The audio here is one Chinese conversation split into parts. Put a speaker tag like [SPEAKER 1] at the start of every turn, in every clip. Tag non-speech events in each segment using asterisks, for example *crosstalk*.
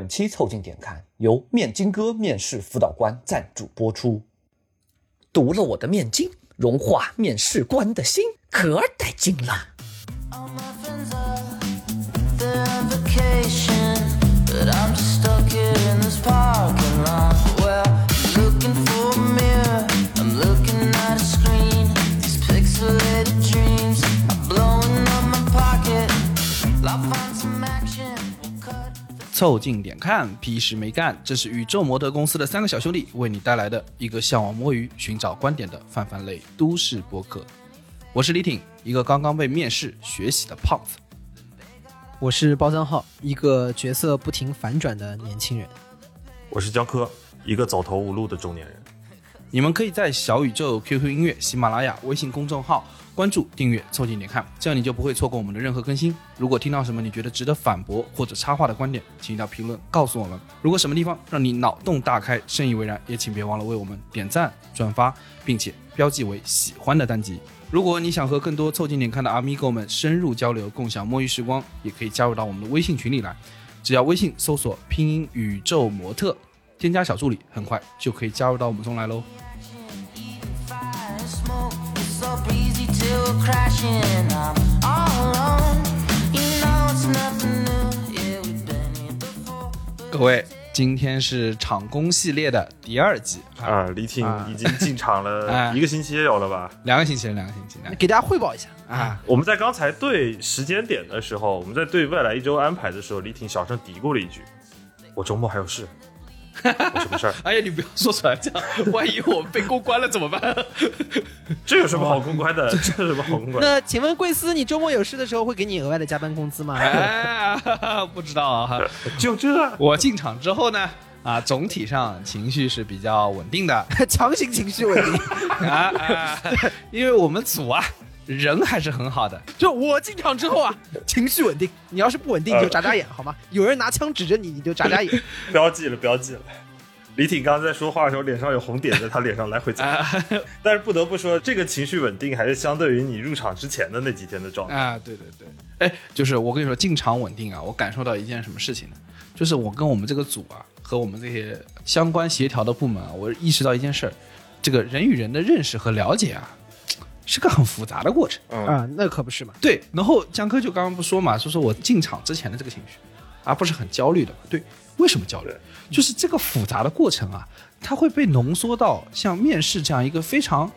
[SPEAKER 1] 本期凑近点看由面筋哥面试辅导官赞助播出。读了我的面经，融化面试官的心，可儿带劲了。
[SPEAKER 2] All my friends are they're on vacation, but I'm just stuck here in this parking lot. Well, I'm looking for a mirror, I'm looking at a screen. These pixelated dreams are blowing up my pocket. I'll find some action. We'll cut.
[SPEAKER 3] 凑近点看，屁事没干。这是宇宙模特公司的三个小兄弟为你带来的一个向往摸鱼、寻找观点的泛泛类都市播客。我是李挺，一个刚刚被面试学习的胖子。
[SPEAKER 4] 我是包三号，一个角色不停反转的年轻人。
[SPEAKER 5] 我是江科，一个走投无路的中年人。
[SPEAKER 3] 你们可以在小宇宙、QQ 音乐、喜马拉雅、微信公众号关注、订阅、凑近点看，这样你就不会错过我们的任何更新。如果听到什么你觉得值得反驳或者插话的观点，请一到评论告诉我们。如果什么地方让你脑洞大开、深以为然，也请别忘了为我们点赞、转发，并且标记为喜欢的单集。如果你想和更多凑近点看的阿咪狗们深入交流，共享摸鱼时光，也可以加入到我们的微信群里来。只要微信搜索拼音宇宙模特，添加小助理，很快就可以加入到我们中来喽。
[SPEAKER 2] Eating fire and smoke. It's so breezy till we're crashing. I'm all alone. You know it's nothing new. Yeah, we've been here before.
[SPEAKER 3] 各位，今天是场工系列的第二集，
[SPEAKER 5] 啊，李挺已经进场
[SPEAKER 3] 啊
[SPEAKER 5] 了一个星期也有了吧？
[SPEAKER 3] 两个星期了，两个星期，两个
[SPEAKER 4] 给大家汇报一下，
[SPEAKER 3] 啊，
[SPEAKER 5] 我们在刚才对时间点的时候，我们在对未来一周安排的时候，李挺小声嘀咕了一句：“我周末还有事。”我什么事儿？
[SPEAKER 3] 哎呀，你不要说出来，这样万一我被公关了怎么办？
[SPEAKER 5] 这有什么好公关的？这有什么好公关的？
[SPEAKER 4] 那请问贵司，你周末有事的时候会给你额外的加班工资吗？
[SPEAKER 3] 哎，不知道啊，
[SPEAKER 5] 就这，
[SPEAKER 3] 我进场之后呢，啊，总体上情绪是比较稳定的，
[SPEAKER 4] 强行情绪稳定，
[SPEAKER 3] *laughs* 啊啊，因为我们组啊人还是很好的，
[SPEAKER 4] 就我进场之后啊，情绪稳定。你要是不稳定，你就眨眨眼好吗？有人拿枪指着你，你就眨眨眼。
[SPEAKER 5] 标记了，标记了。李挺刚才在说话的时候，脸上有红点在他脸上来回走，
[SPEAKER 3] 啊
[SPEAKER 5] *laughs* 但是不得不说，这个情绪稳定还是相对于你入场之前的那几天的状态。
[SPEAKER 3] 啊，对对对，哎，就是我跟你说进场稳定啊，我感受到一件什么事情呢？就是我跟我们这个组啊，和我们这些相关协调的部门啊，我意识到一件事儿，这个人与人的认识和了解啊，是个很复杂的过程。
[SPEAKER 4] 啊，那可不是嘛。
[SPEAKER 3] 对，然后江科就刚刚不说嘛，说说我进场之前的这个情绪，啊，不是很焦虑的嘛？对，为什么焦虑？就是这个复杂的过程啊，它会被浓缩到像面试这样一个非常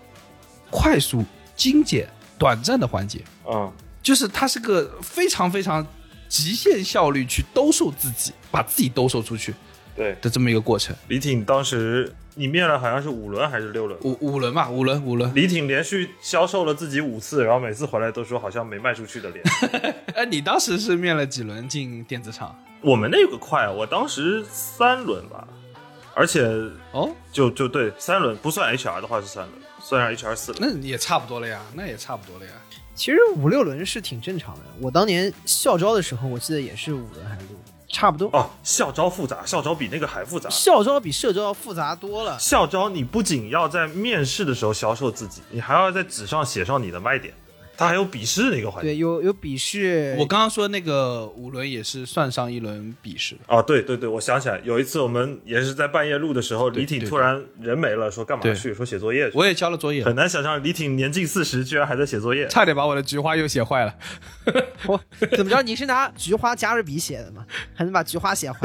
[SPEAKER 3] 快速、精简、短暂的环节。
[SPEAKER 5] 嗯，
[SPEAKER 3] 就是他是个非常非常极限效率去兜售自己，把自己兜售出去
[SPEAKER 5] 对。
[SPEAKER 3] 的这么一个过程。
[SPEAKER 5] 李挺当时你面了好像是五轮还是六轮？
[SPEAKER 3] 五五轮吧，五轮五轮。
[SPEAKER 5] 李挺连续销售了自己五次，然后每次回来都说好像没卖出去的脸。
[SPEAKER 3] 哎，你当时是面了几轮进电子厂？
[SPEAKER 5] 我们那个快，啊我当时三轮吧，而且
[SPEAKER 3] 哦，
[SPEAKER 5] 就就对三轮不算 HR 的话是三轮，算上 HR 四轮。
[SPEAKER 3] 那也差不多了呀，那也差不多了呀。
[SPEAKER 4] 其实五六轮是挺正常的。我当年校招的时候，我记得也是五轮还是六轮，差不多。
[SPEAKER 5] 哦，校招复杂，校招比那个还复杂。
[SPEAKER 4] 校招比社招要复杂多了。
[SPEAKER 5] 校招你不仅要在面试的时候销售自己，你还要在纸上写上你的卖点，它还有笔试那个环节。
[SPEAKER 4] 对，有有笔试，
[SPEAKER 3] 我刚刚说那个五轮也是算上一轮笔试，
[SPEAKER 5] 啊，对对对，我想起来，有一次我们也是在半夜录的时候，李挺
[SPEAKER 3] 对
[SPEAKER 5] 突然人没了，说干嘛
[SPEAKER 3] 对
[SPEAKER 5] 去？说写作业去。
[SPEAKER 3] 我也交了作业
[SPEAKER 5] 很，难想象李挺年近四十，居然还在写作业。
[SPEAKER 3] 差点把我的菊花又写坏了。 *laughs*
[SPEAKER 4] 我怎么着？你是拿菊花加热笔写的吗？还能把菊花写坏？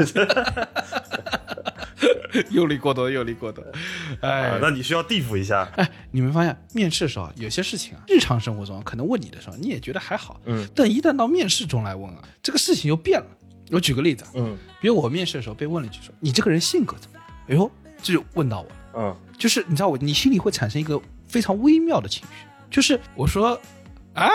[SPEAKER 3] 用力过多，用力过多。哎
[SPEAKER 5] 啊，那你需要地府一下。
[SPEAKER 3] 哎，你没发现面试的时候有些事情啊，日常生活中可能问你的时候，你也觉得还好，嗯，但一旦到面试中来问啊，这个事情又变了。我举个例子，啊，
[SPEAKER 5] 嗯
[SPEAKER 3] 比如我面试的时候被问了一句说：“你这个人性格怎么样？”哎呦，这就问到我了，
[SPEAKER 5] 嗯，
[SPEAKER 3] 就是你知道我，你心里会产生一个非常微妙的情绪，就是我说啊，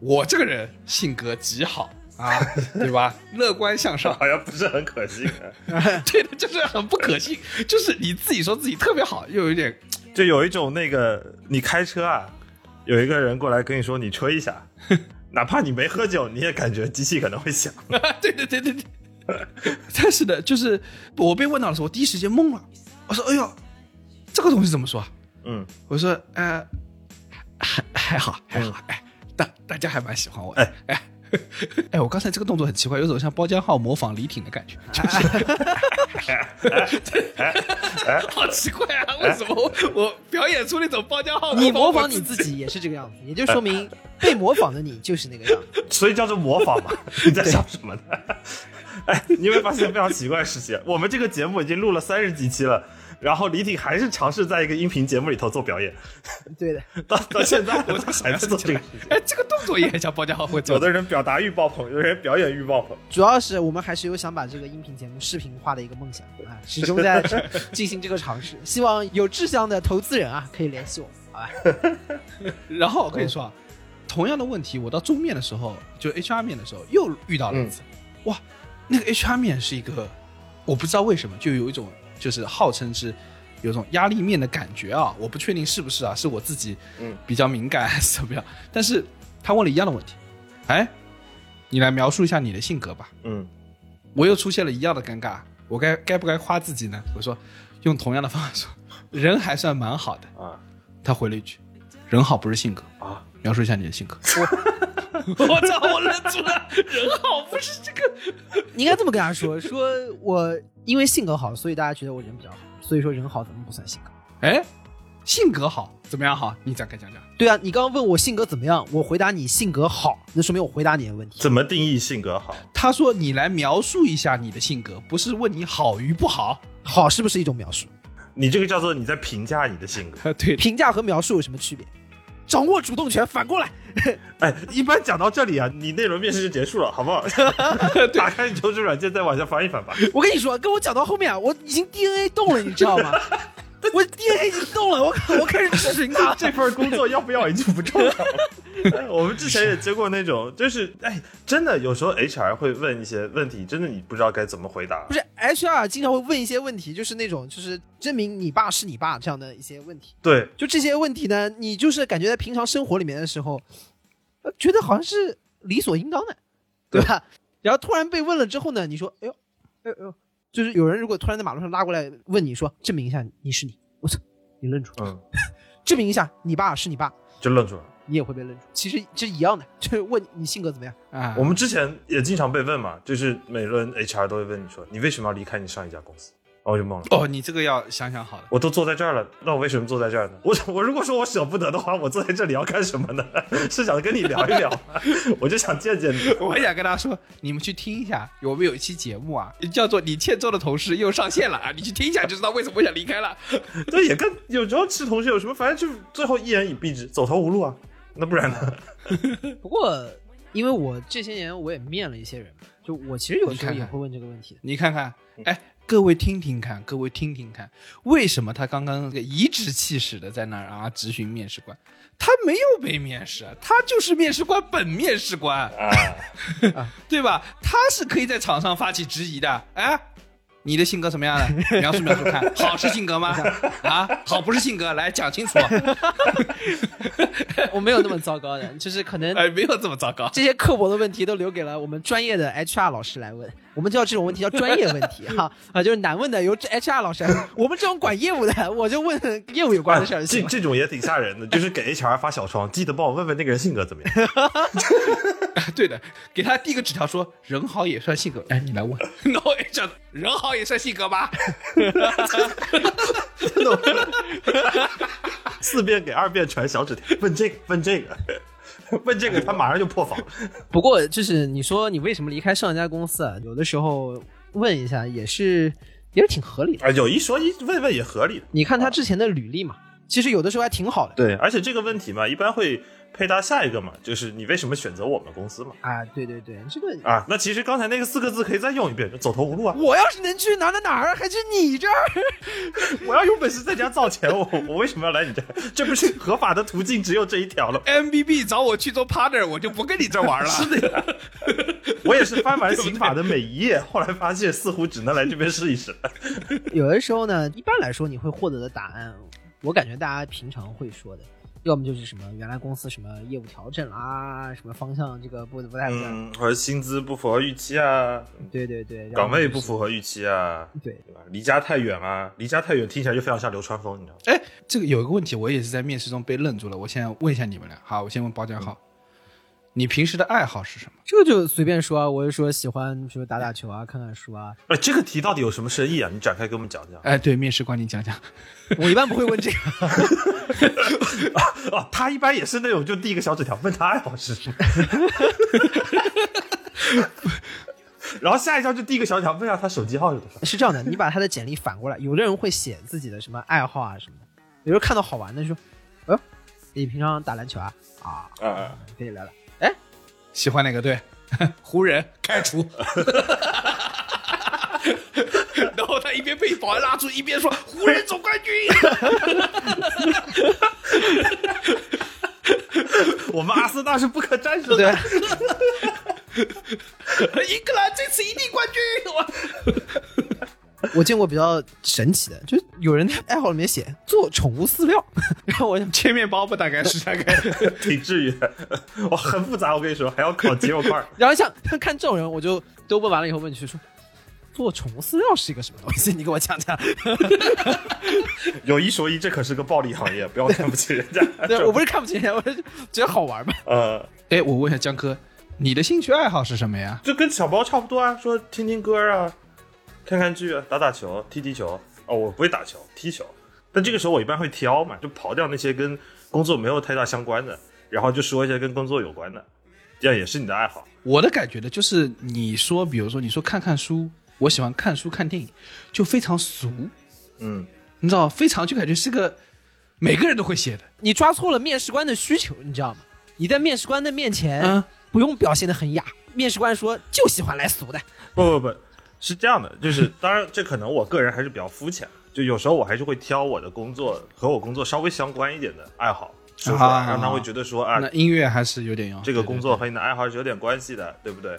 [SPEAKER 3] 我这个人性格极好啊，对吧？乐观向
[SPEAKER 5] *laughs*
[SPEAKER 3] 上，
[SPEAKER 5] 好像不是很可信。啊
[SPEAKER 3] 对的，就是很不可信，就是你自己说自己特别好，又有点
[SPEAKER 5] *laughs* 就有一种那个，你开车啊，有一个人过来跟你说你吹一 *laughs* 下，哪怕你没喝酒，你也感觉机器可能会响。
[SPEAKER 3] *laughs* 对对对对对。但是呢，就是我被问到的时候，我第一时间懵了。我说：“哎呦，这个东西怎么说啊
[SPEAKER 5] 嗯，？”
[SPEAKER 3] 我说：“呃，还还好，还好，哎，大大家还蛮喜欢我的。
[SPEAKER 5] 哎
[SPEAKER 3] 哎， *laughs* 哎，我刚才这个动作很奇怪，有种像包浆号模仿李挺的感觉，就是，好奇怪啊！为什么我我表演出那种包浆 *laughs* 号？
[SPEAKER 4] 你模仿你自己也是这个样子，也就说明被模仿的你就是那个样子。
[SPEAKER 5] *laughs* 所以叫做模仿嘛？ *laughs* 你在想什么呢？ *laughs* 哎，你有没有发现非常奇怪的事情？我们这个节目已经录了三十几期了，然后李挺还是尝试在一个音频节目里头做表演，
[SPEAKER 4] 对的，
[SPEAKER 5] 到到现在
[SPEAKER 3] 我
[SPEAKER 5] 我
[SPEAKER 3] 在
[SPEAKER 5] 还在做这个。 *laughs*
[SPEAKER 3] 哎，这个动作也很像包浆号会做
[SPEAKER 5] 有的人表达欲爆棚，有的人表演欲爆棚。
[SPEAKER 4] 主要是我们还是有想把这个音频节目视频化的一个梦想啊，始终在进行这个尝试。希望有志向的投资人啊，可以联系我们，好吧？
[SPEAKER 3] 然后我跟你说，啊，同样的问题，我到中面的时候，就 HR 面的时候又遇到了一次。哇，那个 HR 面是一个，我不知道为什么就有一种就是号称是有一种压力面的感觉啊，我不确定是不是啊，是我自己
[SPEAKER 1] 嗯
[SPEAKER 3] 比较敏感还是怎么样？但是他问了一样的问题，哎，你来描述一下你的性格吧。
[SPEAKER 5] 嗯，
[SPEAKER 3] 我又出现了一样的尴尬，我该该不该夸自己呢？我说用同样的方法说，人还算蛮好的。
[SPEAKER 5] 啊
[SPEAKER 3] 他回了一句：“人好不是性格。”
[SPEAKER 5] 啊，
[SPEAKER 3] 描述一下你的性格。我 *laughs* 我操！我愣住了，人好不是这个。
[SPEAKER 4] 你应该这么跟他说：说我因为性格好，所以大家觉得我人比较好，所以说人好怎么不算性
[SPEAKER 3] *laughs*
[SPEAKER 4] 格？
[SPEAKER 3] 哎，性格好怎么样好？你展开讲讲。
[SPEAKER 4] 对啊，你刚刚问我性格怎么样，我回答你性格好，那说明我回答你的问题。
[SPEAKER 5] 怎么定义性格好？
[SPEAKER 3] 他说你来描述一下你的性格，不是问你好与不好。
[SPEAKER 4] 好是不是一种描述？
[SPEAKER 5] 你这个叫做你在评价你的性格。
[SPEAKER 3] 对，
[SPEAKER 4] 评价和描述有什么区别？掌握主动权，反过来，
[SPEAKER 5] 哎，一般讲到这里啊，你那轮面试就结束了，好不 *laughs* 好？打开你求职软件再往下翻一翻吧。
[SPEAKER 4] 我跟你说，跟我讲到后面啊，我已经 DNA 动了，你知道吗？我 DNA 已经动了，我 *laughs* 我开始质询他。
[SPEAKER 5] *laughs* 这份工作要不要已经不重要了。 *laughs* 哎我们之前也接过那种，就是哎，真的有时候 HR 会问一些问题，真的你不知道该怎么回答
[SPEAKER 4] 不。是哎 HR 经常会问一些问题，就是那种就是证明你爸是你爸这样的一些问题。
[SPEAKER 5] 对，
[SPEAKER 4] 就这些问题呢，你就是感觉在平常生活里面的时候，呃觉得好像是理所应当的，对吧？然后突然被问了之后呢，你说，哎呦，哎呦哎呦，就是有人如果突然在马路上拉过来问你说，证明一下你是你，我操，你愣住；
[SPEAKER 5] 嗯，
[SPEAKER 4] 证明一下你爸是你爸，
[SPEAKER 5] 就愣住了。
[SPEAKER 4] 你也会被愣住。其实这一样的，就是问你性格怎么样。
[SPEAKER 3] 啊，
[SPEAKER 5] 我们之前也经常被问嘛，就是每轮 HR 都会问你说，你为什么要离开你上一家公司？然后我就懵了。
[SPEAKER 3] 哦，你这个要想想好了。
[SPEAKER 5] 我都坐在这儿了，那我为什么坐在这儿呢？我我如果说我舍不得的话，我坐在这里要干什么呢？是想跟你聊一聊 *laughs* 吗，我就想见见你。
[SPEAKER 3] *laughs* 我想跟他说，你们去听一下，我们有一期节目啊，叫做《你欠揍的同事又上线了》啊，你去听一下就知道为什么我想离开了。
[SPEAKER 5] 对，也跟有时候吃同事有什么，反正就最后一言以蔽之，走投无路啊。那不然呢？
[SPEAKER 4] 不过，因为我这些年我也面了一些人，就我其实有时候
[SPEAKER 3] 你看看
[SPEAKER 4] 也会问这个问题的。
[SPEAKER 3] 你看看，哎，各位听听看，各位听听看，为什么他刚刚那个颐指气使的在那儿啊质询面试官？他没有被面试，啊他就是面试官本面试官， *laughs* 对吧？他是可以在场上发起质疑的，哎。你的性格什么样的？描述描述看，好是性格吗？啊，好不是性格，来讲清楚。
[SPEAKER 4] 我没有那么糟糕的，就是可能
[SPEAKER 3] 哎，没有这么糟糕。
[SPEAKER 4] 这些刻薄的问题都留给了我们专业的 HR 老师来问。我们叫这种问题叫专业问题哈啊，就是难问的由 HR 老师来问。我们这种管业务的，我就问业务有
[SPEAKER 5] *laughs*
[SPEAKER 4] 关的事儿就
[SPEAKER 5] 这
[SPEAKER 3] 啊
[SPEAKER 4] 行了。
[SPEAKER 5] 这种也挺吓人的，就是给 HR 发小窗，记得帮我问问那个人性格怎么样。
[SPEAKER 3] 对的，给他递个纸条说人好也算性格。哎，你来 *laughs* 问。然后 HR 人好也算性格 *laughs* 吗？
[SPEAKER 5] 四遍给二遍传小纸条，问这个，问这个， *laughs* 问这个，他马上就破防。
[SPEAKER 4] 不过就是你说你为什么离开上一家公司啊？有的时候问一下也是也是挺合理的。
[SPEAKER 5] 啊，有一说一，问问也合理的。
[SPEAKER 4] 你看他之前的履历嘛，其实有的时候还挺好的。
[SPEAKER 5] 对，而且这个问题嘛，一般会配搭下一个嘛，就是你为什么选择我们公司嘛？
[SPEAKER 4] 啊，对对对，这个
[SPEAKER 5] 啊，那其实刚才那个四个字可以再用一遍，就走投无路啊！
[SPEAKER 4] 我要是能去哪儿哪儿哪儿，还去你这儿？
[SPEAKER 5] *laughs* 我要有本事在家造钱，我我为什么要来你这儿？这不是合法的途径只有这一条了吗？
[SPEAKER 3] MBB 找我去做 partner，我就不跟你这玩了。是的，
[SPEAKER 5] 我也是翻完刑法的每一页，后来发现似乎只能来这边试一试。
[SPEAKER 4] *laughs* 有的时候呢，一般来说你会获得的答案，我感觉大家平常会说的，要么就是什么原来公司什么业务调整啦、什么方向这个不不太对、
[SPEAKER 5] *laughs* 嗯，或者薪资不符合预期啊，
[SPEAKER 4] 对对对，
[SPEAKER 5] 岗位不
[SPEAKER 4] 合，
[SPEAKER 5] 符合预期啊，
[SPEAKER 4] 对，
[SPEAKER 5] 对吧？离家太远啊，离家太远听起来就非常像流川枫，你知道吗？
[SPEAKER 3] 哎，这个有一个问题，我也是在面试中被愣住了。我现在问一下你们俩，好，我先问包浆浩，你平时的爱好是什么？
[SPEAKER 4] 这个就随便说啊，我就说喜欢，比如打打球啊，看看书啊。
[SPEAKER 5] 哎，这个题到底有什么深意啊？你展开给我们讲讲。
[SPEAKER 3] 哎，对，面试官，你讲讲。
[SPEAKER 4] 我一般不会问这个， *laughs*
[SPEAKER 5] *laughs* 哦，他一般也是那种就递一个小纸条，问他爱好是什么，然后下一张就递一个小纸条，问一下他手机号是多少。
[SPEAKER 4] 是这样的，你把他的简历反过来，有的人会写自己的什么爱好啊什么的，有时候看到好玩的就说，哎呦，你平常打篮球啊？啊，
[SPEAKER 5] 啊，
[SPEAKER 4] 可以聊聊。
[SPEAKER 3] 喜欢哪个队？ *laughs* 湖人开除。 *laughs* 然后他一边被保安拉住，一边说：“湖人总冠军。
[SPEAKER 5] *laughs* 我们阿森纳是不可战胜
[SPEAKER 4] 对
[SPEAKER 5] 的
[SPEAKER 4] 啊，，
[SPEAKER 3] *laughs* 英格兰这次一定冠军。” *laughs*
[SPEAKER 4] 我见过比较神奇的，就是有人在爱好里面写做宠物饲
[SPEAKER 3] *laughs*
[SPEAKER 4] 料，然后我想
[SPEAKER 3] 切面包不大概是大概
[SPEAKER 5] *laughs* 挺治愈的。哇，很复杂，我跟你说，还要烤鸡肉块儿。
[SPEAKER 4] *laughs* 然后像看这种人，我就都问完了以后问你去说，做宠物饲料是一个什么东西？你给我
[SPEAKER 3] *laughs*
[SPEAKER 4] 讲讲。
[SPEAKER 5] 有一说一，这可是个暴利行业，不要看不起人家。
[SPEAKER 4] *laughs* 对我不是看不起人家，我是觉得好玩嘛。
[SPEAKER 5] *laughs* 呃，
[SPEAKER 3] 哎，我问一下江科，你的兴趣爱好是什么呀？
[SPEAKER 5] 就跟小包差不多啊，说听听歌啊，看看剧啊，打打球，踢踢球。哦，我不会打球，踢球。但这个时候我一般会挑嘛，就刨掉那些跟工作没有太大相关的，然后就说一些跟工作有关的，这样也是你的爱好。
[SPEAKER 3] 我的感觉呢，就是你说，比如说你说看看书，我喜欢看书看电影，就非常俗，
[SPEAKER 5] 嗯，
[SPEAKER 3] 你知道，非常就感觉是个每个人都会写的。
[SPEAKER 4] 你抓错了面试官的需求，你知道吗？你在面试官的面前
[SPEAKER 3] 嗯，
[SPEAKER 4] 不用表现的很雅，面试官说就喜欢来俗的。
[SPEAKER 5] 不不不，是这样的，就是当然这可能我个人还是比较肤浅，就有时候我还是会挑我的工作和我工作稍微相关一点的爱好说出
[SPEAKER 3] 啊
[SPEAKER 5] 来，让他会觉得说啊，
[SPEAKER 3] 那音乐还是有点用。
[SPEAKER 5] 这个工作
[SPEAKER 3] 对
[SPEAKER 5] 和你的爱好是有点关系的，对不对？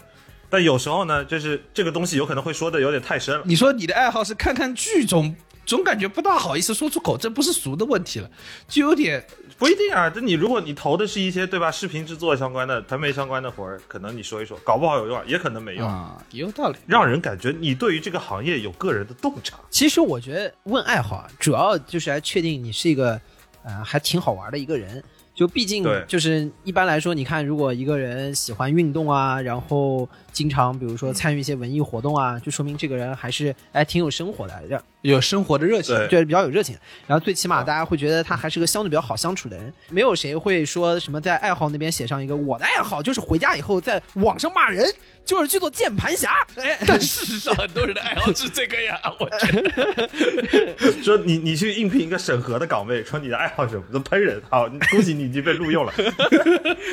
[SPEAKER 5] 但有时候呢，就是这个东西有可能会说的有点太深了
[SPEAKER 3] 对对。你说你的爱好是看看剧，总总感觉不大好意思说出口，这不是俗的问题了，就有点
[SPEAKER 5] 不一定啊，这你如果你投的是一些对吧视频制作相关的、传媒相关的活儿，可能你说一说，搞不好有用，也可能没用，
[SPEAKER 3] 啊，也有道理。
[SPEAKER 5] 让人感觉你对于这个行业有个人的洞察。
[SPEAKER 4] 其实我觉得问爱好啊，主要就是来确定你是一个，呃，还挺好玩的一个人。就毕竟
[SPEAKER 5] 对
[SPEAKER 4] 就是一般来说，你看，如果一个人喜欢运动啊，然后经常比如说参与一些文艺活动啊，就说明这个人还是哎挺有生活的，让
[SPEAKER 3] 有生活的热情。
[SPEAKER 5] 对，
[SPEAKER 4] 对，比较有热情。然后最起码大家会觉得他还是个相对比较好相处的人，没有谁会说什么在爱好那边写上一个我的爱好就是回家以后在网上骂人，就是去做键盘侠。哎，
[SPEAKER 3] *laughs* 但事实上，很多人的爱好是这个呀，我觉得。
[SPEAKER 5] 说你你去应聘一个审核的岗位，说你的爱好是什么？喷人，好，你恭喜你已经被录
[SPEAKER 3] *laughs*
[SPEAKER 5] 用了。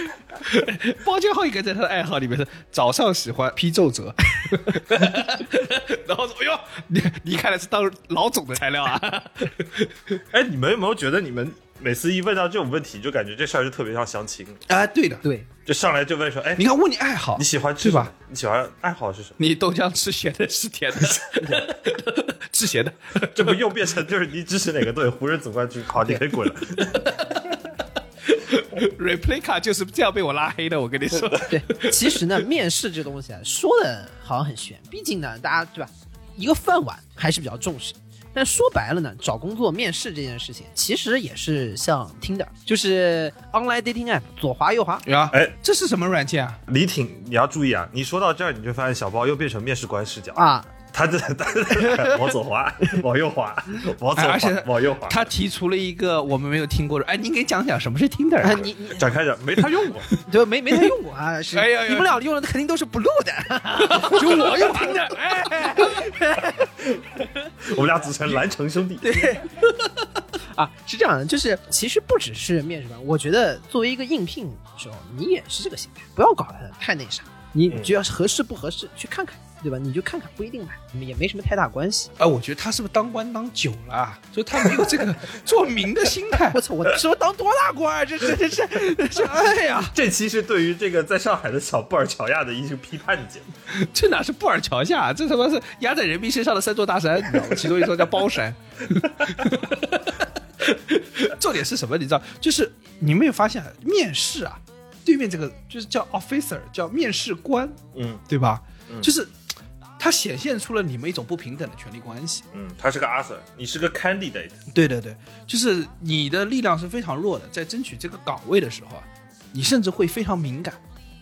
[SPEAKER 3] *laughs* 包间浩应该在他的爱好里面是早上喜欢批奏折， *laughs* 然后说：“哎呦，你你看来是当老总的材料啊。
[SPEAKER 5] 哎，你们有没有觉得你们每次一问到这种问题，就感觉这事儿就特别像相亲，”
[SPEAKER 3] 啊，对的，
[SPEAKER 4] 对，
[SPEAKER 5] 就上来就问说，哎，
[SPEAKER 3] *laughs* 你看问你爱好，
[SPEAKER 5] 你喜欢
[SPEAKER 3] 是
[SPEAKER 5] 吃
[SPEAKER 3] 吧
[SPEAKER 5] 什么？你喜欢爱好是什么？
[SPEAKER 3] 你豆浆吃咸的吃甜的， *laughs* 吃咸
[SPEAKER 5] *laughs*
[SPEAKER 3] 的，
[SPEAKER 5] 这不又变成就是你支持哪个队，湖人总冠军，好，你可以滚了。
[SPEAKER 3] replay 卡就是这样被我拉黑的。我跟你说，
[SPEAKER 4] 对，其实呢，面试这东西啊，说的好像很玄，毕竟呢，大家对吧，一个饭碗还是比较重视。但说白了呢，找工作面试这件事情，其实也是像 Tinder，就是 online dating app，左滑右滑，
[SPEAKER 3] 呀
[SPEAKER 5] 哎，
[SPEAKER 3] 啊这是什么软件啊？
[SPEAKER 5] 李挺，你要注意啊！你说到这儿，你就发现小包又变成面试官视角，
[SPEAKER 4] 啊，
[SPEAKER 5] 他这 *laughs* 他往左
[SPEAKER 3] *laughs*
[SPEAKER 5] 滑，往右滑，往
[SPEAKER 3] 哎
[SPEAKER 5] 左
[SPEAKER 3] *laughs* 而
[SPEAKER 5] 滑
[SPEAKER 3] 且，
[SPEAKER 5] 往右滑，
[SPEAKER 3] 他提出了一个我们没有听过的，哎，您给讲讲什么是 Tinder？*laughs*
[SPEAKER 4] 啊
[SPEAKER 3] 啊
[SPEAKER 4] *laughs* 你你
[SPEAKER 5] 展开讲，没他用
[SPEAKER 3] *laughs*
[SPEAKER 5] 过。
[SPEAKER 4] 对，没没太用过啊，是，
[SPEAKER 3] 哎呀哎呀
[SPEAKER 4] 你们俩用的肯定都是 blue 的， *laughs* 就我用 Tinder，哎，
[SPEAKER 5] 我们俩组成蓝城兄弟，
[SPEAKER 4] 啊，是这样的，就是其实不只是面试官，我觉得作为一个应聘的时候，你也是这个心态，不要搞得太那啥，你
[SPEAKER 5] 嗯
[SPEAKER 4] 只要是合适不合适，去看看，对吧？你就看看，不一定买，也没什么太大关系。
[SPEAKER 3] 哎，我觉得他是不是当官当久了啊，所以他没有这个做名的心态
[SPEAKER 4] *laughs* 我。操，我是不是当多大官啊儿？这这这这这
[SPEAKER 3] *laughs*
[SPEAKER 4] 这，哎呀，
[SPEAKER 5] 这期是对于这个在上海的小布尔乔亚的一个批判节目。
[SPEAKER 3] 这哪是布尔桥下，这他妈是压在人民身上的三座大山，你知道吗？其中一座叫包山。重点是什么？你知道，就是你没有发现啊面试啊，对面这个就是叫 officer，叫面试官，
[SPEAKER 5] 嗯
[SPEAKER 3] 对吧？就是它显现出了你们一种不平等的权利关系。
[SPEAKER 5] 嗯，他是个阿 Sir，你是个 *laughs* candidate，
[SPEAKER 3] 对对对，就是你的力量是非常弱的，在争取这个岗位的时候啊，你甚至会非常敏感，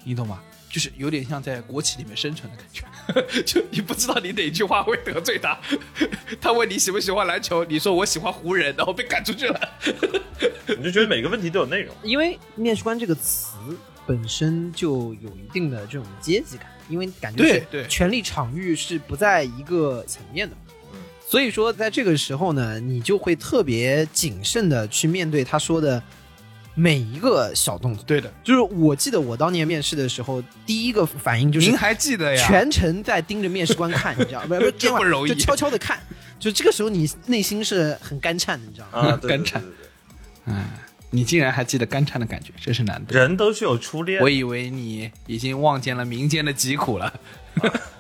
[SPEAKER 3] 你懂吗？就是有点像在国企里面生存的感觉， *laughs* 就你不知道你哪句话会得罪他。 *laughs* 他问你喜不喜欢篮球，你说我喜欢湖人，然后被赶出去了。 *laughs*
[SPEAKER 5] 你就觉得每个问题都有内容。
[SPEAKER 4] 因为“面试官”这个词本身就有一定的这种阶级感，因为感觉
[SPEAKER 3] 对
[SPEAKER 4] 是
[SPEAKER 3] 对
[SPEAKER 4] 权力场域是不在一个层面的。
[SPEAKER 3] 嗯
[SPEAKER 4] 所以说，在这个时候呢，你就会特别谨慎的去面对他说的每一个小动作。
[SPEAKER 3] 对的，
[SPEAKER 4] 就是我记得我当年面试的时候，第一个反应就是
[SPEAKER 3] 您还记得呀？
[SPEAKER 4] 全程在盯着面试官看，你知道吗？不是，
[SPEAKER 3] 这不容易
[SPEAKER 4] 就悄悄的看。就这个时候，你内心是很干颤的，你知道吗？
[SPEAKER 5] 啊，
[SPEAKER 3] *laughs*
[SPEAKER 5] 对对
[SPEAKER 3] 干
[SPEAKER 5] 对
[SPEAKER 3] 柴
[SPEAKER 5] 对对
[SPEAKER 3] 你竟然还记得干颤的感觉，真是难得。
[SPEAKER 5] 人都是有初恋
[SPEAKER 3] 我
[SPEAKER 5] 的，
[SPEAKER 3] 以为你已经望见了民间的疾苦了。 *laughs*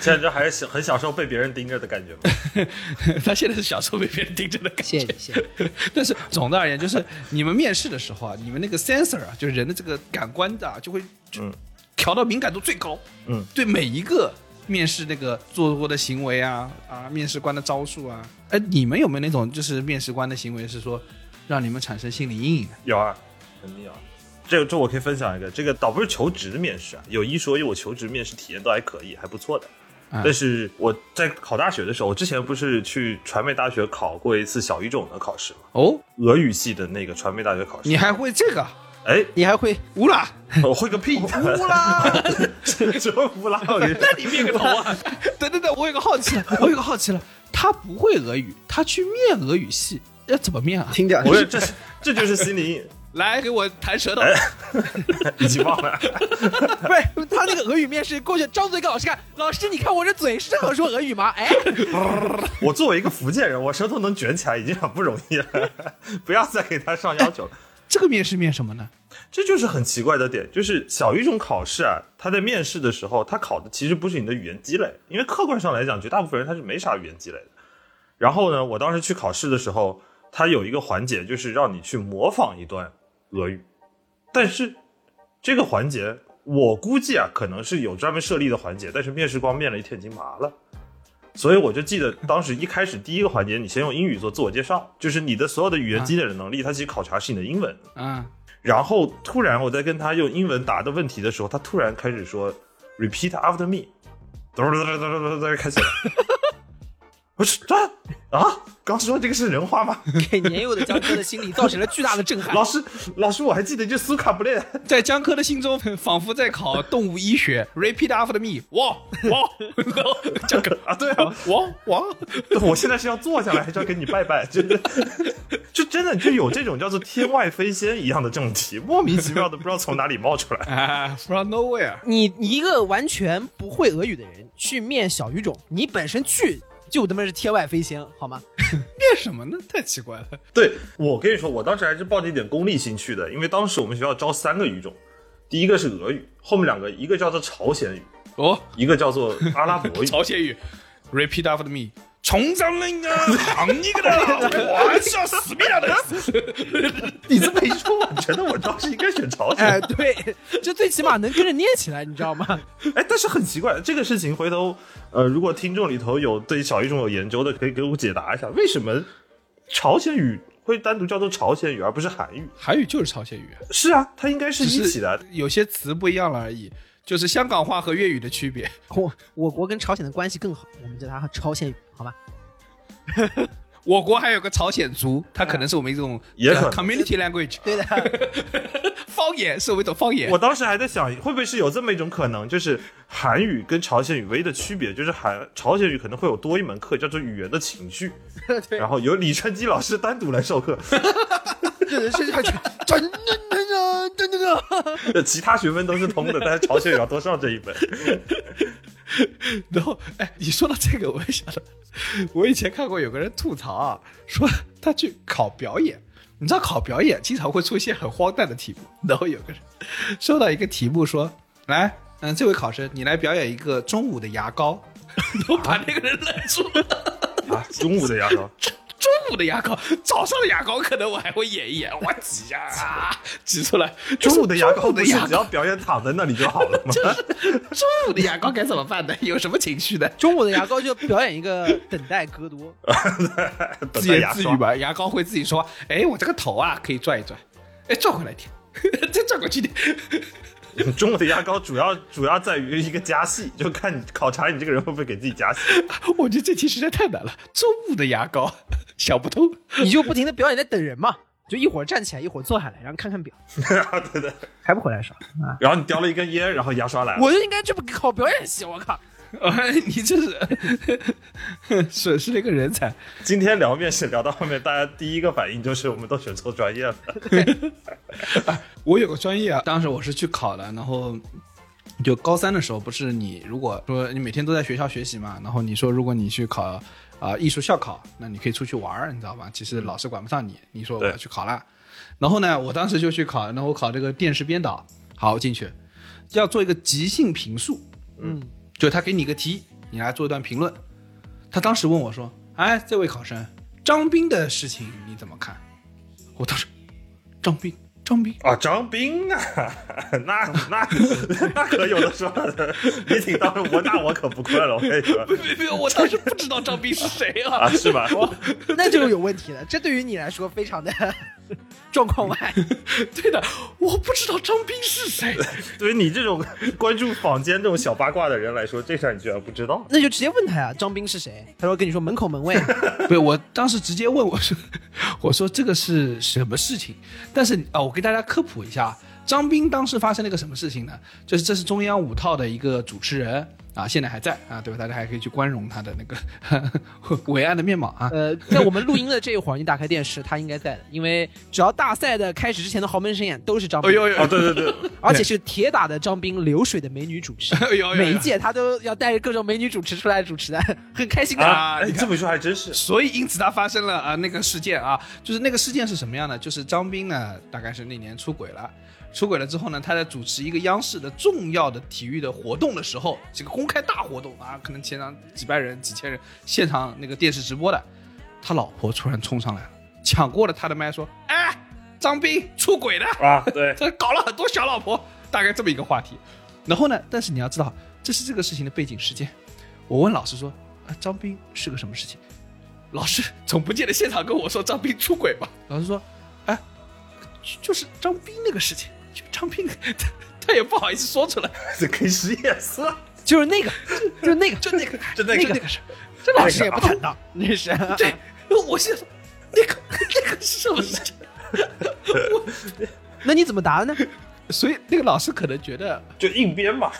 [SPEAKER 5] 现在就还是小很享受被别人盯着的感觉嘛。
[SPEAKER 3] 他现在是小时候被别人盯着的感
[SPEAKER 4] *laughs* 谢
[SPEAKER 3] 觉
[SPEAKER 4] 谢。你，谢谢你。
[SPEAKER 3] *laughs* 但是总的而言，就是你们面试的时候啊，你们那个 sensor 啊，就是人的这个感官的、啊，就会就
[SPEAKER 5] 嗯
[SPEAKER 3] 调到敏感度最高。
[SPEAKER 5] 嗯，
[SPEAKER 3] 对每一个面试那个做过的行为啊啊，面试官的招数啊，哎，你们有没有那种就是面试官的行为是说让你们产生心理阴影的？
[SPEAKER 5] 有啊，肯定有啊。这个这我可以分享一个，这个倒不是求职面试啊，有一说一，我求职面试体验都还可以，还不错的。
[SPEAKER 3] 啊
[SPEAKER 5] 但是我在考大学的时候，我之前不是去传媒大学考过一次小语种的考试嘛，
[SPEAKER 3] 哦，
[SPEAKER 5] 俄语系的那个传媒大学考试。
[SPEAKER 3] 你还会这个？
[SPEAKER 5] 哎，
[SPEAKER 4] 你还会
[SPEAKER 3] 乌啦，
[SPEAKER 5] 我会个屁！
[SPEAKER 3] 乌啦！
[SPEAKER 5] 什么乌拉？我觉得
[SPEAKER 3] 那你面个头啊！等等等，我有个好奇了，我有个好奇了，他不会俄语，他去面俄语系，要怎么面啊？
[SPEAKER 4] 听掉？
[SPEAKER 5] 不是，这是这就是心理阴 *laughs* 影，
[SPEAKER 3] 来给我弹舌头。
[SPEAKER 5] 已经忘了。
[SPEAKER 3] *laughs*
[SPEAKER 4] 不是他那个俄语面试过去，张嘴给老师看，老师你看我这嘴适合说俄语吗？哎，
[SPEAKER 5] 我作为一个福建人，我舌头能卷起来已经很不容易了，不要再给他上要求了。
[SPEAKER 3] *laughs* 这个面试面什么呢？
[SPEAKER 5] 这就是很奇怪的点，就是小语种考试啊，他在面试的时候，他考的其实不是你的语言积累，因为客观上来讲，绝大部分人他是没啥语言积累的。然后呢，我当时去考试的时候，他有一个环节就是让你去模仿一段俄语，但是这个环节我估计啊，可能是有专门设立的环节，但是面试官面了一天已经麻了。所以我就记得当时一开始第一个环节，你先用英语做自我介绍，就是你的所有的语言积累的能力，它其实考察是你的英文。
[SPEAKER 3] 啊，
[SPEAKER 5] 然后突然我在跟他用英文答的问题的时候，他突然开始说 “repeat after me”，噔噔噔噔噔噔开始了。 *laughs* 我说啊啊，刚说这个是人话吗？
[SPEAKER 4] *laughs*
[SPEAKER 5] *laughs*
[SPEAKER 4] 给年幼的江哥的心理造成了巨大的震撼。
[SPEAKER 5] 老师，老师，我还记得就苏卡布列，
[SPEAKER 3] 在江科的心中，仿佛在考动物医学。Repeat after me，哇哇， *laughs* 然后江科
[SPEAKER 5] *laughs* 啊对啊，
[SPEAKER 3] 哇哇，
[SPEAKER 5] 我现在是要坐下来，还是要给你拜拜？ *laughs* 真的，就真的就有这种叫做天外飞仙一样的这种题，莫名其妙的不知道从哪里冒出来。
[SPEAKER 3] 啊，from nowhere，
[SPEAKER 4] 你你一个完全不会俄语的人去面小语种，你本身去就他妈是天外飞仙，好吗？
[SPEAKER 3] 面什么呢？太奇怪了。
[SPEAKER 5] 对我跟你说，我当时还是抱着一点功利心去的，因为当时我们学校招三个语种，第一个是俄语，后面两个一个叫做朝鲜语，
[SPEAKER 3] 哦，
[SPEAKER 5] 一个叫做阿拉伯语。
[SPEAKER 3] 朝鲜语，Repeat after me。重章人啊，行你个的， *laughs* 我是要死命了的。
[SPEAKER 5] 你这么一说，我觉得我当时应该选朝鲜。
[SPEAKER 4] 哎，对，这最起码能跟着念起来，你知道吗？ *laughs*
[SPEAKER 5] 哎，但是很奇怪，这个事情回头，呃，如果听众里头有对小语种有研究的，可以给我解答一下，为什么朝鲜语会单独叫做朝鲜语，而不是韩语？
[SPEAKER 3] 韩语就是朝鲜语啊，
[SPEAKER 5] 是啊，它应该是
[SPEAKER 3] 只
[SPEAKER 5] 一起的。
[SPEAKER 3] 有些词不一样了而已，就是香港话和粤语的区别。
[SPEAKER 4] 我我国跟朝鲜的关系更好，我们叫它朝鲜语，好吧？
[SPEAKER 3] 我国还有个朝鲜族，它可能是我们一种呃
[SPEAKER 5] 也可能
[SPEAKER 3] community language，
[SPEAKER 4] 嗯对的，
[SPEAKER 3] *laughs* 方言是我们一种方言
[SPEAKER 5] 我。当时还在想，会不会是有这么一种可能，就是韩语跟朝鲜语唯一的区别，就是韩朝鲜语可能会有多一门课叫做语言的情绪，然后由李春基老师单独来授课， *laughs*
[SPEAKER 4] 对 *laughs* 是真真真真真真。
[SPEAKER 5] 呃其他学分都是通的，但是朝鲜语要多上这一
[SPEAKER 3] *laughs*
[SPEAKER 5] 门。
[SPEAKER 3] 然后，哎，你说到这个，我也想到，我以前看过有个人吐槽啊，说他去考表演，你知道考表演经常会出现很荒诞的题目， *laughs* 然后有个人收到一个题目说，来，嗯，这位考生，你来表演一个中午的牙膏， *laughs* 然后把那个人拦住了。
[SPEAKER 5] 啊，中午的牙膏，
[SPEAKER 3] 中午的牙膏，早上的牙膏可能我还会演一演，我挤
[SPEAKER 5] *laughs*
[SPEAKER 3] 呀、啊，挤出来。
[SPEAKER 5] 中午的牙膏
[SPEAKER 3] 中午
[SPEAKER 5] 不
[SPEAKER 3] 的
[SPEAKER 5] 是
[SPEAKER 3] 牙
[SPEAKER 5] 只
[SPEAKER 3] 膏，
[SPEAKER 5] 要表演躺在那里就好了
[SPEAKER 3] *laughs*
[SPEAKER 5] 吗？
[SPEAKER 3] 中午的牙膏该怎么办呢？有什么情绪呢？
[SPEAKER 4] 中午的牙膏就表演一个等待戈 *laughs* 多，
[SPEAKER 5] 等
[SPEAKER 3] 自
[SPEAKER 5] 待
[SPEAKER 3] 言
[SPEAKER 5] 牙
[SPEAKER 3] 自
[SPEAKER 5] 刷
[SPEAKER 3] 语。吧，牙膏会自己说：“哎，我这个头啊，可以转一转，哎，转回来一点，再转过去一点。”
[SPEAKER 5] 中文的牙膏主要主要在于一个加戏，就看你考察你这个人会不会给自己
[SPEAKER 3] *laughs*
[SPEAKER 5] 加戏。 *laughs*
[SPEAKER 3] 我觉得这题实在太难了，周五的牙膏想不通。 *laughs*
[SPEAKER 4] 你就不停的表演在等人嘛，就一会儿站起来，一会儿坐下来，然后看看表，
[SPEAKER 5] 对对。
[SPEAKER 4] 还不回来是吧？啊，
[SPEAKER 5] 然后你叼了一根烟，然后牙刷来了。
[SPEAKER 4] 我就应该去考表演系，我靠！
[SPEAKER 3] 哎，你这是 *laughs* 损失了一个人才。
[SPEAKER 5] 今天聊面试聊到后面，大家第一个反应就是我们都选错专业了。
[SPEAKER 3] 我有个专业啊，当时我是去考的，然后就高三的时候，不是你如果说你每天都在学校学习嘛，然后你说如果你去考啊、艺术校考，那你可以出去玩儿，你知道吧？其实老师管不上你，你说我要
[SPEAKER 5] 对
[SPEAKER 3] 去考了，然后呢，我当时就去考，然后我考这个电视编导，好进去，要做一个即兴评述，
[SPEAKER 4] 嗯，
[SPEAKER 3] 就他给你一个题，你来做一段评论。他当时问我说：“哎，这位考生，张斌的事情你怎么看？”我当时，张斌，张斌，
[SPEAKER 5] 啊，张斌啊， *laughs* 那那那可有的说了，你挺当我那我可不困了，我跟你说
[SPEAKER 3] 没没有，我当时不知道张斌是谁啊。
[SPEAKER 5] 啊，是吧？
[SPEAKER 4] *laughs* 那就有问题了，这对于你来说非常的 *laughs* 状况外。
[SPEAKER 3] *laughs*
[SPEAKER 4] *laughs*
[SPEAKER 3] 对的，我不知道张斌是 *laughs* 谁。
[SPEAKER 5] *laughs* 对于你这种关注坊间这种小八卦的人来说，这事儿你居然不知道，
[SPEAKER 4] 那就直接问他呀，张斌是谁？他说跟你说门口门 *laughs* 卫，
[SPEAKER 3] 对，我当时直接问我说：“ *laughs* 我说这个是什么事情？”但是啊、我给大家科普一下，张斌当时发生了一个什么事情呢？就是这是中央五套的一个主持人啊，现在还在啊，对吧？大家还可以去宽容他的那个 *laughs* 伟岸的面貌啊。
[SPEAKER 4] 呃，在我们录音的这一会儿，你打开电视，他应该在的，因为只要大赛的开始之前的豪门盛宴都是张
[SPEAKER 3] 哎
[SPEAKER 4] 斌，
[SPEAKER 3] 呦呦
[SPEAKER 5] 啊，，对
[SPEAKER 3] *laughs*
[SPEAKER 5] 对对，
[SPEAKER 4] 而且是铁打的张斌，流水的美女主持，
[SPEAKER 3] 哎呦
[SPEAKER 4] 每一届他都要带着各种美女主持出来主持的，很开心的。
[SPEAKER 5] *laughs* 啊，
[SPEAKER 3] 你
[SPEAKER 5] 哎，
[SPEAKER 3] 看
[SPEAKER 5] 这么一说还真是，
[SPEAKER 3] 所以因此它发生了啊、那个事件啊，就是那个事件是什么样的？就是张斌呢，大概是那年出轨了，出轨了之后呢，他在主持一个央视的重要的体育的活动的时候，这个公开大活动啊，可能现场几百人、几千人，现场那个电视直播的，他老婆突然冲上来了，抢过了他的麦说：“哎，张斌出轨了。”
[SPEAKER 5] *laughs* 啊，对，
[SPEAKER 3] *laughs* 他搞了很多小老婆，大概这么一个话题。然后呢，但是你要知道，这是这个事情的背景事件。我问老师说，啊，张斌是个什么事情？老师总不见得现场跟我说张斌出轨吧？老师说，哎，就就是张斌那个事情，就张斌， *laughs* 他他也不好意思说出来，
[SPEAKER 5] *laughs* 这可以使眼色，
[SPEAKER 4] 就是那个，就是那个，
[SPEAKER 3] 就那个，
[SPEAKER 5] 就那个
[SPEAKER 3] 那个事儿，
[SPEAKER 4] *laughs* 这老师也不坦荡，那是啊
[SPEAKER 3] 对，我现在说那个 *laughs* 那个是什么事情？ *laughs*
[SPEAKER 4] 那你怎么答的呢？
[SPEAKER 3] 所以那个老师可能觉得
[SPEAKER 5] 就硬编嘛，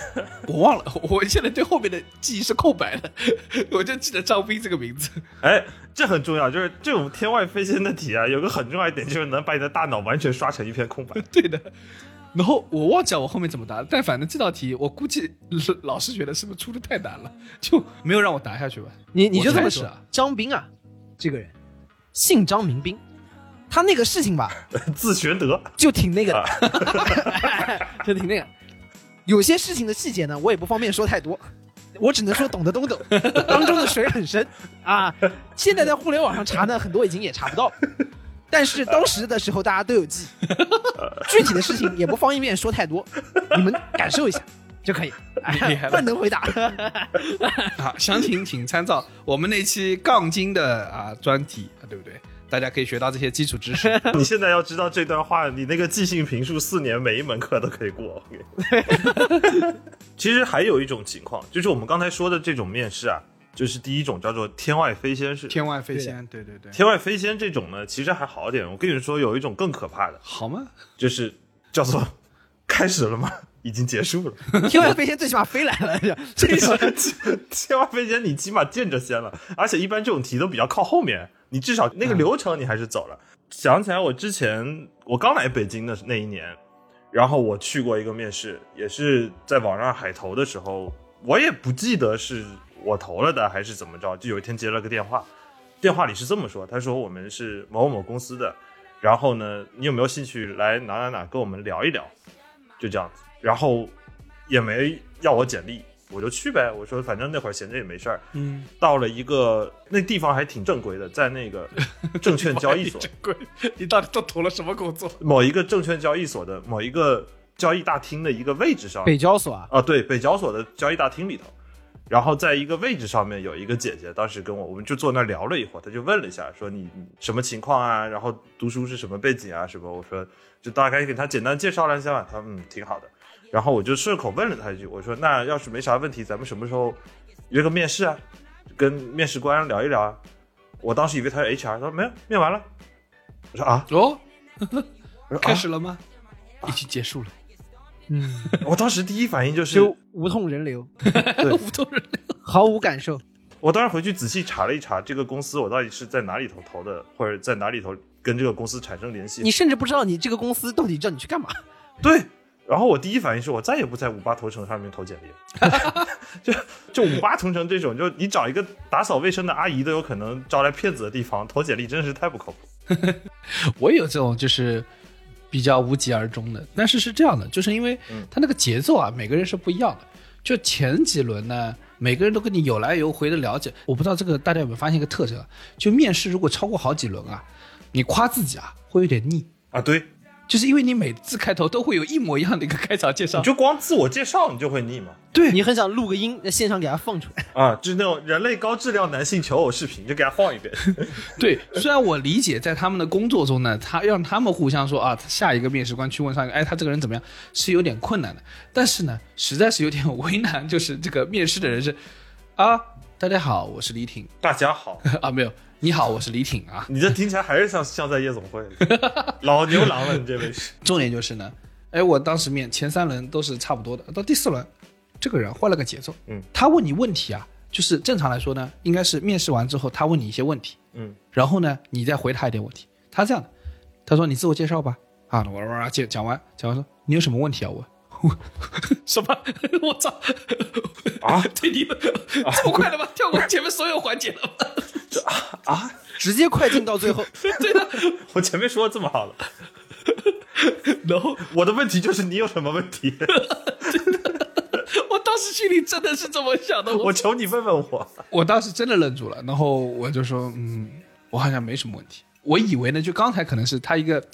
[SPEAKER 3] 我忘了，我我现在对后面的记忆是空白的，我就记得张斌这个名字。
[SPEAKER 5] 哎，这很重要，就是这种天外飞仙的题啊，有个很重要一点就是能把你的大脑完全刷成一片空白。
[SPEAKER 3] *laughs* 对的。然后我忘记了我后面怎么答了，但反正这道题我估计老老师觉得是不是出的太难了，就没有让我答下去吧。
[SPEAKER 4] 你你
[SPEAKER 3] 我
[SPEAKER 4] 就这
[SPEAKER 3] 猜
[SPEAKER 4] 么
[SPEAKER 3] 是
[SPEAKER 4] 说
[SPEAKER 3] *laughs* 啊，
[SPEAKER 4] 张斌啊，这个人姓张名斌，他那个事情吧，
[SPEAKER 5] *laughs* 自玄德，
[SPEAKER 4] 就挺那个
[SPEAKER 3] 啊
[SPEAKER 4] 的， *laughs* 就挺那个。有些事情的细节呢，我也不方便说太多，我只能说懂
[SPEAKER 3] *laughs*
[SPEAKER 4] 的都懂，当中的水很深啊。现在在互联网上查呢，很多已经也查不到了，但是当时的时候大家都
[SPEAKER 3] *laughs*
[SPEAKER 4] 有记忆，具体的事情也不方便说太多，你们感受一下就可以。哎
[SPEAKER 3] 厉害了
[SPEAKER 4] 万能回
[SPEAKER 3] *laughs*
[SPEAKER 4] 答，
[SPEAKER 3] 啊，详情请参照我们那期杠精的啊专题，对不对？大家可以学到这些基础知识。
[SPEAKER 4] *laughs*
[SPEAKER 5] *laughs* 你现在要知道这段话，你那个即兴评述四年每一门课都可以过。其实还有一种情况，就是我们刚才说的这种面试啊，就是第一种叫做天外飞仙式。
[SPEAKER 3] 天外飞仙，对对对，
[SPEAKER 5] 天外飞仙这种呢，其实还好点。我跟你说，有一种更可怕的，
[SPEAKER 3] 好吗？
[SPEAKER 5] 就是叫做开始了吗？ *laughs* 已经结束了。 *laughs*
[SPEAKER 4] 天外飞仙最起码飞来了，
[SPEAKER 3] *laughs*
[SPEAKER 4] 这是
[SPEAKER 5] 天外飞仙，你起码见着先了，而且一般这种题都比较靠后面，你至少
[SPEAKER 3] 嗯
[SPEAKER 5] 那个流程你还是走了。想起来我之前我刚来北京的那一年，然后我去过一个面试，也是在网上海投的时候，我也不记得是我投了的还是怎么着，就有一天接了个电话，电话里是这么说，他说我们是某某公司的，然后呢，你有没有兴趣来哪哪哪跟我们聊一聊？就这样子，然后也没要我简历，我就去呗。我说反正那会儿闲着也没事儿，
[SPEAKER 3] 嗯，
[SPEAKER 5] 到了一个那地方还挺正规的，在那个证券交易所
[SPEAKER 3] 这鬼，哎你到底都投了什么工作？
[SPEAKER 5] 某一个证券交易所的某一个交易大厅的一个位置上，
[SPEAKER 4] 北交所啊，
[SPEAKER 5] 啊，对，北交所的交易大厅里头。然后在一个位置上面有一个姐姐，当时跟我，我们就坐那儿聊了一会儿，她就问了一下，说你你什么情况啊？然后读书是什么背景啊？什么？我说就大概给她简单介绍了一下嘛，她嗯挺好的。然后我就顺口问了他一句，我说那要是没啥问题，咱们什么时候约个面试啊？跟面试官聊一聊啊。我当时以为他是 HR，他说没有，面完了。我说啊，
[SPEAKER 3] 哦，
[SPEAKER 5] 我说
[SPEAKER 3] 开
[SPEAKER 5] 啊，
[SPEAKER 3] 始了吗？
[SPEAKER 4] 啊
[SPEAKER 3] 已经结束了，
[SPEAKER 4] 嗯，
[SPEAKER 5] *laughs* 我当时第一反应就是，
[SPEAKER 4] 就无痛人流， *laughs*
[SPEAKER 3] 无痛人流。
[SPEAKER 4] 毫无感受。
[SPEAKER 5] 我当时回去仔细查了一查，这个公司我到底是在哪里头投的，或者在哪里头跟这个公司产生联系
[SPEAKER 4] 你。甚至不知道你这个公司到底叫你去干嘛。
[SPEAKER 5] 对，然后我第一反应是我再也不在五八同城上面投简历了， *laughs* 就就五八同城这种，就你找一个打扫卫生的阿姨都有可能招来骗子的地方，投简历真是太不靠谱。
[SPEAKER 3] 我也有这种就是比较无疾而终的，但是是这样的，就是因为他那个节奏啊，每个人是不一样的。就前几轮呢，每个人都跟你有来有回的了解。我不知道这个大家有没有发现一个特征啊，就面试如果超过好几轮啊，你夸自己啊会有点腻，
[SPEAKER 5] 啊，对，
[SPEAKER 3] 就是因为你每次开头都会有一模一样的一个开场介绍
[SPEAKER 5] 你，就光自我介绍你就会腻嘛。
[SPEAKER 4] 对你很想录个音，在现场给它放出来。
[SPEAKER 5] 啊，就是那种人类高质量男性求偶视频，就给他放一遍。 *laughs*
[SPEAKER 3] 对，虽然我理解，在他们的工作中呢，他让他们互相说啊，下一个面试官去问上一个，哎，他这个人怎么样，是有点困难的。但是呢，实在是有点 *laughs* 为难，就是这个面试的人是，啊，大家好，我是李挺 *laughs*
[SPEAKER 5] 大家好，
[SPEAKER 3] 啊，没有，你好，我是李挺啊。
[SPEAKER 5] 你这听起来还是像像在夜总会，
[SPEAKER 4] *laughs*
[SPEAKER 5] 老牛郎了，你这位是。
[SPEAKER 3] 重点就是呢，哎，我当时面前三轮都是差不多的，到第四轮，这个人换了个节奏，
[SPEAKER 5] 嗯，
[SPEAKER 3] 他问你问题啊，就是正常来说呢，应该是面试完之后他问你一些问题，
[SPEAKER 5] 嗯，
[SPEAKER 3] 然后呢，你再回他一点问题。他这样的，他说你自我介绍吧，啊，我哇讲讲完，讲完说你有什么问题啊？我。 *laughs* 我什么？我操！
[SPEAKER 5] 啊，
[SPEAKER 3] *laughs* 对你们这么快了吗？跳过前面所有环节了吗？ *laughs*
[SPEAKER 4] 直接快进到最后，
[SPEAKER 3] 对的。
[SPEAKER 5] 我前面说的这么好了，
[SPEAKER 3] 然后
[SPEAKER 5] 我的问题就是你有什么问题？
[SPEAKER 3] 我当时心里真的是这么想的。
[SPEAKER 5] 我求你问问我。
[SPEAKER 3] 我当时真的愣住了，然后我就说，嗯，我好像没什么问题。我以为呢，就刚才可能是他一个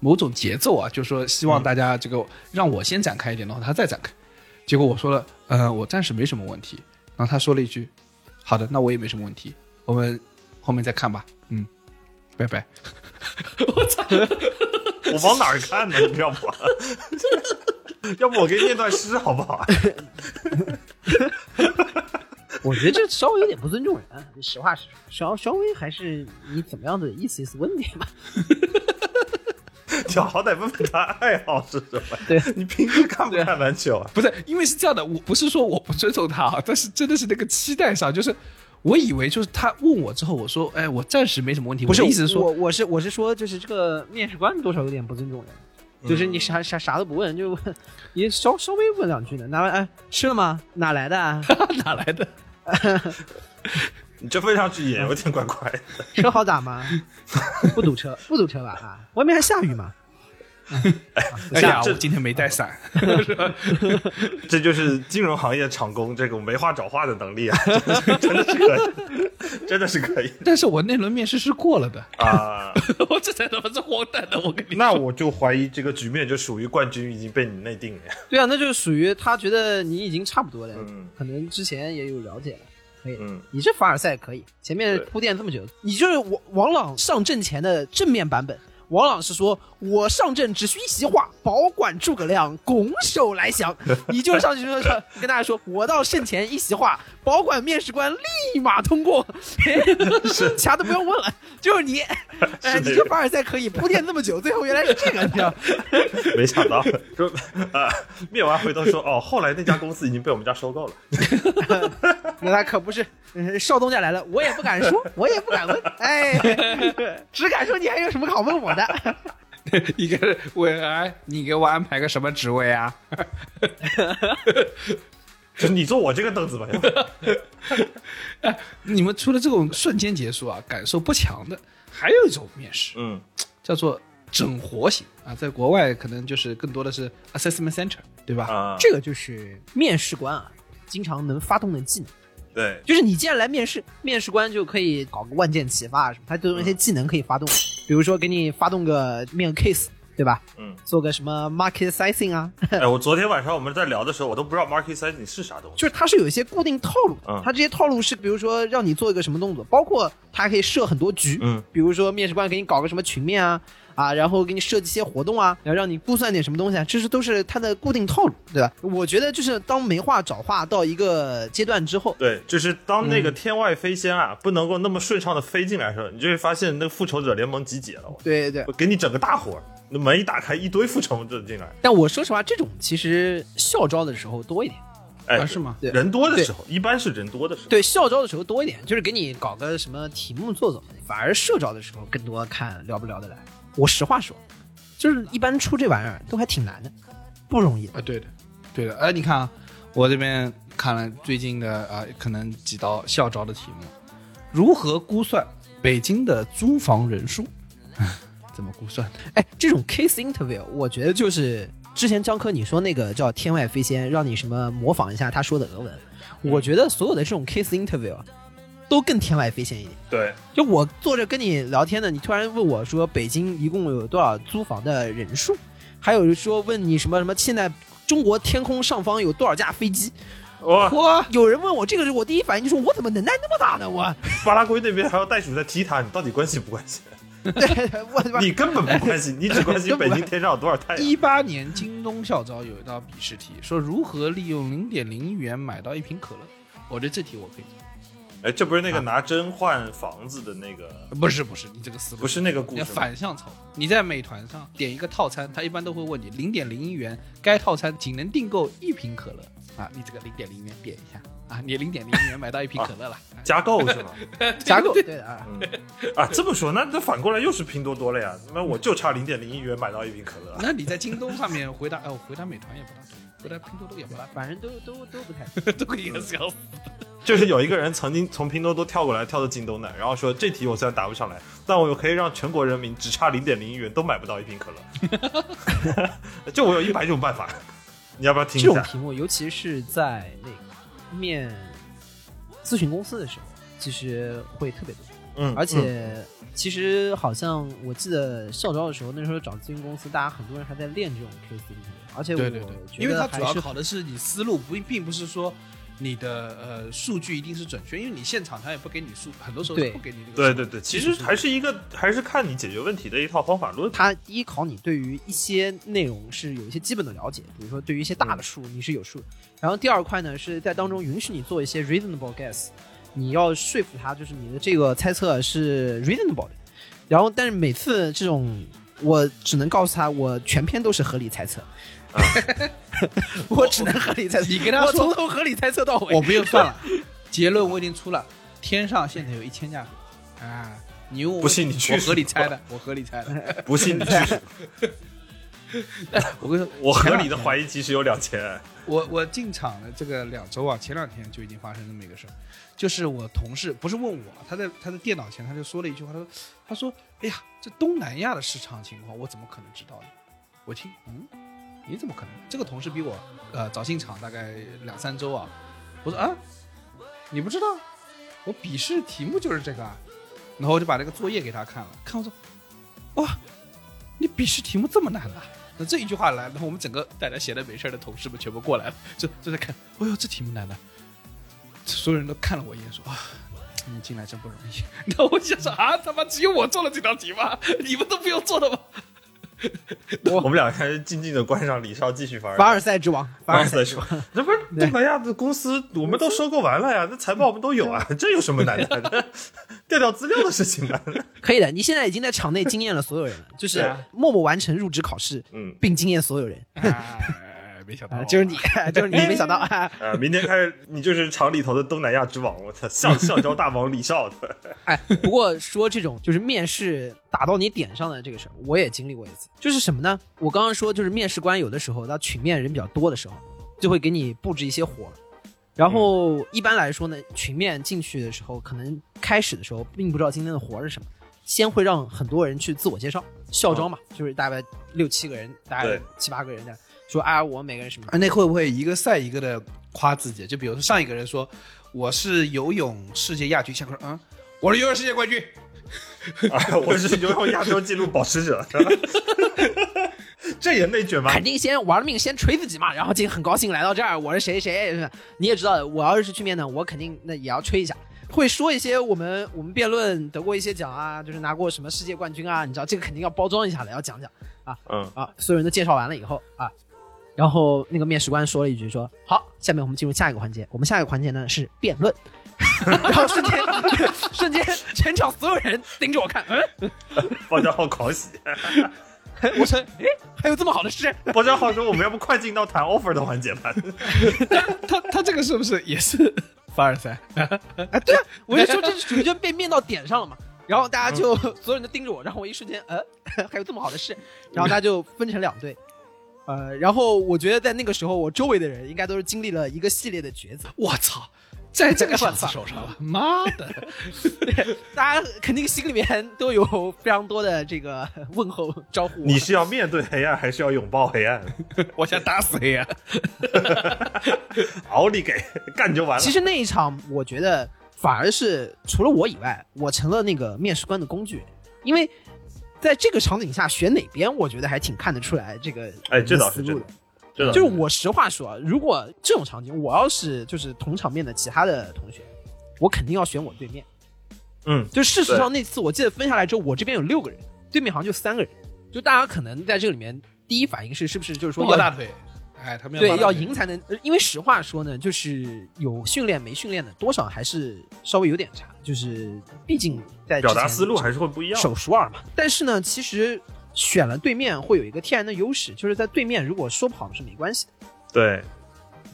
[SPEAKER 3] 某种节奏啊，就说希望大家这个让我先展开一点，然后他再展开。结果我说了，呃，我暂时没什么问题。然后他说了一句，好的，那我也没什么问题，我们后面再看吧。嗯，拜拜。我操！
[SPEAKER 5] 我往哪儿看呢？你知道吗？ *laughs* 要不我给你念段诗好不好？
[SPEAKER 4] *laughs*
[SPEAKER 5] *laughs*
[SPEAKER 4] 我觉得这稍微有点不尊重人。啊实话实说，稍稍微还是你怎么样的意思意思问题吧。
[SPEAKER 5] 就好歹问问他爱好是什么。
[SPEAKER 4] 对
[SPEAKER 5] 你平时看不看篮球啊？
[SPEAKER 3] 不是，因为是这样的，我不是说我不尊重他啊，但是真的是那个期待上，就是我以为就是他问我之后，我说，哎，我暂时没什么问题。
[SPEAKER 4] 不是，
[SPEAKER 3] 我的意思是说，
[SPEAKER 4] 我
[SPEAKER 3] *laughs*
[SPEAKER 4] 我是我是说，就是这个面试官多少有点不尊重人，就是你啥啥啥都不问，就问你稍稍微问两句呢。拿完哎吃了吗？哪来的、啊？ *laughs*
[SPEAKER 3] 哪来的？
[SPEAKER 5] 你这问上去也有点怪怪的。
[SPEAKER 4] 车好打吗？ *laughs* 不堵车，不堵车吧？啊，外面还下雨吗？
[SPEAKER 3] 哎呀，
[SPEAKER 5] 这
[SPEAKER 3] 我今天没带伞。
[SPEAKER 5] 这就是金融行业厂工这种没话找话的能力啊， *laughs* 真的是可以，真的是可以
[SPEAKER 3] *laughs* 但是我那轮面试是过了的，
[SPEAKER 5] 啊。
[SPEAKER 3] *laughs* 我这才他妈是荒诞的，我跟你。
[SPEAKER 5] 那我就怀疑这个局面就属于冠军已经被你内定了呀。
[SPEAKER 4] *laughs* 对啊，那就是属于他觉得你已经差不多了，
[SPEAKER 5] 嗯
[SPEAKER 4] 可能之前也有了解了，可以。
[SPEAKER 5] 嗯
[SPEAKER 4] 你这凡尔赛可以，前面
[SPEAKER 5] 对
[SPEAKER 4] 铺垫这么久，你就是王王朗上阵前的正面版本。王朗是说：“我上阵只需一席话，保管诸葛亮，拱手来
[SPEAKER 5] *laughs*
[SPEAKER 4] 降。”你就是上去说说跟大家说：“我到阵前一席话，保管面试官立马通
[SPEAKER 5] *laughs*
[SPEAKER 4] 过。” *laughs* 其他都不用问了，就是你，哎，
[SPEAKER 5] 是
[SPEAKER 4] 你
[SPEAKER 5] 的
[SPEAKER 4] 这凡尔赛可以铺垫这么久，最后原来是这个，你知道吗？
[SPEAKER 5] *laughs* 没想到说啊，面完回头说哦，后来那家公司已经被我们家收购了。 *laughs*
[SPEAKER 4] 那他可不是，呃少东家来了，我也不敢说，我也不敢问， *laughs* 哎，只敢说你还有什么好问我的？
[SPEAKER 3] 一个人问哎，你给我安排个什么职位啊？ *laughs*
[SPEAKER 5] 就你坐我这个凳
[SPEAKER 4] *laughs*
[SPEAKER 5] 子吧，要不
[SPEAKER 3] 哎你们除了这种瞬间结束啊，感受不强的，还有一种面试
[SPEAKER 5] 嗯，
[SPEAKER 3] 叫做整活型啊，在国外可能就是更多的是 assessment center，对吧？
[SPEAKER 5] 啊，
[SPEAKER 4] *laughs* 这个就是面试官啊，经常能发动的技能，
[SPEAKER 5] 对，
[SPEAKER 4] 就是你既然来面试，面试官就可以搞个万箭齐发啊什么，他都有一些技能可以发动，比如说给你发动个面个 case，对吧？ *laughs*
[SPEAKER 5] 嗯，
[SPEAKER 4] 做个什么 market sizing 啊，
[SPEAKER 5] 哎，我昨天晚上我们在聊的时候，我都不知道 market sizing 是啥东西。
[SPEAKER 4] 就是它是有一些固定套路的
[SPEAKER 5] 嗯，
[SPEAKER 4] 它这些套路是比如说让你做一个什么动作，包括它还可以设很多局，
[SPEAKER 5] 嗯，
[SPEAKER 4] 比如说面试官给你搞个什么群面啊啊，然后给你设计一些活动啊，然后让你估算点什么东西啊，这是都是它的固定套路，对吧？我觉得就是当没话找话到一个阶段之后，
[SPEAKER 5] 对，就是当那个
[SPEAKER 4] 嗯
[SPEAKER 5] 天外飞仙啊，不能够那么顺畅的飞进来的时候，你就会发现那个复仇者联盟集结了，我
[SPEAKER 4] 对对
[SPEAKER 5] 我
[SPEAKER 4] 对。
[SPEAKER 5] 给你整个大伙儿，那门一打开，一堆复仇者进来，
[SPEAKER 4] 但我说实话，这种其实校招的时候多一点，
[SPEAKER 5] 哎，
[SPEAKER 3] 啊是吗？
[SPEAKER 4] 对
[SPEAKER 5] 人多的时候，一般是人多的时候。
[SPEAKER 4] 对校招的时候多一点，就是给你搞个什么题目做做，反而社招的时候更多看聊不聊得来。我实话说，就是一般出这玩意儿都还挺难的，不容易的。
[SPEAKER 3] 啊，对的，对的。哎、你看啊，我这边看了最近的啊、可能几道校招的题目，如何估算北京的租房人数？ *laughs* 怎么估算的？
[SPEAKER 4] 哎，这种 case interview，我觉得就是之前张科你说那个叫天外飞仙，让你什么模仿一下他说的俄文。我觉得所有的这种 case interview 啊都更天外飞仙一点。
[SPEAKER 5] 对，
[SPEAKER 4] 就我坐着跟你聊天呢，你突然问我说北京一共有多少租房的人数，还有说问你什么什么现在中国天空上方有多少架飞机。
[SPEAKER 5] 哇，
[SPEAKER 4] 哇，有人问我这个，我第一反应就是我怎么能耐那么大呢？我， *laughs*
[SPEAKER 5] 巴拉圭那边还有袋鼠在踢他，你到底关心不关心？
[SPEAKER 4] 对我他妈
[SPEAKER 5] 你根本不关 *laughs* 心，你只关心
[SPEAKER 4] 根本
[SPEAKER 5] 北
[SPEAKER 4] 不
[SPEAKER 5] 京天上有多少太阳。
[SPEAKER 3] 一八年京东校招有一道笔试题，说如何利用零点零一元买到一瓶可乐。我觉得这题我可以。
[SPEAKER 5] 哎，这不是那个拿针换房子的那个，
[SPEAKER 3] 不是不是，你这个思路
[SPEAKER 5] 不是那个故
[SPEAKER 3] 要
[SPEAKER 5] 事吗？
[SPEAKER 3] 反向操作。你在美团上点一个套餐，他一般都会问你零点零一元，该套餐仅能订购一瓶可乐啊，你这个零点零元点一下啊，你零点零一元买到一瓶可乐了。啊
[SPEAKER 5] 啊加购是吗？ *laughs*
[SPEAKER 4] 加购，对的啊，
[SPEAKER 5] 啊，这么说，那这反过来又是拼多多了呀？那我就差零点零一元买到一瓶可乐啊了。
[SPEAKER 3] 那你在京东上面回答，哎，我回答美团也不大对，回答拼多多也不大
[SPEAKER 4] 反正都都都不太。
[SPEAKER 3] 对， *laughs* 都可以笑死。
[SPEAKER 5] *laughs* 就是有一个人曾经从拼多多跳过来，跳到京东的，然后说这题我虽然答不上来，但我可以让全国人民只差零点零一元都买不到一瓶可乐。 *laughs* 就我有一百种办法， *laughs* 你要不要听
[SPEAKER 4] 这种
[SPEAKER 5] 一下？
[SPEAKER 4] 题目，尤其是在那个面咨询公司的时候，其实会特别多。
[SPEAKER 5] 嗯，
[SPEAKER 4] 而且其实好像我记得校招的时候，那时候找咨询公司，大家很多人还在练这种 case interview，而且我
[SPEAKER 3] 对对对，因
[SPEAKER 4] 觉
[SPEAKER 3] 为它主
[SPEAKER 4] 得还
[SPEAKER 3] 要
[SPEAKER 4] 是
[SPEAKER 3] 考的是你思路，不并不是说。你的呃数据一定是准确，因为你现场他也不给你数，很多时候是
[SPEAKER 4] 对
[SPEAKER 3] 不给你那个数。
[SPEAKER 5] 对对对，其实还是一个还是看你解决问题的一套方法论。
[SPEAKER 4] 它第一考你对于一些内容是有一些基本的了解，比如说对于一些大的数你是有数的，然后第二块呢是在当中允许你做一些 reasonable guess，你要说服他就是你的这个猜测是 reasonable 的，然后但是每次这种我只能告诉他我全篇都是合理猜测。啊 *laughs* 我只能合理猜测，
[SPEAKER 3] 你跟他
[SPEAKER 4] 我
[SPEAKER 3] 说
[SPEAKER 4] 从头合理猜测到尾。
[SPEAKER 3] 我不用算了，结论我已经出了，天上现在有一千架飞机啊！你问我
[SPEAKER 5] 不信你去
[SPEAKER 3] 我合理猜的，我合理猜的。
[SPEAKER 5] 不信你去，
[SPEAKER 3] 我跟你说，
[SPEAKER 5] *laughs* 我合理的
[SPEAKER 3] 疑，
[SPEAKER 5] 怀疑其实有两千。
[SPEAKER 3] 我我进场的这个两周啊，前两天就已经发生这么一个事儿，就是我同事不是问我，他在他的电脑前他就说了一句话，他说他说哎呀，这东南亚的市场情况我怎么可能知道呢？我听嗯，你怎么可能？这个同事比我呃早进场大概两三周啊，我说啊，你不知道，我笔试题目就是这个啊。然后我就把这个作业给他看了，看我说，哇，你笔试题目这么难啊？那这一句话来，然后我们整个大家闲的没事儿的同事们全部过来了，就就在看，哎呦，这题目难的，所有人都看了我一眼，说啊。你进来真不容易，然后我想说啊，他妈只有我做了这道题吗？你们都不用做的吗？
[SPEAKER 5] 我们俩开始静静的关上李少，继续玩。
[SPEAKER 4] 凡尔赛之王，凡尔赛
[SPEAKER 5] 再说，这不是东南亚的公司，我们都收购完了呀，那财报我们都有啊，这有什么难的？ *laughs* 调调资料的事情啊。
[SPEAKER 4] 可以的。你现在已经在场内惊艳了所有人了，就是
[SPEAKER 5] 对啊
[SPEAKER 4] 默默完成入职考试，
[SPEAKER 5] 嗯
[SPEAKER 4] 并惊艳所有人。
[SPEAKER 3] *laughs* 哎，没想到
[SPEAKER 4] 啊，
[SPEAKER 3] 吧，
[SPEAKER 4] 就是你，就是你，没想到啊！
[SPEAKER 5] *laughs* 啊，明天开始你就是厂里头的东南亚之王，我操，校校招大王李少的， *laughs*
[SPEAKER 4] 哎，不过说这种就是面试打到你点上的这个事儿，我也经历过一次。就是什么呢？我刚刚说，就是面试官有的时候，他群面人比较多的时候，就会给你布置一些活儿。然后一般来说呢，群面进去的时候，可能开始的时候并不知道今天的活儿是什么，先会让很多人去自我介绍，校招嘛，就是大概六七个人，大概
[SPEAKER 5] 对
[SPEAKER 4] 七八个人的，说啊，我们每个人什么
[SPEAKER 3] 啊，那会不会一个赛一个的夸自己？就比如说上一个人说我是游泳世界亚军，下个人说嗯，我是游泳世界冠军，
[SPEAKER 5] *laughs* 啊，我是游泳亚洲纪录保持者，这也内卷吗？
[SPEAKER 4] 肯定先玩命先锤自己嘛，然后今天很高兴来到这儿，我是谁谁，是吧你也知道，我要是去面谈，我肯定那也要吹一下，会说一些我们我们辩论得过一些奖啊，就是拿过什么世界冠军啊，你知道这个肯定要包装一下的，要讲讲
[SPEAKER 5] 嗯，
[SPEAKER 4] 啊。所有人都介绍完了以后啊，然后那个面试官说了一句说好，下面我们进入下一个环节，我们下一个环节呢是辩论。 *laughs* 然后瞬间， *laughs* 瞬间 *laughs* 全场所有人盯着我看，嗯，
[SPEAKER 5] 包家浩狂喜，
[SPEAKER 4] 我说，哎，还有这么好的事？
[SPEAKER 5] 包家浩说我们要不快进到谈 offer 的环节吧？ *laughs*
[SPEAKER 3] 他他这个是不是也是 *laughs* 凡尔赛？
[SPEAKER 4] 哎，对啊，我就说这属于就被面到点上了嘛。然后
[SPEAKER 5] 嗯
[SPEAKER 4] 大家就 *laughs* 所有人都盯着我，然后我一瞬间，呃，还有这么好的
[SPEAKER 5] 嗯
[SPEAKER 4] 事，然后大家就分成两队，呃，然后我觉得在那个时候，我周围的人应该都是经历了一个系列的抉
[SPEAKER 5] *laughs*
[SPEAKER 4] 择，
[SPEAKER 3] *laughs* 我操，在哎
[SPEAKER 4] *laughs*
[SPEAKER 3] 这个小子手上了，妈的！
[SPEAKER 4] 大家肯定心里面都有非常多的这个 *laughs* 问候招呼我。
[SPEAKER 5] 你是要面对黑暗，还是要拥抱黑暗？
[SPEAKER 3] 我想打死 *laughs* 黑暗。
[SPEAKER 5] 奥利给，干就完了
[SPEAKER 4] 其。实那一场，我觉得反而是除了我以外，我成了那个面试官的工具，因为在这个场景下选哪边，我觉得还挺看得出来这个
[SPEAKER 5] 哎这倒是
[SPEAKER 4] 思路
[SPEAKER 5] 真的
[SPEAKER 4] 的。
[SPEAKER 5] 真的
[SPEAKER 4] 就是我实话说，啊，如果这种场景，我要是就是同场面的其他的同学，我肯定要选我对面。
[SPEAKER 5] 嗯，
[SPEAKER 4] 就事实上那次我记得分下来之后，我这边有六个人，对面好像就三个人，就大家可能在这个里面第一反应是是不是就是说
[SPEAKER 3] 抱个大
[SPEAKER 4] 要
[SPEAKER 3] 腿，哎，他们
[SPEAKER 4] 对
[SPEAKER 3] 抱大腿
[SPEAKER 4] 要赢才能，呃因为实话说呢，就是有训练没训练的，多少还是稍微有点差，就是毕竟在
[SPEAKER 5] 表
[SPEAKER 4] 之
[SPEAKER 5] 达
[SPEAKER 4] 前
[SPEAKER 5] 思路还是会不一样。
[SPEAKER 4] 手熟耳嘛。但是呢，其实选了对面会有一个天然的优势，就是在对面如果说不好是没关系的，
[SPEAKER 5] 对，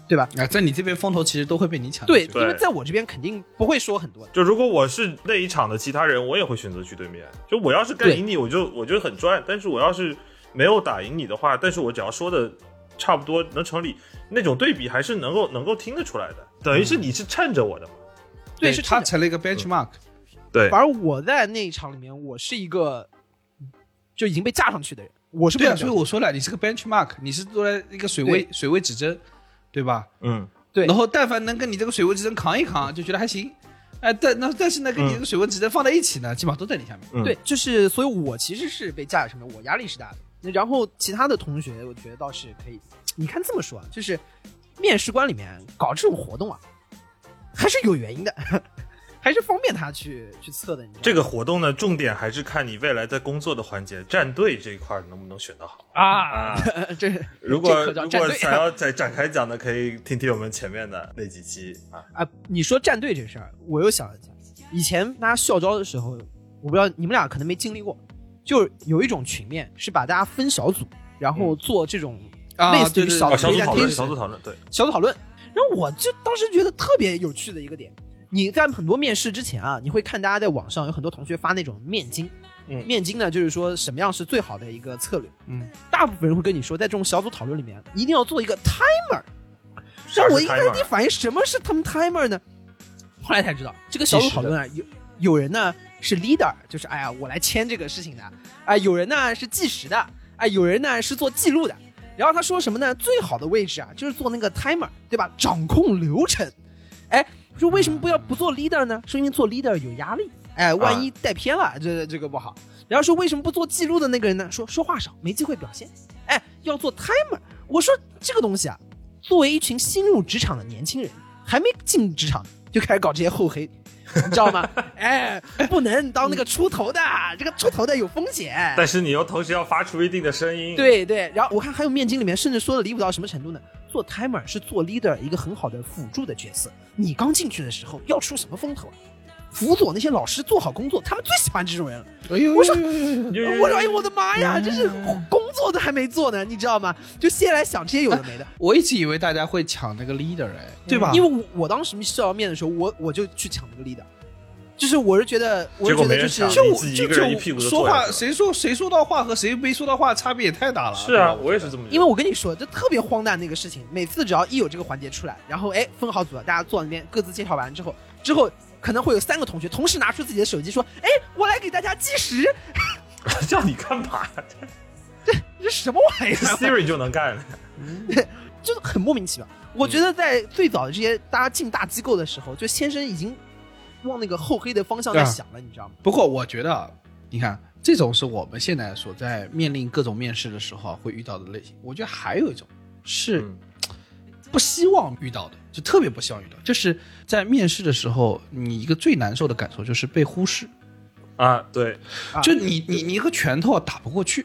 [SPEAKER 4] 对吧？
[SPEAKER 3] 啊，在你这边风头其实都会被你抢。
[SPEAKER 4] 对，
[SPEAKER 3] 就
[SPEAKER 5] 对
[SPEAKER 4] 因为在我这边肯定不会说很多的。
[SPEAKER 5] 就如果我是那一场的其他人，我也会选择去对面。就我要是干赢你，我就我就很赚；但是我要是没有打赢你的话，但是我只要说的差不多能成理，那种对比还是能够能够听得出来的。等于是你是衬着我的嘛？
[SPEAKER 4] 对，
[SPEAKER 3] 对，
[SPEAKER 4] 是
[SPEAKER 3] 他
[SPEAKER 4] 这样
[SPEAKER 3] 成了一个 benchmark。
[SPEAKER 5] 对
[SPEAKER 4] 反而我在那一场里面，我是一个就已经被架上去的人，我是不
[SPEAKER 3] 对啊，
[SPEAKER 4] 能
[SPEAKER 3] 所以
[SPEAKER 4] 表
[SPEAKER 3] 我说了，你是个 benchmark，你是做在一个水位水位指针，对吧？
[SPEAKER 5] 嗯，
[SPEAKER 4] 对
[SPEAKER 3] 然后但凡能跟你这个水位指针扛一扛，就觉得还行。哎，但那但是呢，跟你这个水位指针放在一起呢，基本上都在你下面。
[SPEAKER 5] 嗯
[SPEAKER 4] 对，就是所以，我其实是被架在上面，我压力是大的。那然后其他的同学，我觉得倒是可以。你看这么说啊，就是面试官里面搞这种活动啊，还是有原因的， *laughs* 还是方便他去去测的。你知道吗 *laughs*
[SPEAKER 5] 这个活动呢，重点还是看你未来在工作的环节站队这一块能不能选得好
[SPEAKER 4] 啊，
[SPEAKER 5] 啊。
[SPEAKER 4] 这
[SPEAKER 5] 如果
[SPEAKER 4] *laughs* 这可叫
[SPEAKER 5] 如
[SPEAKER 4] 站
[SPEAKER 5] 果
[SPEAKER 4] 队
[SPEAKER 5] 想要再展开讲的，可以听听我们前面的那几期啊。
[SPEAKER 4] 啊，你说站队这事儿，我又想了一下，以前大家校招的时候，我不知道你们俩可能没经历过，就是有一种群面是把大家分小组，然后做这种
[SPEAKER 3] 啊
[SPEAKER 4] 类似
[SPEAKER 3] 对
[SPEAKER 4] 于
[SPEAKER 3] 对对
[SPEAKER 4] 小
[SPEAKER 5] 嗯啊，
[SPEAKER 3] 哦
[SPEAKER 5] 小
[SPEAKER 4] 推
[SPEAKER 5] 组
[SPEAKER 4] 荐
[SPEAKER 5] 讨
[SPEAKER 4] 推
[SPEAKER 5] 论，
[SPEAKER 4] 荐
[SPEAKER 5] 小组讨论，对，
[SPEAKER 4] 小组讨论。然后我就当时觉得特别有趣的一个点，你在很多面试之前啊，你会看大家在网上有很多同学发那种面经，
[SPEAKER 5] 嗯
[SPEAKER 4] 面经呢就是说什么样是最好的一个策略。
[SPEAKER 3] 嗯，
[SPEAKER 4] 大部分人会跟你说，在这种小组讨论里面，一定要做一个 timer。
[SPEAKER 5] 啥
[SPEAKER 4] 让我
[SPEAKER 5] 是
[SPEAKER 4] 一开
[SPEAKER 5] timer？
[SPEAKER 4] 始第一反应什么是他们 timer 呢？后来才知道，这个小组讨论啊，有有人呢是 leader，就是哎呀我来签这个事情的，啊，有人呢是计时的，啊，有人呢是做记录的。然后他说什么呢？最好的位置啊，就是做那个 timer，对吧？掌控流程。哎，说为什么不要不做 leader 呢？说因为做 leader 有压力，哎，万一带偏了，这这个不好。然后说为什么不做记录的那个人呢？说说话少，没机会表现。哎，要做 timer。我说这个东西啊，作为一群新入职场的年轻人，还没进职场就开始搞这些厚黑，你知道吗？哎，不能当那个出头的，这个出头的有风险。
[SPEAKER 5] 但是你又同时要发出一定的声音，，
[SPEAKER 4] 对对，然后我看还有面经里面甚至说的离谱到什么程度呢？做 timer 是做 leader 一个很好的辅助的角色。你刚进去的时候要出什么风头啊？辅佐那些老师做好工作，他们最喜欢这种人了。
[SPEAKER 3] 哎呦，
[SPEAKER 4] 我说
[SPEAKER 3] 呦呦呦呦呦
[SPEAKER 4] 我说哎呦我的妈呀，这是工作都还没做呢，你知道吗？就先来想这些有的没的，
[SPEAKER 3] 我一直以为大家会抢那个 leader，哎，对吧？
[SPEAKER 4] 因
[SPEAKER 3] 为
[SPEAKER 4] 为我我当时校要面的时候，我我就去抢那个 leader，就是我是觉得，我
[SPEAKER 5] 结
[SPEAKER 4] 是
[SPEAKER 5] 果
[SPEAKER 4] 觉
[SPEAKER 5] 没
[SPEAKER 4] 得
[SPEAKER 5] 人
[SPEAKER 4] 就是
[SPEAKER 5] 抢，
[SPEAKER 3] 就
[SPEAKER 5] 啊你自己一个人一屁股就
[SPEAKER 3] 说
[SPEAKER 5] 坐下
[SPEAKER 3] 话，
[SPEAKER 5] 去了
[SPEAKER 3] 谁说谁说到话和谁没说到话差别也太大了。
[SPEAKER 5] 是啊，
[SPEAKER 3] 对吧
[SPEAKER 5] 我也是这么觉得，
[SPEAKER 4] 因为我跟你说，就特别荒诞那个事情，每次只要一有这个环节出来，然后哎分好组了，大家坐那边各自介绍完之后，之后可能会有三个同学同时拿出自己的手机说：“哎，我来给大家计时。
[SPEAKER 5] *laughs* 叫你干嘛”
[SPEAKER 4] 这什么玩意儿？啊
[SPEAKER 5] ？Siri 就能干，
[SPEAKER 4] *laughs* 就是很莫名其妙。我觉得在最早的这些大家进大机构的时候，就先生已经往那个厚黑的方向在
[SPEAKER 3] 对啊
[SPEAKER 4] 想了，你知道吗？
[SPEAKER 3] 不过我觉得啊，你看，这种是我们现在所在面临各种面试的时候啊会遇到的类型。我觉得还有一种是
[SPEAKER 5] 嗯
[SPEAKER 3] 不希望遇到的，就特别不希望遇到，就是在面试的时候，你一个最难受的感受就是被忽视，
[SPEAKER 5] 啊，对，
[SPEAKER 4] 啊
[SPEAKER 3] 就你你你一个拳头啊打不过去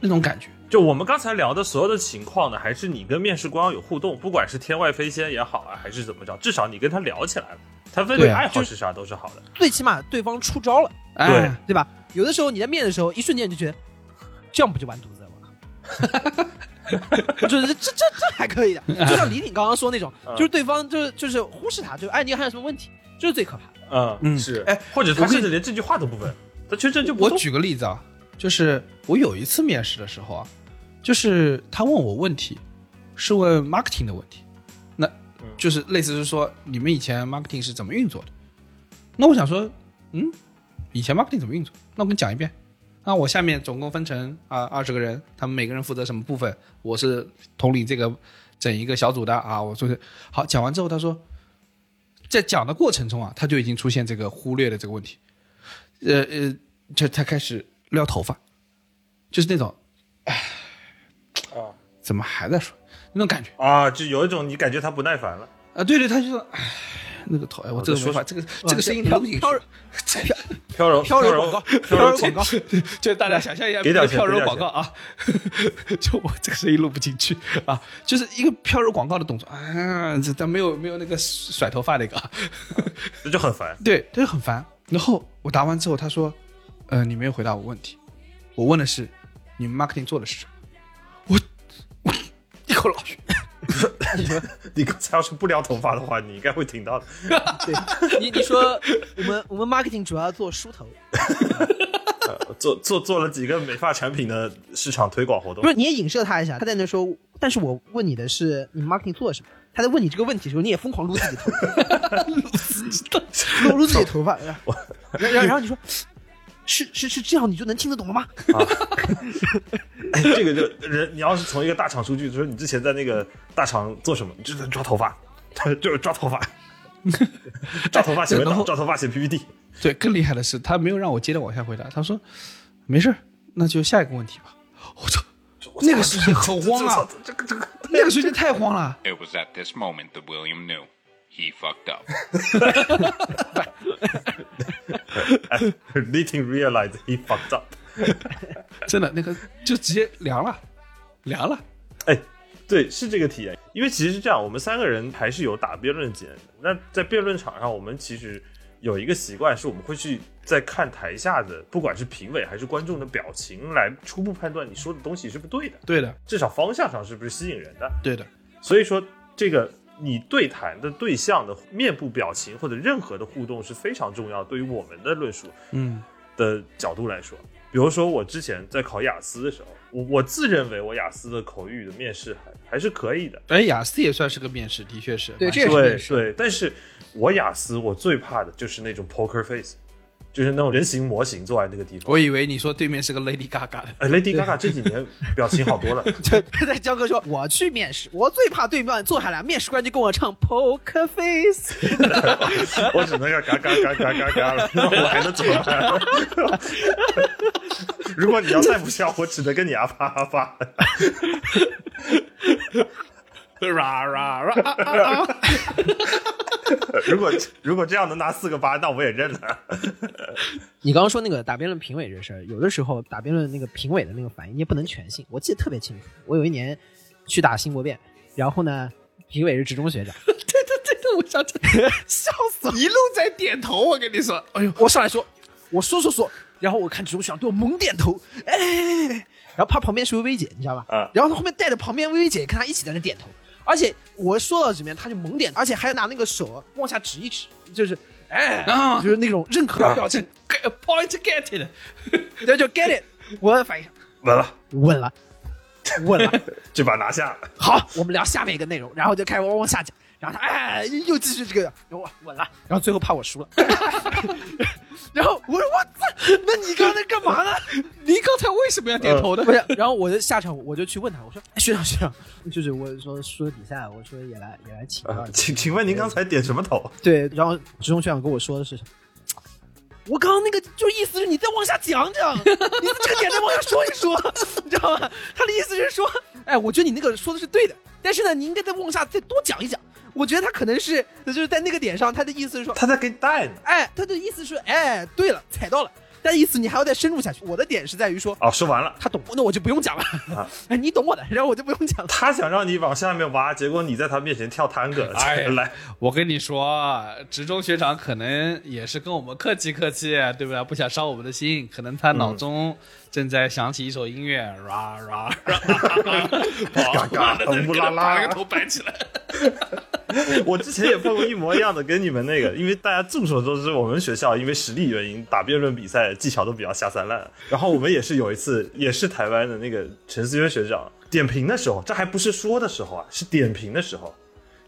[SPEAKER 3] 那种感觉。
[SPEAKER 5] 就我们刚才聊的所有的情况呢，还是你跟面试官有互动，不管是天外飞仙也好啊，还是怎么着，至少你跟他聊起来了，他问你
[SPEAKER 3] 对啊
[SPEAKER 5] 爱好
[SPEAKER 4] 就是
[SPEAKER 5] 啥都是好的。
[SPEAKER 4] 最起码对方出招了，
[SPEAKER 5] 对
[SPEAKER 3] 哎，
[SPEAKER 4] 对吧？有的时候你在面的时候，一瞬间你就觉得这样不就完犊子了吗？ *laughs* 就是这这这还可以的，就像李挺刚刚说那种，
[SPEAKER 5] 嗯
[SPEAKER 4] 就是对方就是就是忽视他，就哎你还有什么问题，这是最可怕的。
[SPEAKER 5] 嗯
[SPEAKER 3] 嗯
[SPEAKER 5] 是，
[SPEAKER 3] 哎，
[SPEAKER 5] 或者他
[SPEAKER 3] 我跟
[SPEAKER 5] 甚至连这句话都不问，他就这就不
[SPEAKER 3] 我
[SPEAKER 5] 动
[SPEAKER 3] 举个例子啊，就是我有一次面试的时候啊，就是他问我问题，是问 marketing 的问题，那就是类似是说你们以前 marketing 是怎么运作的？那我想说，嗯，以前 marketing 怎么运作？那我跟你讲一遍。那我下面总共分成啊二十个人，他们每个人负责什么部分？我是统领这个整一个小组的啊。我说是好，讲完之后他说，在讲的过程中啊，他就已经出现这个忽略的这个问题。呃呃，就他开始撩头发，就是那种，唉，
[SPEAKER 5] 啊，
[SPEAKER 3] 怎么还在说那种感觉
[SPEAKER 5] 啊，就有一种你感觉他不耐烦了。
[SPEAKER 3] 啊？对对，他就说，唉，那个头，哎，我这个没法，这个这个声音你
[SPEAKER 4] 飘
[SPEAKER 3] 都不行，
[SPEAKER 4] 飘
[SPEAKER 5] 啊飘柔
[SPEAKER 4] 飘柔
[SPEAKER 5] 柔
[SPEAKER 4] 广告
[SPEAKER 5] 飘柔
[SPEAKER 4] 飘柔广告
[SPEAKER 3] 就大家想象一下，
[SPEAKER 5] 给点钱
[SPEAKER 3] 飘柔
[SPEAKER 5] 给点
[SPEAKER 3] 广告啊， *laughs* 就我这个声音录不进去啊，就是一个飘柔广告的动作啊，这但没有没有那个甩头发那个啊，
[SPEAKER 5] 这就很烦。
[SPEAKER 3] 对，他就很烦。然后我答完之后，他说：“呃，你没有回答我问题，我问的是你们 marketing 做的是什么。”我一口老血，
[SPEAKER 5] 你刚才要是不撩头发的话，你应该会听到的。
[SPEAKER 4] 对， *laughs* 你你说我们我们 marketing 主要做梳头，
[SPEAKER 5] 呃做做做了几个美发产品的市场推广活动
[SPEAKER 4] 不，是你也影射他一下，他在那说，但是我问你的是你 marketing 做了什么？他在问你这个问题的时候，你也疯狂撸自己的头 *laughs* 发，撸撸自己头发，然后然后然后你说。 *laughs* 是是是这样，你就能听得懂了吗？
[SPEAKER 5] 哎这个就人，你要是从一个大厂出去，就是你之前在那个大厂做什么，你就是在抓头发，就是抓头发，抓头发写文
[SPEAKER 3] 然
[SPEAKER 5] 档，
[SPEAKER 3] 后
[SPEAKER 5] 抓头发写 PPT。
[SPEAKER 3] *laughs* 对，更厉害的是他没有让我接着往下回答，他说：“没事儿，那就下一个问题吧。”我操，那个瞬间很慌啊，
[SPEAKER 5] 这个这个
[SPEAKER 3] 那个瞬间太慌了。
[SPEAKER 6] It was at this moment that William knew he fucked up.
[SPEAKER 5] ，Letting realize he fucked up。
[SPEAKER 3] 真的，那个就直接凉了，凉了。
[SPEAKER 5] *laughs* 哎，对，是这个体验。因为其实是这样，我们三个人还是有打辩论节的。那在辩论场上，我们其实有一个习惯，是我们会去在看台下的，不管是评委还是观众的表情，来初步判断你说的东西是不对的，
[SPEAKER 3] 对的，
[SPEAKER 5] 至少方向上是不是吸引人的。
[SPEAKER 3] 对的，
[SPEAKER 5] 所以说，这个你对谈的对象的面部表情或者任何的互动是非常重要，对于我们的论述
[SPEAKER 3] 嗯
[SPEAKER 5] 的角度来说，比如说我之前在考雅思的时候，我我自认为我雅思的口语的面试还还是可以的，
[SPEAKER 3] 哎，雅思也算是个面试，的确是，
[SPEAKER 4] 对
[SPEAKER 3] 蛮
[SPEAKER 4] 这也是
[SPEAKER 5] 对
[SPEAKER 4] 面
[SPEAKER 5] 对，但是我雅思我最怕的就是那种 poker face，就是那种人形模型坐在那个
[SPEAKER 3] *laughs*
[SPEAKER 5] 地方。
[SPEAKER 3] 我以为你说对面是个 Lady Gaga 的， *laughs*
[SPEAKER 5] 哎，Lady Gaga 这几年表情好多了，
[SPEAKER 4] 就他 *laughs* 在江哥说，我去面试，我最怕对面坐下来，面试官就跟我唱 Poker Face，
[SPEAKER 5] *laughs* 我只能要嘎嘎嘎嘎嘎
[SPEAKER 3] *laughs*
[SPEAKER 5] 嘎了，那我还能怎么办？ *laughs* 如果你要再不笑，我只能跟你啊啪啊啪。
[SPEAKER 3] ra ra 啊 ra，
[SPEAKER 5] *laughs* 如果如果这样能拿四个八，那我也认了。
[SPEAKER 4] 你刚刚说那个打辩论评委这事儿，有的时候打辩论那个评委的那个反应你也不能全信。我记得特别清楚，我有一年去打新国辩，然后呢，评委是职中学长，
[SPEAKER 3] 对对对对，我想起 *laughs* 来，笑死了，一路在点头，我跟你说，哎呦，
[SPEAKER 4] 我上来说，我说说说，然后我看职中学长对我猛点头，哎哎哎，哎然后怕旁边是薇薇姐，你知道吧？
[SPEAKER 5] 啊
[SPEAKER 4] 然后他后面带着旁边薇薇姐跟他一起在那点头，而且我说到这边他就猛点，而且还拿那个手往下指一指，就是哎，
[SPEAKER 3] 啊
[SPEAKER 4] 就是那种认可的表
[SPEAKER 3] 表
[SPEAKER 4] 情，
[SPEAKER 3] 情啊 get point get it，
[SPEAKER 4] *laughs* 然后就 get it，我反应
[SPEAKER 5] 完了，
[SPEAKER 4] 稳了，稳了。
[SPEAKER 5] 这把拿下了。
[SPEAKER 4] 好，我们聊下面一个内容，然后就开始往往下讲，然后他哎又继续这个，我稳了，然后最后怕我输了， *laughs* 然后我说我操，那你刚才干嘛呢？
[SPEAKER 3] *laughs*
[SPEAKER 4] 呃
[SPEAKER 3] 你刚才为什么要点头呢？
[SPEAKER 4] 不是，然后我就下场我就去问他，我说、哎学长学长，就是我说输了比赛，我说也来也来
[SPEAKER 3] 啊
[SPEAKER 4] 请教
[SPEAKER 5] 呃
[SPEAKER 4] 一下，
[SPEAKER 5] 请请问您刚才点什么头？
[SPEAKER 4] 对，然后职中学长跟我说的是，我刚刚那个就意思是你再往下讲
[SPEAKER 5] *laughs*
[SPEAKER 4] 讲，你这个点再往下说一说，你知道吗？他的意思是说，哎，我觉得你那个说的是对的，但是呢，你应该再往下再多讲一讲。我觉得他可能是就是在那个点上，他的意思是说，
[SPEAKER 5] 他在给你带呢。
[SPEAKER 4] 哎，他的意思是，哎，对了，踩到了，但意思你还要再深入下去。我的点是在于说，
[SPEAKER 5] 啊，说完了，
[SPEAKER 4] 他懂，那我就不用讲了。
[SPEAKER 5] 啊
[SPEAKER 4] *laughs* 哎，你懂我的，然后我就不用讲了。
[SPEAKER 5] 他想让你往下面挖，结果你在他面前跳探戈，
[SPEAKER 3] 哎呀
[SPEAKER 5] 来，
[SPEAKER 3] 我跟你说，职中学长可能也是跟我们客气客气，对不对？不想伤我们的心，可能他脑中正在响起一首音乐，ra 嗯 ra
[SPEAKER 4] *laughs*
[SPEAKER 3] ra，
[SPEAKER 5] 嘎嘎乌
[SPEAKER 3] 把
[SPEAKER 5] 拉
[SPEAKER 3] 那
[SPEAKER 5] 拉
[SPEAKER 3] 个。头摆起来。
[SPEAKER 5] *laughs* 我之前也碰过一模一样的，跟你们那个，因为大家众所周知，我们学校因为实力原因，打辩论比赛技巧都比较下三滥。然后我们也是有一次，也是台湾的那个陈思渊学长点评的时候，这还不是说的时候啊，是点评的时候，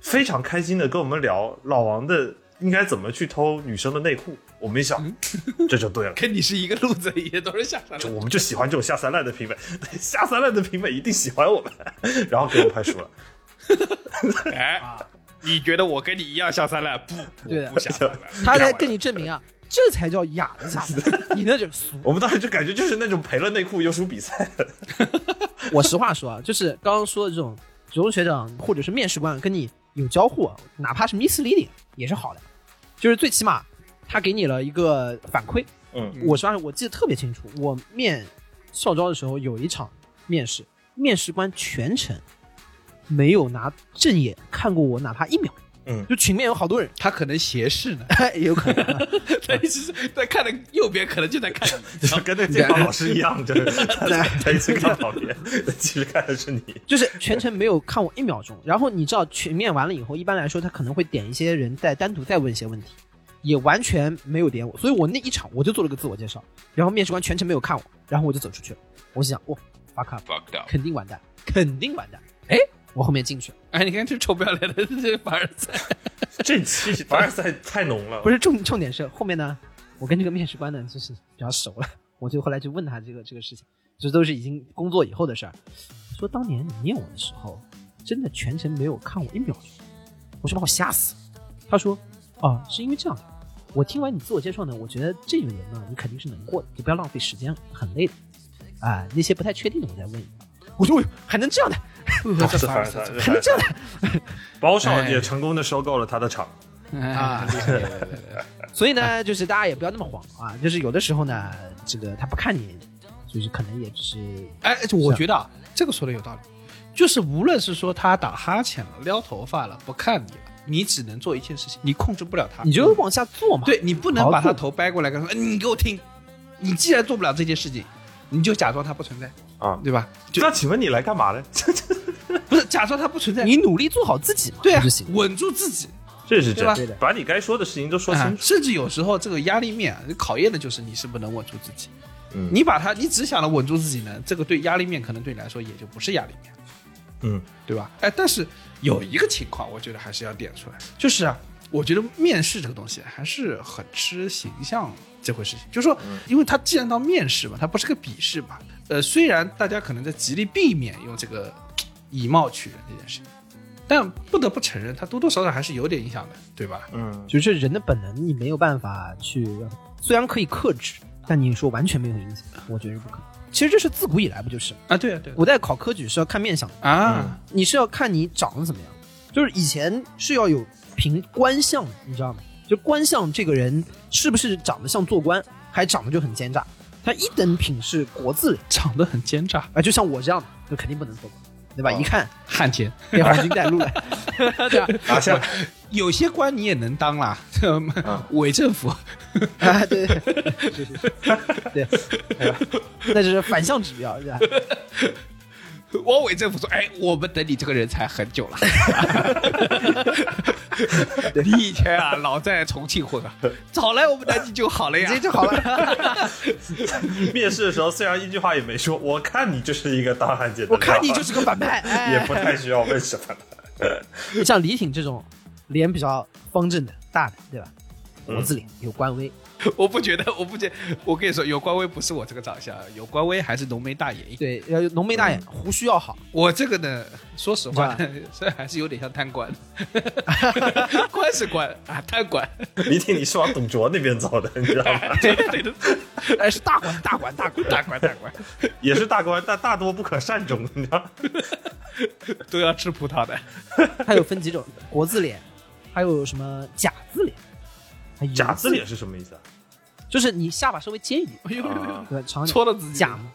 [SPEAKER 5] 非常开心的跟我们聊老王的应该怎么去偷女生的内裤。我们一想，这就对了。
[SPEAKER 3] 跟你是一个路子，也都是下山
[SPEAKER 5] 就
[SPEAKER 3] 了。
[SPEAKER 5] 我们就喜欢这种下三滥的评委，下三滥的评委一定喜欢我们， *laughs* 然后给我拍输了。 *laughs*
[SPEAKER 3] 哎，你觉得我跟你一样下山了？不，
[SPEAKER 4] 对
[SPEAKER 3] 我
[SPEAKER 4] 的
[SPEAKER 3] 不下山了。
[SPEAKER 4] 他在跟你证明啊，这才叫雅的下
[SPEAKER 5] *laughs*
[SPEAKER 4] 来，你那就是俗。
[SPEAKER 5] 我们当时就感觉就是那种赔了内裤又输比赛的，
[SPEAKER 4] 我实话说啊，就是刚刚说的这种主动学长或者是面试官跟你有交互啊，哪怕是 misleading 也是好的，就是最起码他给你了一个反馈。
[SPEAKER 5] 嗯，
[SPEAKER 4] 我实话说，我记得特别清楚，我面校招的时候有一场面试，面试官全程没有拿正眼看过我哪怕一秒。
[SPEAKER 5] 嗯
[SPEAKER 4] 就群面有好多人，
[SPEAKER 3] 他可能斜视
[SPEAKER 4] *laughs*
[SPEAKER 3] 呢，
[SPEAKER 4] 也有可能啊、
[SPEAKER 3] 他 *laughs* 一直在看的右边，可能就在看你。
[SPEAKER 4] 啊
[SPEAKER 5] 就跟那个监考老师一样，就是
[SPEAKER 4] *laughs*
[SPEAKER 5] 他他一直看旁边，其实看的是你。
[SPEAKER 4] 就是全程没有看我一秒钟。然后你知道群面完了以后，一般来说他可能会点一些人再单独再问一些问题，也完全没有点我，所以我那一场我就做了个自我介绍，然后面试官全程没有看我，然后我就走出去了。我心想，哇、f u c k up，
[SPEAKER 6] Fucked up.
[SPEAKER 4] 肯定完蛋，肯定完蛋。哎，我后面进去了，
[SPEAKER 3] 哎，你看这臭不要脸的这凡尔赛，
[SPEAKER 5] 这期凡尔赛太浓了，
[SPEAKER 4] 不
[SPEAKER 5] 是？
[SPEAKER 4] 是重重点是后面呢，我跟这个面试官呢就是比较熟了， *laughs* 我就后来就问他这个这个事情，这都是已经工作以后的事儿。说当年你念我的时候，真的全程没有看我一秒钟，我说把我吓死。他说啊，是因为这样的。我听完你自我介绍呢，我觉得这个人呢，你肯定是能过的，就不要浪费时间了，很累的。啊，那些不太确定的我再问一问。我说我还能这样的， *laughs* 哦
[SPEAKER 5] 是凡尔赛，
[SPEAKER 4] 还能这哎样的，
[SPEAKER 5] 包少也成功的收购了他的厂，
[SPEAKER 3] 啊！
[SPEAKER 4] 所以
[SPEAKER 3] 哎
[SPEAKER 4] 呢，就是大家也不要那么慌啊，就是有的时候呢，这个他不看你，就是可能也只是
[SPEAKER 3] 哎，我觉得啊，这个说的有道理，就是无论是说他打哈欠了、撩头发了、不看你了，你只能做一件事情，你控制不了他，
[SPEAKER 4] 你就往下做嘛。
[SPEAKER 3] 对你不能把
[SPEAKER 4] 好
[SPEAKER 3] 他
[SPEAKER 4] 做
[SPEAKER 3] 头掰过来跟他说，哎你给我听，你既然做不了这件事情，你就假装他不存在
[SPEAKER 5] 啊
[SPEAKER 3] 对吧？就
[SPEAKER 5] 那请问你来干嘛呢？
[SPEAKER 3] 不是假装他不存在，
[SPEAKER 4] 你努力做好自己嘛，
[SPEAKER 3] 对啊
[SPEAKER 4] 就行，。
[SPEAKER 3] 稳住自己，
[SPEAKER 5] 这是真
[SPEAKER 3] 对
[SPEAKER 5] 的，把你该说的事情都说
[SPEAKER 3] 啊
[SPEAKER 5] 清，楚。
[SPEAKER 3] 甚至有时候这个压力面啊考验的就是你是不是能稳住自己。
[SPEAKER 5] 嗯
[SPEAKER 3] 你把它，你只想着稳住自己呢，这个对压力面可能对你来说也就不是压力面，
[SPEAKER 5] 嗯，
[SPEAKER 3] 对吧？哎，但是有一个情况，我觉得还是要点出来，就是啊，我觉得面试这个东西还是很吃形象这回事情，就是说，
[SPEAKER 5] 嗯
[SPEAKER 3] 因为它既然到面试嘛，它不是个笔试嘛，呃，虽然大家可能在极力避免用这个以貌取人这件事情，但不得不承认，它多多少少还是有点影响的，对吧？
[SPEAKER 5] 嗯，
[SPEAKER 4] 就是人的本能，你没有办法去，虽然可以克制，但你说完全没有影响，我觉得是不可能。其实这是自古以来不就是？
[SPEAKER 3] 啊，对啊，对啊
[SPEAKER 4] 古代考科举是要看面相的，
[SPEAKER 3] 啊，
[SPEAKER 4] 你是要看你长得怎么样，就是以前是要有凭官相的，你知道吗？就官相这个人是不是长得像做官，还长得就很奸诈？他一等品是国字脸
[SPEAKER 3] 长得很奸诈，
[SPEAKER 4] 啊，就像我这样的，就肯定不能做官，对吧？一看
[SPEAKER 3] 汉奸。
[SPEAKER 4] 被皇军带路了，对吧？
[SPEAKER 5] 拿下
[SPEAKER 3] 有些官你也能当啦，
[SPEAKER 4] 嗯
[SPEAKER 3] *laughs* 伪政府， *laughs*
[SPEAKER 4] 啊，对，对对对，对那就是反向指标，是吧？
[SPEAKER 3] 汪伪政府说：“哎，我们等你这个人才很久了，
[SPEAKER 4] *laughs*
[SPEAKER 3] 你以前啊老在重庆混
[SPEAKER 4] *laughs*
[SPEAKER 3] 啊，早来我们南京就好了呀，
[SPEAKER 4] 这就好了。
[SPEAKER 5] 面试的时候虽然一句话也没说，我看你就是一个当汉奸的料，
[SPEAKER 4] 我看你就是个反派，
[SPEAKER 5] 也
[SPEAKER 4] 哎，
[SPEAKER 5] 不太需要问什么了。
[SPEAKER 4] 像李挺这种脸比较方正的、大的，对吧？国字脸，有官威。
[SPEAKER 3] 我不觉得，我不觉我跟你说，有官威不是我这个长相，啊有官威还是浓眉大眼。
[SPEAKER 4] 对，要浓眉大眼，胡须要好。
[SPEAKER 3] 我这个呢，说实话
[SPEAKER 4] 是，
[SPEAKER 3] *laughs* 这还是有点像贪
[SPEAKER 4] *laughs*
[SPEAKER 3] 官，官是官啊，贪官，
[SPEAKER 5] 你听你是往董卓那边走的，你知道
[SPEAKER 4] *laughs*
[SPEAKER 5] 吗？
[SPEAKER 3] *laughs* 对的对的，哎，是大官大官大官大官大官，
[SPEAKER 5] 也是大官，但大多不可善终，你知道吗？
[SPEAKER 3] *laughs*
[SPEAKER 4] 嗯
[SPEAKER 3] 都要吃葡萄的。
[SPEAKER 4] 它有分几种，国字脸，还有什么假字脸，还有
[SPEAKER 5] 假字脸是什么意思啊？
[SPEAKER 4] 就是你下巴稍微尖一点，
[SPEAKER 3] 哎呦呦呦呦，
[SPEAKER 4] 对吧，长一点
[SPEAKER 3] 戳了自己
[SPEAKER 4] 假嘛，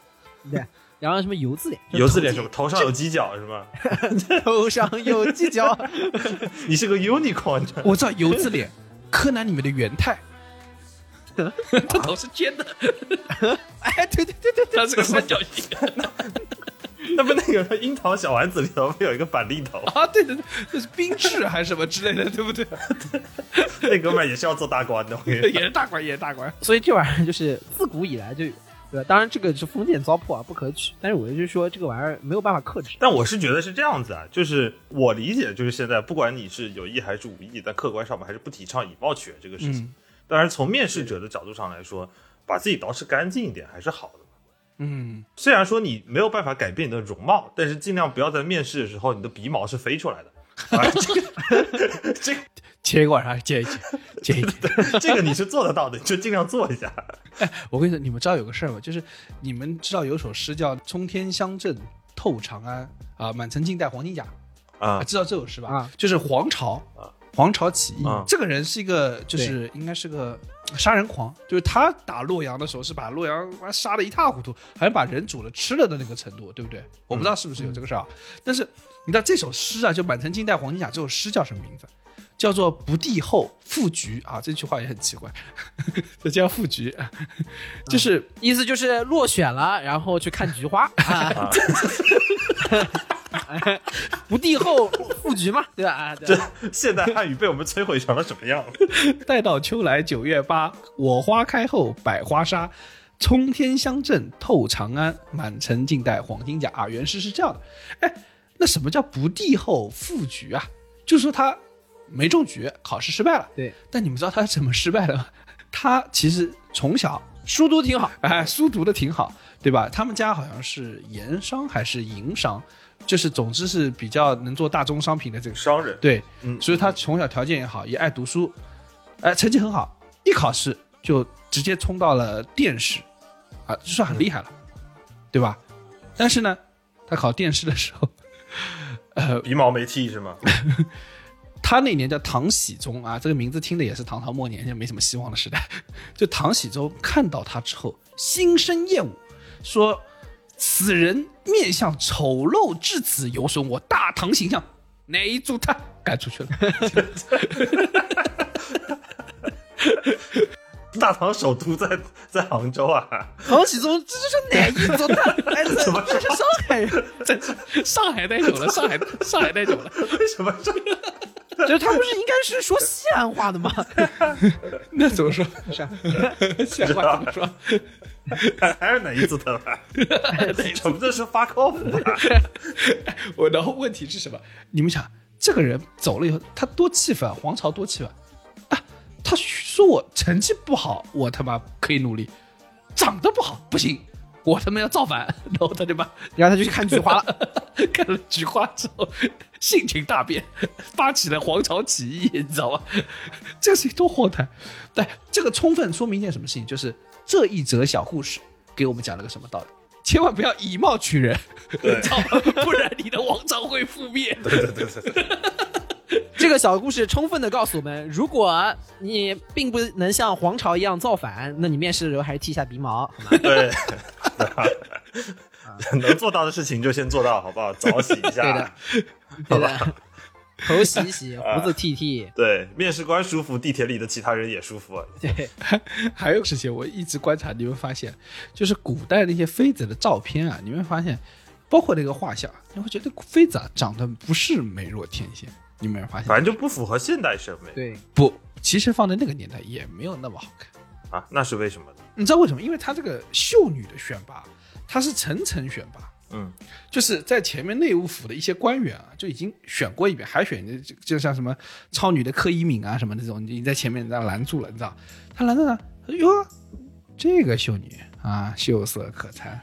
[SPEAKER 4] 对。然后什么油字脸，
[SPEAKER 5] 油字脸是吧？头上有犄角是吗？ *laughs*
[SPEAKER 4] 头上 *laughs* 有犄角，
[SPEAKER 5] 你是个 unicorn， *laughs*
[SPEAKER 3] 我知道油字脸，柯南里面的元太，他头是尖 *laughs* 的，
[SPEAKER 4] 哎，对对对对对，
[SPEAKER 3] 他是个三角形
[SPEAKER 5] 那不那个樱桃小丸子里头不有一个板栗头？
[SPEAKER 3] *laughs*
[SPEAKER 5] *laughs*
[SPEAKER 3] 啊，对对对，这是冰质还是什么之类的，对不对？
[SPEAKER 5] 那哥们儿也是要做大官的，我跟你
[SPEAKER 3] *laughs* 也 *laughs*
[SPEAKER 5] 说。
[SPEAKER 3] 是大官，也是大官。
[SPEAKER 4] 所以这玩意儿就是自古以来就有，对吧？当然这个是封建糟粕啊，不可取。但是我就是说这个玩意儿没有办法克制，
[SPEAKER 5] 但我是觉得是这样子啊，就是我理解，就是现在不管你是有意还是无意，但客观上我们还是不提倡以貌取人这个事情。当然，从面试者的角度上来说，把自己捯饬干净一点还是好的。
[SPEAKER 3] 嗯，
[SPEAKER 5] 虽然说你没有办法改变你的容貌，但是尽量不要在面试的时候你的鼻毛是飞出来的。啊、这个这个
[SPEAKER 3] 切一个晚上剪一剪，剪一 *laughs* 剪。
[SPEAKER 5] 这个你是做得到的，你就尽量做一下。
[SPEAKER 3] 我跟你说，你们知道有个事儿吗？就是你们知道有首诗叫《冲天乡镇透长安》啊，满城尽带黄金甲
[SPEAKER 5] 啊
[SPEAKER 3] 知道这首诗吧？
[SPEAKER 4] 啊
[SPEAKER 3] 就是黄巢
[SPEAKER 5] 啊，
[SPEAKER 3] 黄巢起义、
[SPEAKER 5] 啊
[SPEAKER 3] 这个人是一个，就是应该是个呃杀人狂，就是他打洛阳的时候是把洛阳妈杀的一塌糊涂，好像把人煮了吃了的那个程度，对不对？我不知道是不是有这个事儿、啊，
[SPEAKER 5] 嗯
[SPEAKER 3] 但是你知道这首诗啊，就满城尽带黄金甲这首诗叫什么名字？叫做不帝后复局啊，这句话也很奇怪， *laughs* 这叫复局，
[SPEAKER 5] 嗯
[SPEAKER 3] 啊就是。
[SPEAKER 4] 意思就是落选了，然后去看菊花，啊、 *laughs* 不帝后复局嘛，对吧？啊，对
[SPEAKER 5] 这
[SPEAKER 4] 吧
[SPEAKER 5] 现代汉语被我们摧毁成了什么样？
[SPEAKER 3] 待到秋来九月八，我花开后百花杀，冲天乡镇透长安，满城尽带黄金甲。啊，原诗是这样的。哎，那什么叫不帝后复举啊？就是说他没中举，考试失败了。
[SPEAKER 4] 对，
[SPEAKER 3] 但你们知道他怎么失败的吗？他其实从小
[SPEAKER 4] 书读挺好，
[SPEAKER 3] 哎，书读的挺好，对吧？他们家好像是盐商还是营商，就是总之是比较能做大宗商品的这个
[SPEAKER 5] 商人
[SPEAKER 3] 对，
[SPEAKER 5] 嗯
[SPEAKER 3] 所以他从小条件也好，也爱读书，哎、成绩很好，一考试就直接冲到了殿试，啊，就算很厉害了，对吧？但是呢，他考殿试的时候，
[SPEAKER 5] 鼻毛没剃是吗？ *laughs*
[SPEAKER 3] 他那年叫唐僖宗啊，这个名字听的也是唐朝末年，就没什么希望的时代。 *laughs* 就唐僖宗看到他之后，心生厌恶，说：“此人面相丑陋至此，有损我大唐形象，内诛他！”赶出去了。
[SPEAKER 5] 大唐首都在在杭州啊，
[SPEAKER 4] 唐启宗这就是哪一宗？哎，这
[SPEAKER 5] 什么
[SPEAKER 4] 这是上海人，
[SPEAKER 3] 在上海待久 *laughs* 了，上海上海待久了，
[SPEAKER 5] 为什么这
[SPEAKER 4] 就是他不是应该是说西安话的吗？
[SPEAKER 3] 那怎么 *laughs* 说？啥？现话怎么说？
[SPEAKER 5] 还还是哪一次的吧？我们这是发啊靠谱吧？
[SPEAKER 3] 我然后问题是什么？你们想，这个人走了以后，他多气愤，黄巢多气愤啊！他说我成绩不好，我他妈可以努力；长得不好不行，我他妈要造反。 *laughs* 然后他就把
[SPEAKER 4] *laughs* 然后他就去看菊花了。
[SPEAKER 3] *laughs* 看了菊花之后，性情大变，发起了黄巢起义，你知道吗？ *laughs* 这个事情多荒唐！但这个充分说明一件什么事情，就是这一则小故事给我们讲了个什么道理？千万不要以貌取人， *laughs*
[SPEAKER 5] 对
[SPEAKER 3] 你知道吗？不然你的王朝会覆灭。
[SPEAKER 5] *laughs* 对对对对对，
[SPEAKER 4] *laughs* 这个小故事充分的告诉我们，如果你并不能像黄巢一样造反，那你面试的时候还是剃一下鼻毛， *laughs* 好吗？
[SPEAKER 5] 对， *laughs* 能做到的事情就先做到，好不好？澡洗一下，
[SPEAKER 4] 对的，头洗一 *laughs* 洗，胡子剃一剃，
[SPEAKER 5] 对，面试官舒服，地铁里的其他人也舒服。啊
[SPEAKER 4] 对，
[SPEAKER 3] *laughs* 还有个事情，我一直观察，你会发现，就是古代那些妃子的照片啊，你会发现，包括那个画像，你会觉得妃子啊长得不是美若天仙，你有没有发现？
[SPEAKER 5] 反正就不符合现代审美
[SPEAKER 4] 对，
[SPEAKER 3] 不，其实放在那个年代也没有那么好看。
[SPEAKER 5] 啊，那是为什么呢？
[SPEAKER 3] 你知道为什么？因为它这个秀女的选拔，它是层层选拔，
[SPEAKER 5] 嗯，
[SPEAKER 3] 就是在前面内务府的一些官员啊，就已经选过一遍，海选的就就像什么超女的柯一敏啊什么那种，你在前面让拦住了，你知道？他拦着呢，他说哟，这个秀女啊，秀色可餐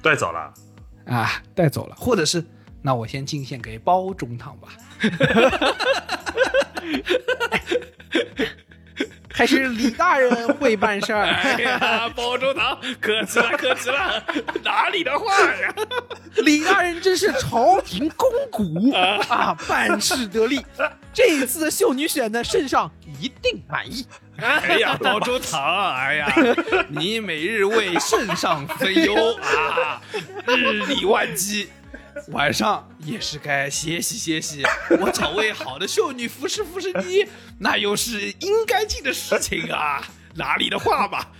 [SPEAKER 5] 带走了， *laughs*
[SPEAKER 3] 啊，带走了，或者是那我先进献给包中堂吧，
[SPEAKER 4] 还是李大人会办事儿。
[SPEAKER 3] 呀， *laughs* 包中堂可吃了，可吃了，哪里的话呀？
[SPEAKER 4] *laughs* 李大人真是朝廷肱 *laughs* 骨啊，办事得力。这一次的秀女选的圣上一定满意。
[SPEAKER 3] 哎呀，包中堂啊，哎呀，你每日为圣上分忧啊，日理万机，晚上也是该歇息歇息。我找位好的秀女服侍服侍你，那又是应该尽的事情啊，哪里的话吧？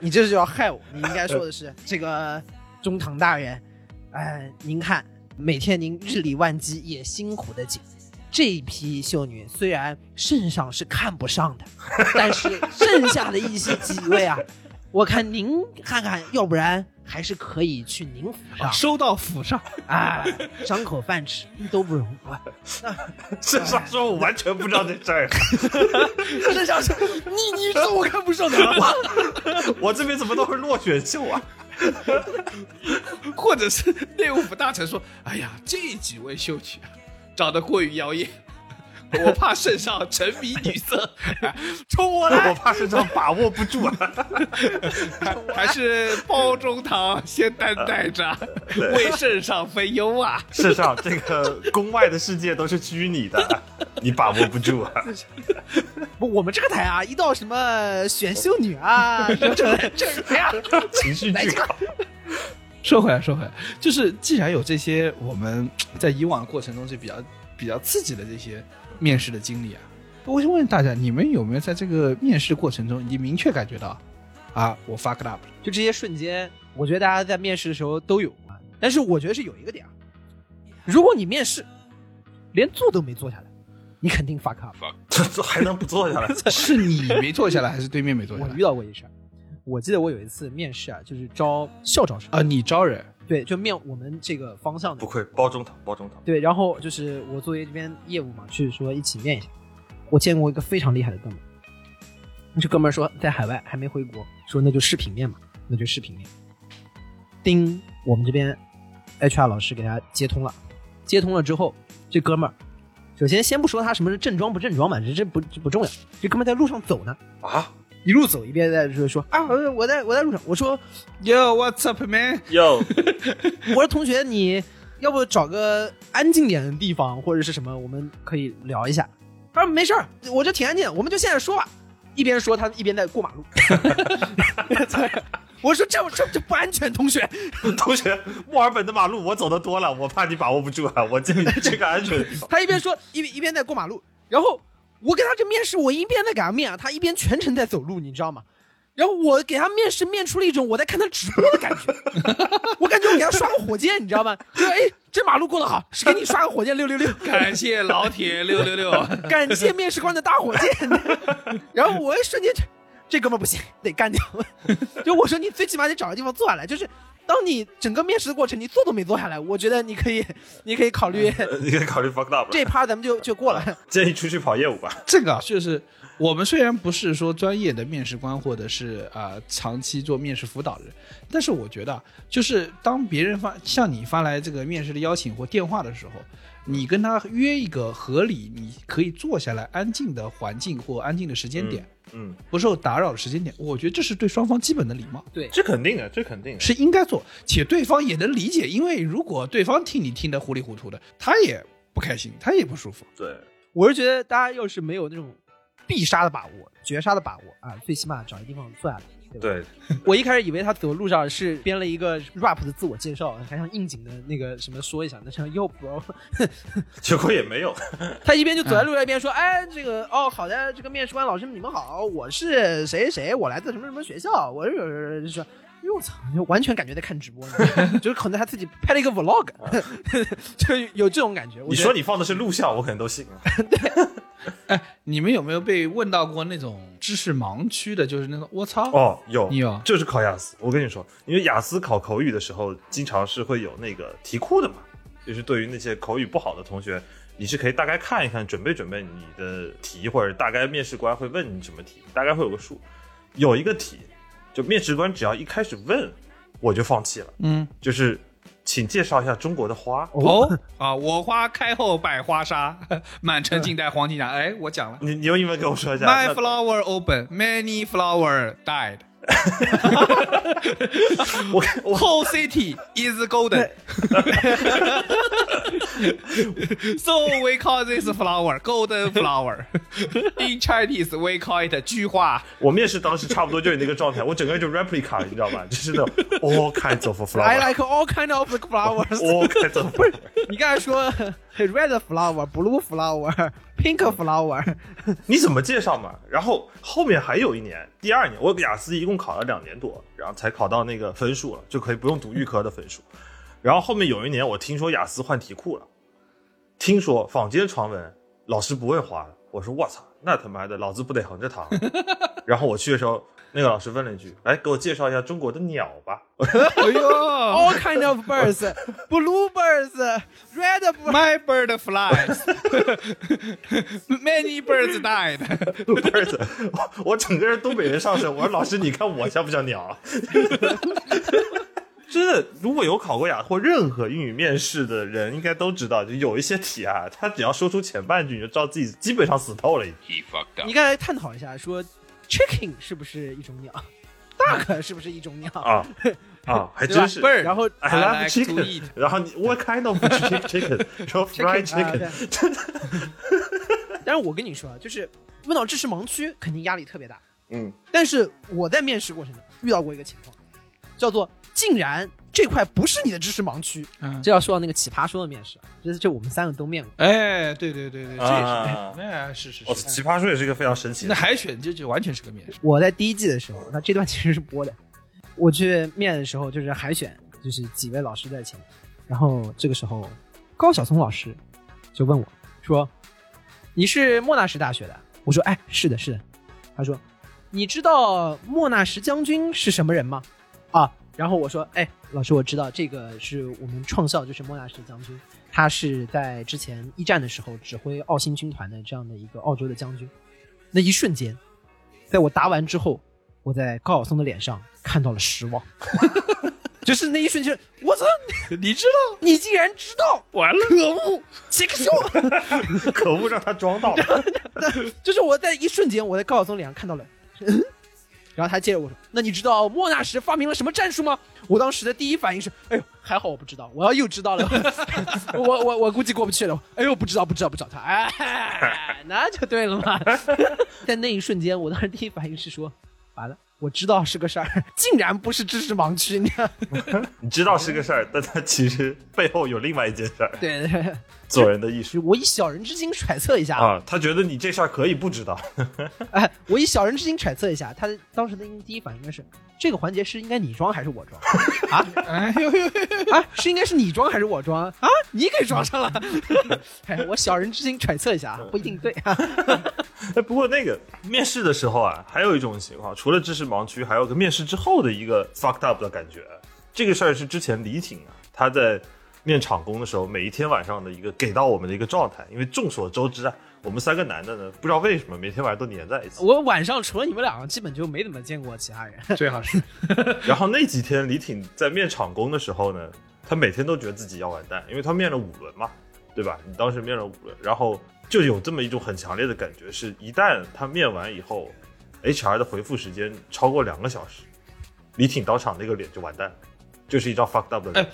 [SPEAKER 4] 你这是要害我！你应该说的是这个中堂大人，哎、您看每天您日理万机也辛苦的紧。这一批秀女虽然圣上是看不上的，但是剩下的一些几位啊，我看您看看，要不然还是可以去您府上
[SPEAKER 3] 收到府上，
[SPEAKER 4] 啊，张口饭吃都不容易。 *laughs*
[SPEAKER 5] 圣上说我完全不知道这事儿， *laughs*
[SPEAKER 4] 圣上说：“你你说我看不上你了吗
[SPEAKER 5] 我这边怎么都是落选秀啊？
[SPEAKER 3] 或者是内务府大臣说：“哎呀，这几位秀女啊，长得过于妖艳。”我怕圣上沉迷女色，哎冲我来！
[SPEAKER 5] *laughs* 我怕圣上把握不住啊。 *laughs*
[SPEAKER 3] *laughs* 还是包中堂先担待着，为圣上分忧啊！
[SPEAKER 5] 圣上，这个宫外的世界都是虚拟的，你把握不 *laughs* 住啊。？”
[SPEAKER 4] *laughs* 不，我们这个台啊，一到什么选秀女
[SPEAKER 3] *laughs*
[SPEAKER 4] 啊，这这这哎呀，
[SPEAKER 5] 情绪巨高，
[SPEAKER 3] 说回来，说回来，就是既然有这些我们在以往的过程中是比较比较刺激的这些面试的经历啊，我想问大家，你们有没有在这个面试过程中，你明确感觉到啊，我 fuck up 了？
[SPEAKER 4] 就这些瞬间，我觉得大家在面试的时候都有啊。但是我觉得是有一个点儿，如果你面试连坐都没坐下来，你肯定 fuck up。
[SPEAKER 5] 这这还能不坐 *laughs* 下来？
[SPEAKER 3] 是你没坐下来，还是对面没坐下
[SPEAKER 4] 我
[SPEAKER 3] 来
[SPEAKER 4] 遇？到过一事儿，我记得我有一次面试啊，就是招校招生
[SPEAKER 3] 啊，你招人，
[SPEAKER 4] 对，就面我们这个方向的
[SPEAKER 5] 不愧包中堂，包中堂。
[SPEAKER 4] 对，然后就是我作为这边业务嘛，去说一起面一下。我见过一个非常厉害的哥们儿，这哥们儿说在海外还没回国，说那就视频面嘛，那就视频面。叮，我们这边 HR 老师给他接通了，接通了之后，这哥们儿首先先不说他什么正装不正装嘛，这这不这不重要，这哥们儿在路上走呢。
[SPEAKER 5] 啊
[SPEAKER 4] 一路走一边在说说啊，我我在我在路上，我说
[SPEAKER 3] Yo, what's up, man？
[SPEAKER 5] 哟，
[SPEAKER 4] *laughs* 我说同学，你要不找个安静点的地方或者是什么，我们可以聊一下。他说没事儿，我这挺安静的，我们就现在说吧。一边说他一边在过马路。 *laughs* 我说这这这不安全，同学。
[SPEAKER 5] *laughs* 同学，墨尔本的马路我走的多了，我怕你把握不住啊。我这这个安全的地 *laughs* 方，
[SPEAKER 4] 他一边说一边一边在过马路，然后我给他这面试，我一边在给他面啊，他一边全程在走路，你知道吗？然后我给他面试，面出了一种我在看他直播的感觉， *laughs* 我感觉我给他刷个火箭，你知道吗？就哎，这马路过得好，是给你刷个火箭六六六。
[SPEAKER 3] 感谢老铁六六六。
[SPEAKER 4] 感谢面试官的大火箭。 *laughs* 然后我一瞬间就，这哥们儿不行，得干掉。 *laughs* 就我说你最起码得找个地方坐下来，就是当你整个面试的过程你坐都没坐下来，我觉得你可以，你可以考 *laughs* 虑
[SPEAKER 5] 呃你可以考虑 fuck up 了。
[SPEAKER 4] 这趴咱们就就过了。
[SPEAKER 5] 建议出去跑业务吧。
[SPEAKER 3] 这个啊，就是我们虽然不是说专业的面试官或者是啊、呃长期做面试辅导的人，但是我觉得啊，就是当别人发向你发来这个面试的邀请或电话的时候，你跟他约一个合理你可以坐下来安静的环境或安静的时间点，
[SPEAKER 5] 嗯，
[SPEAKER 3] 不受打扰的时间点，我觉得这是对双方基本的礼貌。
[SPEAKER 5] 这肯定的，这肯定的。
[SPEAKER 3] 是应该做，且对方也能理解，因为如果对方听你听得糊里糊涂的，他也不开心，他也不舒服。
[SPEAKER 5] 对，
[SPEAKER 4] *laughs* 我是觉得大家要是没有那种必杀的把握、绝杀的把握啊，最起码找一地方坐下来。对吧，
[SPEAKER 5] 对，
[SPEAKER 4] 我一开始以为他走路上是编了一个 rap 的自我介绍，还想应景的那个什么说一下，那像要不
[SPEAKER 5] 结果也没有。
[SPEAKER 4] 他一边就走在路上，一边说：“哎，这个哦，好的，这个面试官老师你们好，我是谁谁谁，我来自什么什么学校，我是说。”哎呦我操！就完全感觉在看直播呢，就是可能他自己拍了一个 vlog，就有这种感觉。我
[SPEAKER 5] 你
[SPEAKER 3] 哎
[SPEAKER 4] 觉得
[SPEAKER 5] 啊说你放的是录像，我可能都信了。
[SPEAKER 3] 你们有没有被问到过那种知识盲区的，就是那个我操，
[SPEAKER 5] 哦，有，
[SPEAKER 3] 你有
[SPEAKER 5] 就是考雅思。我跟你说，因为雅思考口语的时候，经常是会有那个题库的嘛，就是对于那些口语不好的同学，你是可以大概看一看，准备准备你的题，或者大概面试官会问你什么题，大概会有个数。有一个题，就面试官只要一开始问，我就放弃了，
[SPEAKER 3] 嗯，
[SPEAKER 5] 就是请介绍一下中国的花。
[SPEAKER 3] 哦啊，我花开后百花杀， *laughs* 满城尽带黄金甲。哎，我讲了
[SPEAKER 5] 你你用英文给我说一下。
[SPEAKER 3] ，My
[SPEAKER 5] 嗯那
[SPEAKER 3] flower open, many flower died.
[SPEAKER 5] 我我 *laughs*
[SPEAKER 3] Whole city is golden. so we call this flower golden flower. In Chinese, we call it 菊花。
[SPEAKER 5] 我面试当时差不多就是那个状态，我整个人就 replica，你知道吧？就是那种 all kinds of
[SPEAKER 4] *laughs* I
[SPEAKER 5] flower，all
[SPEAKER 4] like all kind
[SPEAKER 3] *laughs*
[SPEAKER 4] of *laughs* flowers。
[SPEAKER 5] kinds *laughs* of flower。
[SPEAKER 4] 你刚才说 *laughs* red flower、blue flower、pink flower，
[SPEAKER 5] 你怎么介绍嘛？然后后面还有一年，第二年我雅思一共考了两年多，然后才考到那个分数了，就可以不用读预科的分数。然后后面有一年，我听说雅思换题库了，听说坊间传闻老师不问花了，我说我操，那他妈的老子不得横着躺？然后我去的时候，那个老师问了一句：“来给我介绍一下中国的鸟吧。
[SPEAKER 3] 哎
[SPEAKER 5] *laughs*
[SPEAKER 3] 呦
[SPEAKER 4] *laughs* all kind of birds、blue birds、red birds。
[SPEAKER 3] ，My bird flies, *laughs* many birds died.
[SPEAKER 5] 不是”我我整个人东北人上身，我说老师，你看我像不像鸟啊？ *laughs* 真的，如果有考过雅或任何英语面试的人，应该都知道，就有一些题啊，他只要说出前半句，你就知道自己基本上死透了已经。
[SPEAKER 6] He fucked up.
[SPEAKER 4] 你刚才探讨一下，说 chicken 是不是一种 *laughs* 鸟，duck 是不是一种鸟？
[SPEAKER 5] 啊啊，还
[SPEAKER 4] 对吧
[SPEAKER 5] 真是。
[SPEAKER 3] Bird
[SPEAKER 4] 然后
[SPEAKER 5] I
[SPEAKER 3] I
[SPEAKER 5] love
[SPEAKER 3] like to
[SPEAKER 5] chicken，
[SPEAKER 3] eat
[SPEAKER 5] 然后你 What kind of
[SPEAKER 4] *laughs*
[SPEAKER 5] chicken chicken？说 fried
[SPEAKER 4] Chicken，啊
[SPEAKER 5] chicken，
[SPEAKER 4] 但是我跟你说啊，就是问到知识盲区，肯定压力特别大。
[SPEAKER 5] 嗯，
[SPEAKER 4] 但是我在面试过程中遇到过一个情况，叫做竟然这块不是你的知识盲区，
[SPEAKER 3] 嗯
[SPEAKER 4] 这要说到那个奇葩说的面试，啊这这我们三个都面过。
[SPEAKER 3] 哎，对对对对，这也
[SPEAKER 5] 啊
[SPEAKER 3] 是，哎，是是
[SPEAKER 5] 哦，
[SPEAKER 3] 是。
[SPEAKER 5] 奇葩说也是一个非常神奇
[SPEAKER 3] 那
[SPEAKER 5] 的。
[SPEAKER 3] 海选这就完全是个面试，
[SPEAKER 4] 我在第一季的时候，那这段其实是播的。我去面的时候，就是海选，就是几位老师在前，然后这个时候高晓松老师就问我说：“你是莫纳什大学的？”我说：“哎，是的，是的。”他说：“你知道莫纳什将军是什么人吗？”啊，然后我说：“哎，老师，我知道这个是我们创校，就是莫纳什将军，他是在之前一战的时候指挥澳新军团的这样的一个澳洲的将军。”那一瞬间，在我答完之后，我在高晓松的脸上看到了失望， *laughs* 就是那一瞬间，我操，
[SPEAKER 3] 你知道？
[SPEAKER 4] 你竟然知道，
[SPEAKER 3] 完了，
[SPEAKER 4] 可恶，几个笑！
[SPEAKER 5] *laughs* 可恶，让他装到了。 *laughs*
[SPEAKER 4] 就是我在一瞬间，我在高晓松脸上看到了， *laughs* 嗯然后他接着我说：“那你知道莫纳什发明了什么战术吗？”我当时的第一反应是：“哎呦，还好我不知道，我要又知道了， *laughs* 我我我估计过不去了。”哎呦，不知道不知道不找他，哎， *laughs* 那就对了嘛。在那一瞬间，我当时第一反应是说：“完了，我知道是个事儿，竟然不是知识盲区。” *laughs* 你知道？
[SPEAKER 5] 你知道是个事儿，但他其实背后有另外一件事儿，
[SPEAKER 4] 对， *laughs* 对对
[SPEAKER 5] 做人的艺术
[SPEAKER 4] 就我以小人之心揣测一下，
[SPEAKER 5] 啊。他觉得你这事儿可以不知道。
[SPEAKER 4] *laughs* 哎，我以小人之心揣测一下，他当时的第一反应应该是：这个环节是应该你装还是我装？ *laughs* 啊？
[SPEAKER 3] 哎呦呦呦，
[SPEAKER 4] 啊，是应该是你装还是我装啊？你给装上了， *laughs* 哎，我小人之心揣测一下，不一定对啊。
[SPEAKER 5] 哎，不过那个面试的时候啊，还有一种情况，除了知识盲区，还有个面试之后的一个 fucked up 的感觉。这个事儿是之前李挺啊，他在面场工的时候，每一天晚上的一个给到我们的一个状态。因为众所周知啊，我们三个男的呢，不知道为什么每天晚上都黏在一起。
[SPEAKER 4] *laughs* 我晚上除了你们两个，基本就没怎么见过其他人。
[SPEAKER 3] 最好是
[SPEAKER 5] *laughs* 然后那几天李挺在面场工的时候呢，他每天都觉得自己要完蛋，因为他面了五轮嘛，对吧？你当时面了五轮，然后就有这么一种很强烈的感觉，是一旦他面完以后，HR 的回复时间超过两个小时，李挺当场那个脸就完蛋了，就是一张 fucked up 的脸。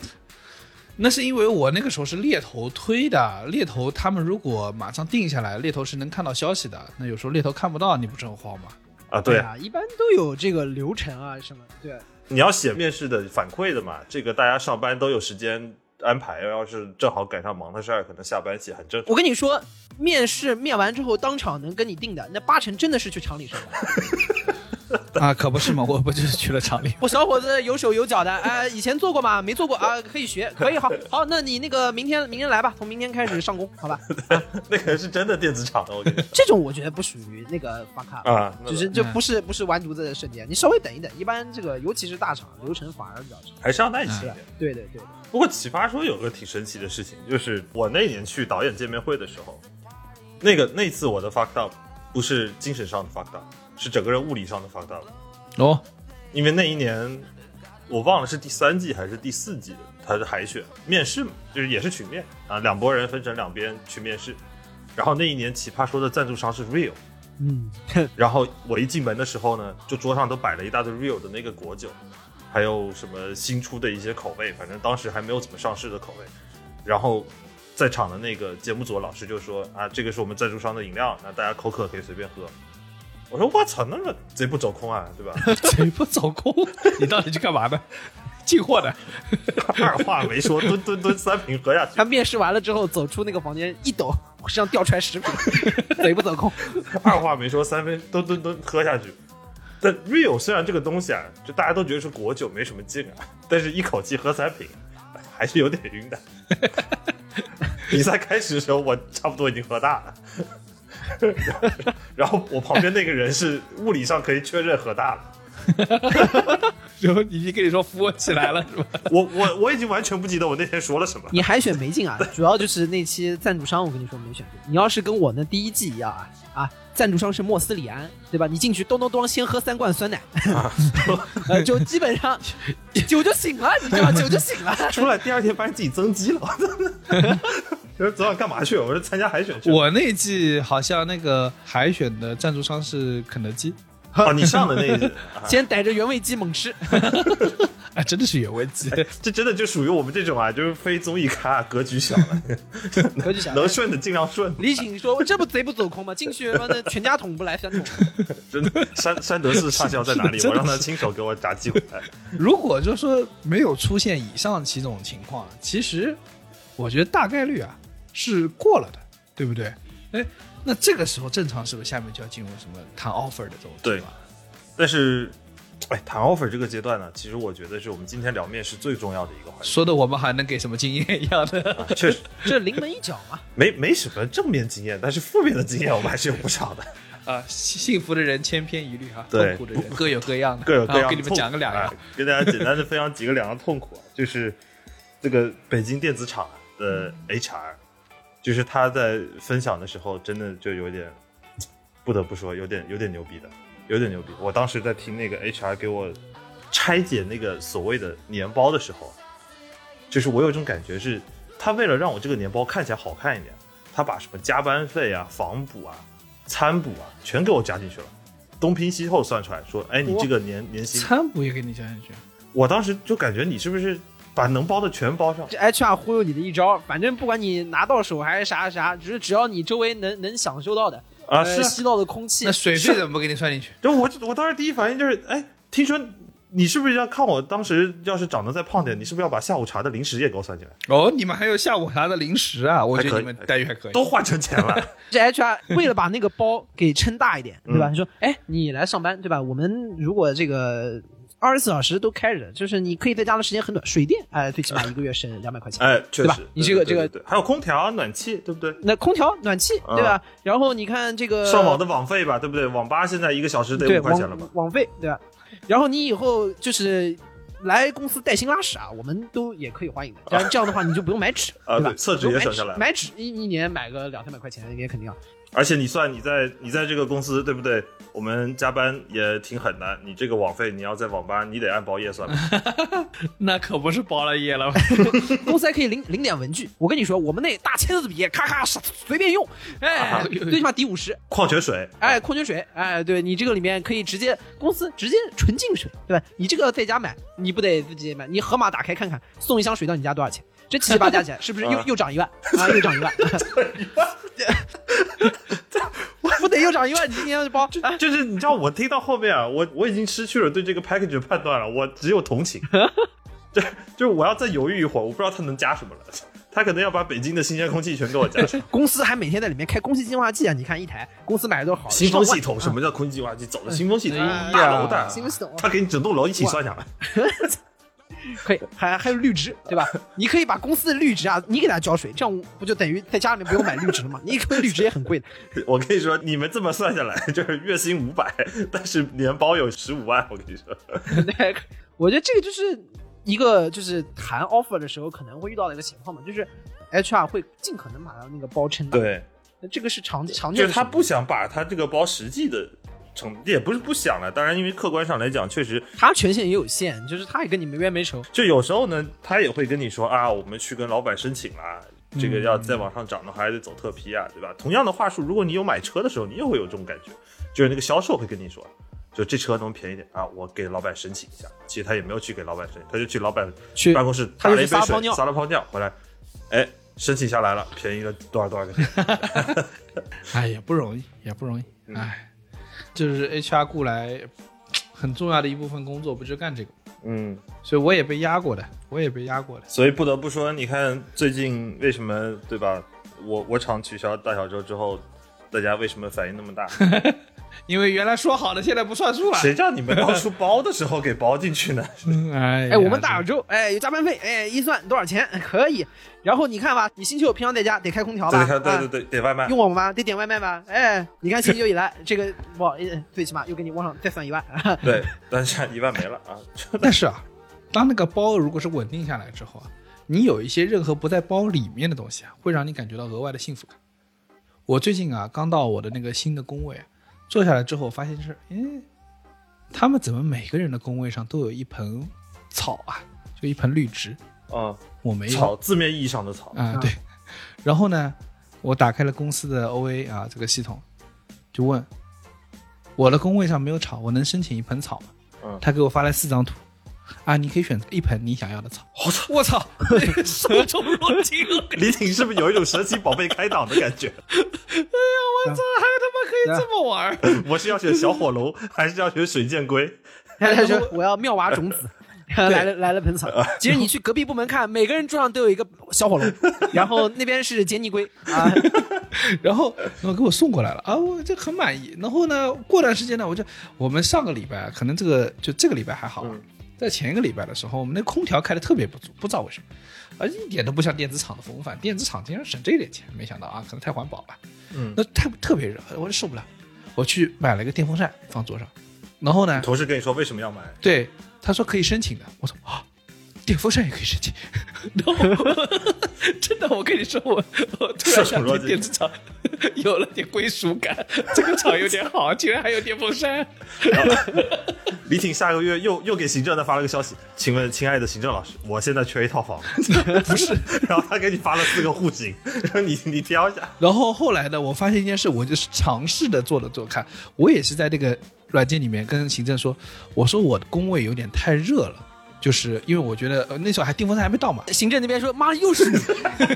[SPEAKER 3] 那是因为我那个时候是猎头推的，猎头他们如果马上定下来，猎头是能看到消息的。那有时候猎头看不到，你不是很慌吗？
[SPEAKER 5] 啊，对，
[SPEAKER 4] 啊，一般都有这个流程啊什么。对，
[SPEAKER 5] 你要写面试的反馈的嘛，这个大家上班都有时间安排，要是正好赶上忙的事儿，可能下班写很正常。
[SPEAKER 4] 我跟你说，面试面完之后当场能跟你定的，那八成真的是去厂里上班。
[SPEAKER 3] *laughs* 啊，可不是嘛，我不就是去了厂里
[SPEAKER 4] 我小伙子有手有脚的，哎、以前做过吗？没做过啊、可以学，可以，好，好，那你那个明天明天来吧，从明天开始上工，好吧？
[SPEAKER 5] 那个是真的电子厂的，我跟你说
[SPEAKER 4] 这种我觉得不属于那个 fuck up，、
[SPEAKER 5] 啊，那
[SPEAKER 4] 就是这不是不是完犊子的瞬间，你稍微等一等，一般这个尤其是大厂流程反而比较长。
[SPEAKER 5] 还是要耐心一点。
[SPEAKER 4] 对对对，
[SPEAKER 5] 不过奇葩说有个挺神奇的事情，就是我那年去导演见面会的时候，那个那次我的 fucked up 不是精神上的 fucked up，是整个人物理上的 fucked up。
[SPEAKER 3] 哦， *laughs*
[SPEAKER 5] 因为那一年我忘了是第三季还是第四季的，它是海选面试嘛，就是也是群面啊，两拨人分成两边去面试。然后那一年奇葩说的赞助商是 Real，
[SPEAKER 4] 嗯，
[SPEAKER 5] *laughs* 然后我一进门的时候呢，就桌上都摆了一大堆 Real 的那个果酒，还有什么新出的一些口味，反正当时还没有怎么上市的口味。然后在场的那个节目组老师就说啊，这个是我们赞助商的饮料，那大家口渴可以随便喝。我说我操，那么贼不走空啊，对吧？
[SPEAKER 3] 贼不走空，你到底去干嘛呢？ *laughs* 进货的，
[SPEAKER 5] 二话没说，蹲蹲蹲三瓶喝下
[SPEAKER 4] *laughs*
[SPEAKER 5] 去
[SPEAKER 4] 他，面试完了之后走出那个房间一抖，身上掉出来食品， *laughs* 贼不走空。
[SPEAKER 5] 二话没说，三分蹲蹲蹲喝下去。但 real 虽然这个东西啊，就大家都觉得是果酒没什么劲啊，但是一口气喝三瓶，还是有点晕的。比赛开始的时候，我差不多已经喝大了。 *laughs* 然后我旁边那个人是物理上可以确认喝大了，
[SPEAKER 3] 然后已经跟你说扶我起来了，是吧？
[SPEAKER 5] 我我我已经完全不记得我那天说了什么。
[SPEAKER 4] 你海选没进啊，主要就是那期赞助商，我跟你说没选中。你要是跟我那第一季一样啊啊，赞助商是莫斯里安，对吧？你进去咚咚咚，先喝三罐酸奶，
[SPEAKER 5] 啊
[SPEAKER 4] *laughs* 呃，就基本上酒就醒了，你知道吗？酒就醒了。
[SPEAKER 5] 出来第二天发现自己增肌了， *laughs* 我说昨晚干嘛去？我说参加海选去
[SPEAKER 3] *laughs*
[SPEAKER 5] 了。
[SPEAKER 3] 我那季好像那个海选的赞助商是肯德基，
[SPEAKER 5] 哦，你上的那一集，啊
[SPEAKER 4] 先逮着原味鸡猛吃，
[SPEAKER 3] 啊，真的是原味鸡，
[SPEAKER 5] 这真的就属于我们这种啊，就是非综艺咖，格局小了，
[SPEAKER 4] 格局小
[SPEAKER 5] 能顺的尽量顺，
[SPEAKER 4] 李挺说：“这不贼不走空吗？进去妈的全家桶不来三桶。
[SPEAKER 5] 真的。山山德士上校在哪
[SPEAKER 3] *laughs*
[SPEAKER 5] 里？
[SPEAKER 3] 是的
[SPEAKER 5] 我让他亲手给我炸鸡回来。
[SPEAKER 3] 如果就说没有出现以上几种情况，其实我觉得大概率啊是过了的，对不对？哎，那这个时候正常是不是下面就要进入什么谈 offer 的这种
[SPEAKER 5] 对
[SPEAKER 3] 情况？
[SPEAKER 5] 但是，哎，谈 offer 这个阶段呢，其实我觉得是我们今天聊面试最重要的一个环节。
[SPEAKER 3] 说的我们还能给什么经验一样的，
[SPEAKER 5] 确实”
[SPEAKER 4] *laughs* 这临门一脚嘛，
[SPEAKER 5] 没没什么正面经验，但是负面的经验我们还是有不少的，
[SPEAKER 3] *laughs* 啊，幸幸福的人千篇一律哈，
[SPEAKER 5] 对
[SPEAKER 3] 痛苦的人各有各样的，
[SPEAKER 5] 各有各样
[SPEAKER 3] 啊
[SPEAKER 5] 的痛苦。
[SPEAKER 3] 我给你们讲个两样
[SPEAKER 5] *laughs* 哎，跟大家简单的分享几个两样痛苦啊，就是这个北京电子厂啊的 HR，就是他在分享的时候，真的就有点不得不说，有点有点牛逼的，有点牛逼。我当时在听那个 HR 给我拆解那个所谓的年包的时候，就是我有一种感觉是，他为了让我这个年包看起来好看一点，他把什么加班费啊、房补啊、餐补啊，全给我加进去了。东拼西凑算出来，说，哎，你这个年年薪，
[SPEAKER 3] 餐补也给你加进去，
[SPEAKER 5] 我当时就感觉你是不是把能包的全包上？
[SPEAKER 4] 这 HR 忽悠你的一招，反正不管你拿到手还是啥啥，只是只要你周围能能享受到的
[SPEAKER 5] 啊
[SPEAKER 4] 呃
[SPEAKER 5] 是啊
[SPEAKER 4] 吸到的空气
[SPEAKER 3] 那，水费怎么不给你算进去？
[SPEAKER 5] 就我我当时第一反应就是，哎，听说你是不是要看我当时要是长得再胖点，你是不是要把下午茶的零食也给我算进来？
[SPEAKER 3] 哦，你们还有下午茶的零食啊？我觉
[SPEAKER 5] 还可
[SPEAKER 3] 得你
[SPEAKER 5] 以
[SPEAKER 3] 们待遇还可以。
[SPEAKER 5] 都换成钱 *laughs* 了，
[SPEAKER 4] 这 HR 为了把那个包给撑大一点，对
[SPEAKER 5] 嗯
[SPEAKER 4] 吧？你说，哎，你来上班，对吧？我们如果这个二十四小时都开着，就是你可以在家的时间很短，水电，哎，最起码一个月省两百块钱。
[SPEAKER 5] 哎，确
[SPEAKER 4] 对吧你这个这个
[SPEAKER 5] 对对还有空调、暖气，对不对？
[SPEAKER 4] 那空调、暖气，
[SPEAKER 5] 嗯
[SPEAKER 4] 对吧？然后你看这个
[SPEAKER 5] 上网的网费吧，对不对？网吧现在一个小时得
[SPEAKER 4] 对
[SPEAKER 5] 五块钱了吧
[SPEAKER 4] 网？网费，对吧？然后你以后就是来公司带薪拉屎啊，我们都也可以欢迎的。然后这样的话，你就不用买纸，
[SPEAKER 5] 啊
[SPEAKER 4] 对吧
[SPEAKER 5] 对？厕纸也
[SPEAKER 4] 不用买
[SPEAKER 5] 省下来了
[SPEAKER 4] 买纸一一年买个两三百块钱也肯定要。
[SPEAKER 5] 而且你算你在你在这个公司，对不对？我们加班也挺狠的，你这个网费你要在网吧，你得按包夜算吧。
[SPEAKER 3] *laughs* 那可不是包了夜了，
[SPEAKER 4] 公司还可以领领点文具。我跟你说，我们那大签字笔，咔咔随便用，哎，最起码抵五十。
[SPEAKER 5] 矿泉水，
[SPEAKER 4] 哎，矿泉水，哎，对你这个里面可以直接公司直接纯净水，对吧？你这个在家买，你不得自己买？你盒马打开看看，送一箱水到你家多少钱？这七七八加起来是不是又、
[SPEAKER 5] 啊
[SPEAKER 4] 又涨一万啊？ *laughs* 又涨一万，不得又涨一万？你今年包啊
[SPEAKER 5] *laughs* 就是你知道，我听到后面啊，我我已经失去了对这个 package
[SPEAKER 4] *laughs*
[SPEAKER 5] 的判断了，我只有同情。就就是我要再犹豫一会儿，我不知道他能加什么了。他可能要把北京的新鲜空气全给我加
[SPEAKER 4] *laughs*
[SPEAKER 5] 上。
[SPEAKER 4] 公司还每天在里面开空气净化器啊！你看一台公司买的都是好的
[SPEAKER 5] 新风系
[SPEAKER 4] 上
[SPEAKER 5] 统，什么叫空气净化器？走的新风系统，
[SPEAKER 4] 哎呀
[SPEAKER 5] 大楼的
[SPEAKER 4] 万，新风系统啊
[SPEAKER 5] 他给你整栋楼一起算下来。
[SPEAKER 4] 可以，还还有绿植，对 *laughs* 吧？你可以把公司的绿植啊，你给它浇水，这样不就等于在家里面不用买绿植了吗？你一颗绿植也很贵的，
[SPEAKER 5] *laughs* 我跟你说，你们这么算下来就是月薪五百，但是年包有十五万。我跟你说，
[SPEAKER 4] *laughs* 对，我觉得这个就是一个就是谈 offer 的时候可能会遇到的一个情况嘛，就是 HR 会尽可能把它那个包撑大，
[SPEAKER 5] 对，
[SPEAKER 4] 那这个是常常
[SPEAKER 5] *laughs* 就
[SPEAKER 4] 见
[SPEAKER 5] 是
[SPEAKER 4] 的
[SPEAKER 5] 他
[SPEAKER 4] 情
[SPEAKER 5] 不想把他这个包实际的成，也不是不想了。当然，因为客观上来讲，确实
[SPEAKER 4] 况他权限也有限，就是他也跟你没冤没仇，
[SPEAKER 5] 就有时候呢，他也会跟你说啊，我们去跟老板申请啦，这
[SPEAKER 4] 嗯
[SPEAKER 5] 个要再往上涨的话，还得走特批啊，对吧？同样的话术，如果你有买车的时候，你也会有这种感觉，就是那个销售会跟你说，就这车能便宜点啊，我给老板申请一下。其实他也没有去给老板申请，他就去老板
[SPEAKER 4] 去
[SPEAKER 5] 办公室
[SPEAKER 4] 他
[SPEAKER 5] 打
[SPEAKER 4] 就
[SPEAKER 5] 了一
[SPEAKER 4] 去撒了
[SPEAKER 5] 杯水
[SPEAKER 4] 泡，尿
[SPEAKER 5] 撒了泡尿回来，哎，申请下来了，便宜了多少多
[SPEAKER 4] *laughs*
[SPEAKER 5] 少个点。
[SPEAKER 3] 哎，也不容易，也不容易，
[SPEAKER 4] 嗯
[SPEAKER 3] 哎，这是 HR 雇来很重要的一部分工作，不就干这个？
[SPEAKER 5] 嗯，
[SPEAKER 3] 所以我也被压过的，我也被压过的。
[SPEAKER 5] 所以不得不说，你看最近为什么对吧？我我厂取消大小周之后，大家为什么反应那么大？
[SPEAKER 3] 因为原来说好的，现在不算数了。
[SPEAKER 5] *laughs* 谁叫你们当初包的时候给包进去呢？
[SPEAKER 4] *laughs*
[SPEAKER 3] 嗯哎呀
[SPEAKER 4] 哎，我们大小周，哎，有加班费，哎，一算多少钱可以，然后你看吧，你星期六平常在家得开空调吧，
[SPEAKER 5] 对对对
[SPEAKER 4] 啊
[SPEAKER 5] 对，点外卖
[SPEAKER 4] *laughs* 用。我们吧，得点外卖吧，哎，你看星期六以来， *laughs* 这个我哎最起码又给你往上再算一万，
[SPEAKER 5] 对，但是一万没了啊！
[SPEAKER 3] 但是啊，当那个包如果是稳定下来之后啊，你有一些任何不在包里面的东西啊，会让你感觉到额外的幸福感。我最近啊，刚到我的那个新的工位啊，坐下来之后发现是，哎，他们怎么每个人的工位上都有一盆草啊，就一盆绿植，
[SPEAKER 5] 啊，
[SPEAKER 3] 我没有
[SPEAKER 5] 草字面意义上的草，
[SPEAKER 3] 啊、对。然后呢，我打开了公司的 OA 啊这个系统，就问我的工位上没有草，我能申请一盆草吗？
[SPEAKER 5] 嗯
[SPEAKER 3] 他给我发来四张图，啊，你可以选择一盆你想要的草。我操！我 *laughs* 操！受宠若
[SPEAKER 4] *laughs*
[SPEAKER 3] 惊！我跟你
[SPEAKER 5] *laughs* 李挺是不是有一种神奇宝贝开档的感觉？ *laughs*
[SPEAKER 3] 我操！还他妈可以这么玩儿！
[SPEAKER 5] 我是要选小火龙，还是要选水箭龟？
[SPEAKER 4] *laughs* 他
[SPEAKER 3] *laughs*
[SPEAKER 4] 他说我要妙蛙种子，来了来了盆草。其实你去隔壁部门看，每个人桌上都有一个小
[SPEAKER 3] *laughs*
[SPEAKER 4] 火龙，然后那边是杰尼龟啊，
[SPEAKER 3] 然后，然后给我送过来了啊，我就很满意。然后呢，过段时间呢，我就我们上个礼拜可能这个就这个礼拜还好，啊在前一个礼拜的时候，我们那空调开的特别不足，不知道为什么，而一点都不像电子厂的风范。电子厂竟然省这点钱，没想到啊，可能太环保吧。
[SPEAKER 5] 嗯
[SPEAKER 3] 那太特别热，我就受不了，我去买了一个电风扇放桌上，然后呢，
[SPEAKER 5] *laughs* 同事跟你说为什么要买？
[SPEAKER 3] 对他说可以申请的，我说啊。电风扇也可以申请， *laughs* 然后 *laughs* 真的，我跟你说，我我突然想对电子厂 *laughs* 有了点归属
[SPEAKER 4] *laughs*
[SPEAKER 3] 感，这个厂有点好，竟然还有电风扇。
[SPEAKER 5] 李挺下个月又又给行政再发了个消息，请问亲爱的行政老师，我现在缺一套房， *laughs* 不是？然后他给你发了四个户型，让 *laughs* 你你挑一下。 *laughs*
[SPEAKER 3] 然后后来呢，我发现一件事，我就是尝试的做了做看，我也是在这个软件里面跟行政说，我说我的工位有点太热了，就是因为我觉得、呃、那时候还电风扇还没到嘛，
[SPEAKER 4] 行政那边说妈又
[SPEAKER 3] *laughs*
[SPEAKER 4] 是你，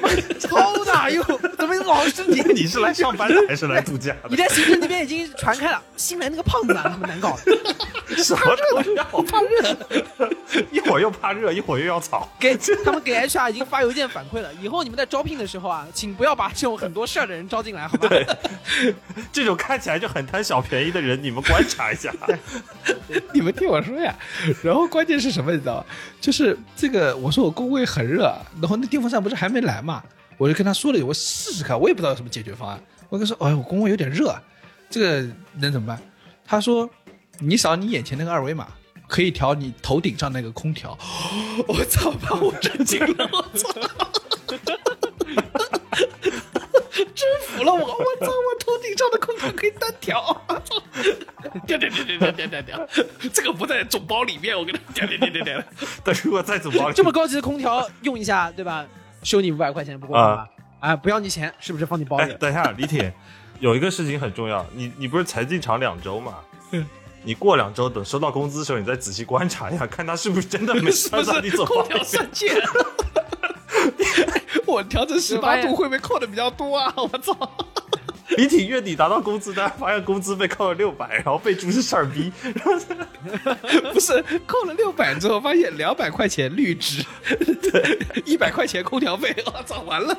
[SPEAKER 4] 妈超大又怎么老是你？
[SPEAKER 5] 你是来上班的还是来度假
[SPEAKER 4] 你
[SPEAKER 5] 的？
[SPEAKER 4] 在行政那边已经传开了，新来那个胖子啊，他们难搞的，
[SPEAKER 5] 什么都要，
[SPEAKER 4] *laughs*
[SPEAKER 5] 怕热， *laughs* 一会儿又怕热，一会儿又要草。
[SPEAKER 4] 给他们给 HR 已经发邮件反馈了，以后你们在招聘的时候啊，请不要把这种很多事儿的人招进来，好吗？
[SPEAKER 5] 这种看起来就很贪小便宜的人，你们观察一下。
[SPEAKER 3] *laughs* 你们听我说呀。然后关键是什么，你知道吗？就是这个，我说我工位很热，然后那电风扇不是还没来嘛，我就跟他说了，我试试看，我也不知道有什么解决方案。我跟他说，哎，我工位有点热，这个能怎么办？他说，你扫你眼前那个二维码。可以调你头顶上那个空调， *gasps* 我操！把我震惊了，我操！ *laughs* 征服了我！我操！我头顶上的空调可以单调，掉掉掉掉掉掉掉掉， *laughs* 这个不在总包里面，我跟他掉掉掉掉掉。
[SPEAKER 5] 但如果再怎么
[SPEAKER 4] 这么高级的空调用一下，对吧？收你五百块钱不过分吧？啊，不要你钱，是不是放你包
[SPEAKER 5] 哎
[SPEAKER 4] 里，了？
[SPEAKER 5] 等一下，李铁，有一个事情很重要，你你不是才进厂两周吗？你过两周等收到工资的时候，你再仔细观察一下，看他是不是真的
[SPEAKER 4] *laughs*
[SPEAKER 5] 没算到你走
[SPEAKER 3] 空
[SPEAKER 5] 包里
[SPEAKER 3] 调
[SPEAKER 5] 面。
[SPEAKER 3] 三
[SPEAKER 5] *laughs*
[SPEAKER 3] 件？我调成十八度会不会扣的比较多啊？我操！
[SPEAKER 5] 李挺月底拿到工资单，发现工资被扣了六百，然后被猪是事儿逼， *laughs*
[SPEAKER 3] 不是扣了六百之后，发现两百块钱绿植， *laughs* 对，一百块钱空调费，我操，完了！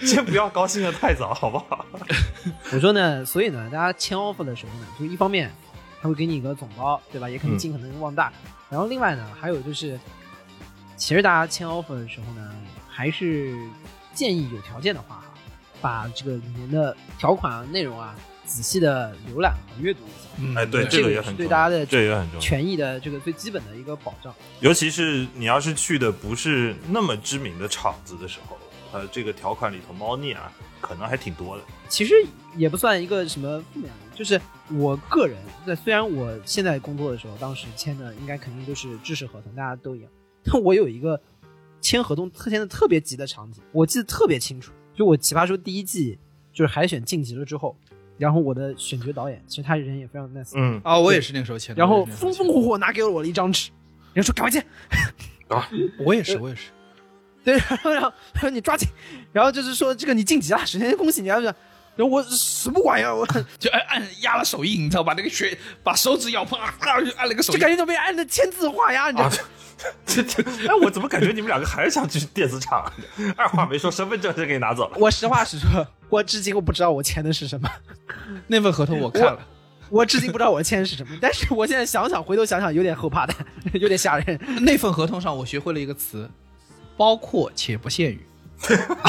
[SPEAKER 5] 先不要高兴的太早，好不好？
[SPEAKER 4] 我说呢，所以呢，大家签 offer 的时候呢，就一方面他会给你一个总包，对吧？也
[SPEAKER 5] 嗯
[SPEAKER 4] 可能尽可能望大。然后另外呢，还有就是，其实大家签 offer 的时候呢，还是建议有条件的话哈，把这个里面的条款啊、内容啊，仔细的浏览和阅读一下，
[SPEAKER 3] 嗯
[SPEAKER 5] 哎，对，
[SPEAKER 4] 这
[SPEAKER 5] 个
[SPEAKER 4] 个
[SPEAKER 5] 也
[SPEAKER 4] 也是
[SPEAKER 5] 很重
[SPEAKER 4] 对
[SPEAKER 5] 要，
[SPEAKER 4] 大家的
[SPEAKER 5] 这个也很重要。
[SPEAKER 4] 权益的这个最基本的一个保障。
[SPEAKER 5] 尤其是你要是去的不是那么知名的厂子的时候，呃，这个条款里头猫腻啊，可能还挺多的。
[SPEAKER 4] 其实也不算一个什么负面的，就是我个人，那虽然我现在工作的时候，当时签的应该肯定就是制式合同，大家都一样，但我有一个签合同特签的特别急的场景，我记得特别清楚，就我《奇葩说》第一季就是海选晋级了之后，然后我的选角导演其实他人也非常 nice，、
[SPEAKER 5] 嗯，
[SPEAKER 3] 啊，我也是那个时候签的。
[SPEAKER 4] 然后
[SPEAKER 3] 我也是那个时候
[SPEAKER 4] 风
[SPEAKER 3] 签
[SPEAKER 4] 风火火拿给了我了一张纸，然后说赶快签，
[SPEAKER 3] 的，我也是，我也是。
[SPEAKER 4] 对，然后然后他说你抓紧，然后就是说这个你晋级了，首先恭喜你，然后啊就然后我什么玩意儿，我
[SPEAKER 3] 就按按压了手印，你知道吧？那个血把手指咬破，啊，啊就按了个手
[SPEAKER 4] 就
[SPEAKER 3] 印
[SPEAKER 4] 感。觉都被按的签字画押，你知道
[SPEAKER 5] 啊
[SPEAKER 4] 吗？，
[SPEAKER 5] 这这， *laughs* 哎，我怎么感觉你们两个还是想去电子厂？ *laughs* 二话没说，身份证就给你拿走了。
[SPEAKER 4] 我实话实说，我至今我不知道我签的是什么，
[SPEAKER 3] 那份合同我看了，
[SPEAKER 4] 我至今不知道我签的是什么。但是我现在想想，回头想想，有点后怕的， *laughs* 有点吓人
[SPEAKER 3] *laughs* 那份合同上我学会了一个词，包括且不限于。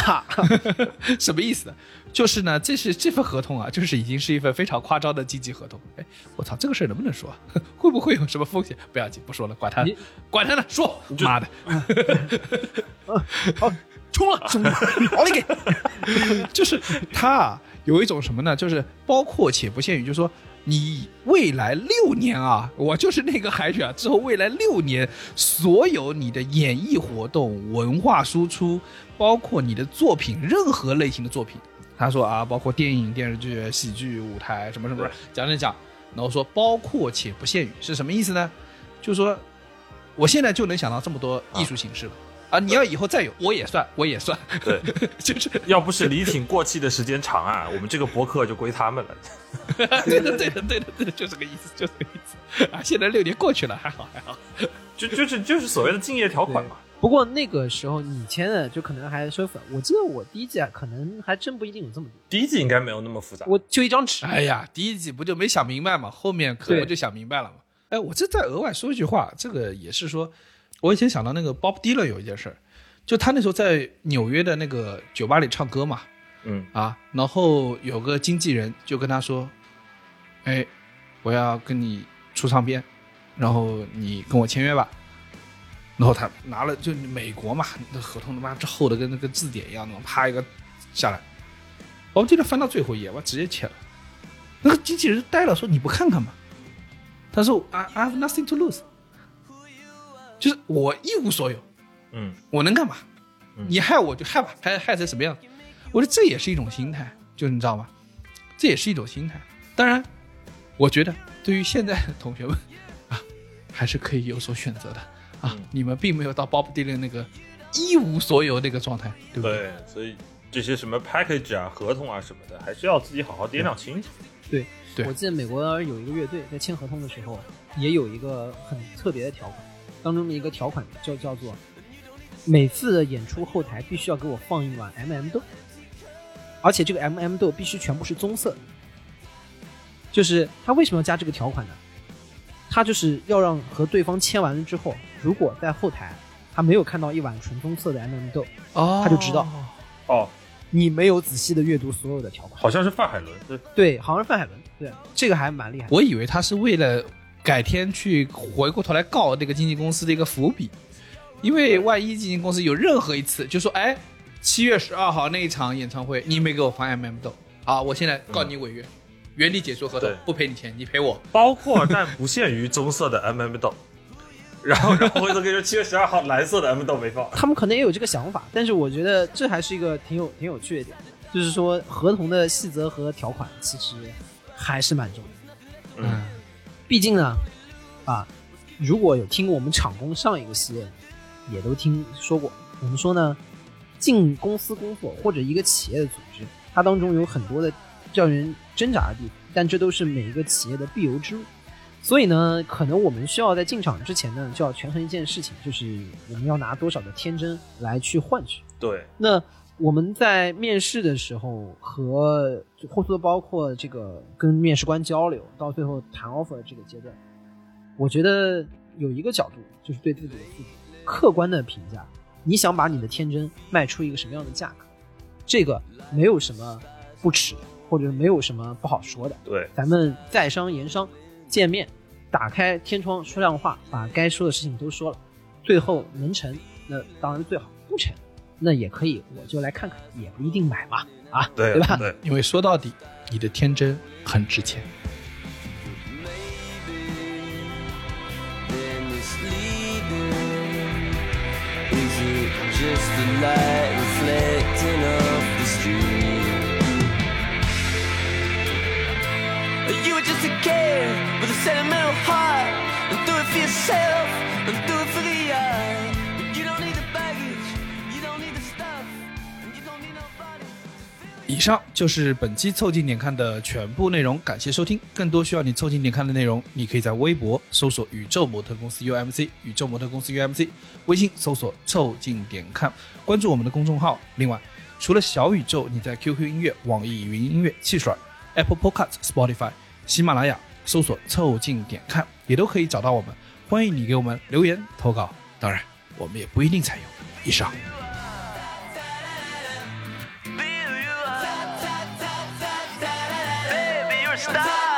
[SPEAKER 4] 啊！
[SPEAKER 3] *laughs* 什么意思呢？就是呢，这是这份合同啊，就是已经是一份非常夸张的经济合同。哎，我操，这个事儿能不能说啊？ *laughs* 会不会有什么风险？不要紧，不说了，管他
[SPEAKER 4] 你，
[SPEAKER 3] 管他呢，说，妈的，
[SPEAKER 4] 冲了，冲了，奥利给！
[SPEAKER 3] *laughs* 就是他啊，有一种什么呢？就是包括且不限于，就是说你未来六年啊，我就是那个海选啊之后未来六年所有你的演艺活动、文化输出，包括你的作品，任何类型的作品，他说啊，包括电影、电视剧、喜剧、舞台什么什么
[SPEAKER 5] 对，
[SPEAKER 3] 讲讲讲。然后说包括且不限于是什么意思呢？就是说我现在就能想到这么多艺术形式了。啊，你要以后再有，我也算，我也算，
[SPEAKER 5] 对，
[SPEAKER 3] *laughs* 就是
[SPEAKER 5] 要不是李挺过期的时间长啊，我们这个博客就归他们了。
[SPEAKER 3] 对的，对的，对的，对的，就这个意思，就这个意思。啊，现在六年过去了，还好还好。
[SPEAKER 5] 就就是就是所谓的敬业条款嘛。
[SPEAKER 4] 不过那个时候你签的就可能还说粉，我记得我第一季啊，可能还真不一定有这么多，
[SPEAKER 5] 第一季应该没有那么复杂。
[SPEAKER 4] 我就一张纸。
[SPEAKER 3] 哎呀，第一集不就没想明白嘛，后面可
[SPEAKER 4] 对
[SPEAKER 3] 不就想明白了嘛。哎，我这再额外说一句话，这个也是说，我以前想到那个 Bob Dylan 有一件事儿，就他那时候在纽约的那个酒吧里唱歌嘛，
[SPEAKER 5] 嗯，
[SPEAKER 3] 啊，然后有个经纪人就跟他说：“哎，我要跟你出唱片，然后你跟我签约吧。”然后他拿了就美国嘛，那合同他妈这厚的跟那个字典一样的嘛，啪一个下来，我记得翻到最后一页，我直接签了。那个经纪人呆了，说：“你不看看吗？”他说：“I I have nothing to lose，就是我一无所有，
[SPEAKER 5] 嗯，
[SPEAKER 3] 我能干嘛？
[SPEAKER 5] 嗯
[SPEAKER 3] 你害我就害吧，害害成什么样？我觉得这也是一种心态，就是你知道吗？这也是一种心态。当然，我觉得对于现在的同学们 *laughs* 啊，还是可以有所选择的啊。
[SPEAKER 5] 嗯
[SPEAKER 3] 你们并没有到 Bob Dylan 那个一无所有那个状态，对不对？
[SPEAKER 5] 对，所以这些什么 package 啊、合同啊什么的，还是要自己好好掂量清楚。
[SPEAKER 3] 对
[SPEAKER 4] 我记得美国有一个乐队在签合同的时候，也有一个很特别的条款，当中的一个条款就叫做每次的演出后台必须要给我放一碗 MM 豆，而且这个 MM 豆必须全部是棕色的。就是他为什么要加这个条款呢？他就是要让和对方签完了之后，如果在后台他没有看到一碗纯棕色的 MM 豆，
[SPEAKER 3] 哦
[SPEAKER 4] 他就知道
[SPEAKER 5] 哦，
[SPEAKER 4] 你没有仔细的阅读所有的条款。
[SPEAKER 5] 好像是范海伦，对，
[SPEAKER 4] 对，好像是范海伦，对，这个还蛮厉害的。
[SPEAKER 3] 我以为他是为了改天去回过头来告那个经纪公司的一个伏笔，因为万一经纪公司有任何一次就说，哎，七月十二号那一场演唱会你没给我放 MM 豆啊，我现在告你违约，原地解除合同
[SPEAKER 5] 对，
[SPEAKER 3] 不赔你钱，你赔我。
[SPEAKER 5] 包括但不限于棕色的 MM 豆。然后，然后回头跟你说七月十二号蓝色的 M 豆没放，
[SPEAKER 4] 他们可能也有这个想法，但是我觉得这还是一个挺有挺有趣的点，就是说合同的细则和条款其实还是蛮重要的。
[SPEAKER 5] 嗯，
[SPEAKER 4] 毕竟呢，啊，如果有听过我们场工上一个系列，也都听说过，我们说呢，进公司工作或者一个企业的组织，它当中有很多的让人挣扎的地方，但这都是每一个企业的必由之路。所以呢，可能我们需要在进场之前呢，就要权衡一件事情，就是我们要拿多少的天真来去换取。
[SPEAKER 5] 对，
[SPEAKER 4] 那我们在面试的时候和或者包括这个跟面试官交流，到最后谈 offer 这个阶段，我觉得有一个角度就是对自己的负责，客观的评价，你想把你的天真卖出一个什么样的价格，这个没有什么不耻的，或者没有什么不好说的。
[SPEAKER 5] 对，
[SPEAKER 4] 咱们在商言商，见面，打开天窗说亮话，把该说的事情都说了，最后能成，那当然最好；不成，那也可以，我就来看看，也不一定买嘛，啊，
[SPEAKER 5] 对，
[SPEAKER 4] 对吧？
[SPEAKER 5] 对，
[SPEAKER 3] 因为说到底，你的天真很值钱。
[SPEAKER 2] been misleading? Is it just the light reflecting off the street? You were just a kid with a sentimental heart, and do it for yourself, and do it for the art. You don't need the baggage, you don't need the stuff, and you don't need nobody.
[SPEAKER 3] 以上就是本期凑近点看的全部内容，感谢收听。更多需要你凑近点看的内容，你可以在微博搜索“宇宙模特公司 UMC”，宇宙模特公司 UMC，微信搜索“凑近点看”，关注我们的公众号。另外，除了小宇宙，你在 QQ 音乐、网易云音乐、汽水、Apple Podcast、Spotify、喜马拉雅搜索“凑近点看”，也都可以找到我们。欢迎你给我们留言投稿，当然我们也不一定采用。以上。
[SPEAKER 2] Baby, you're a star.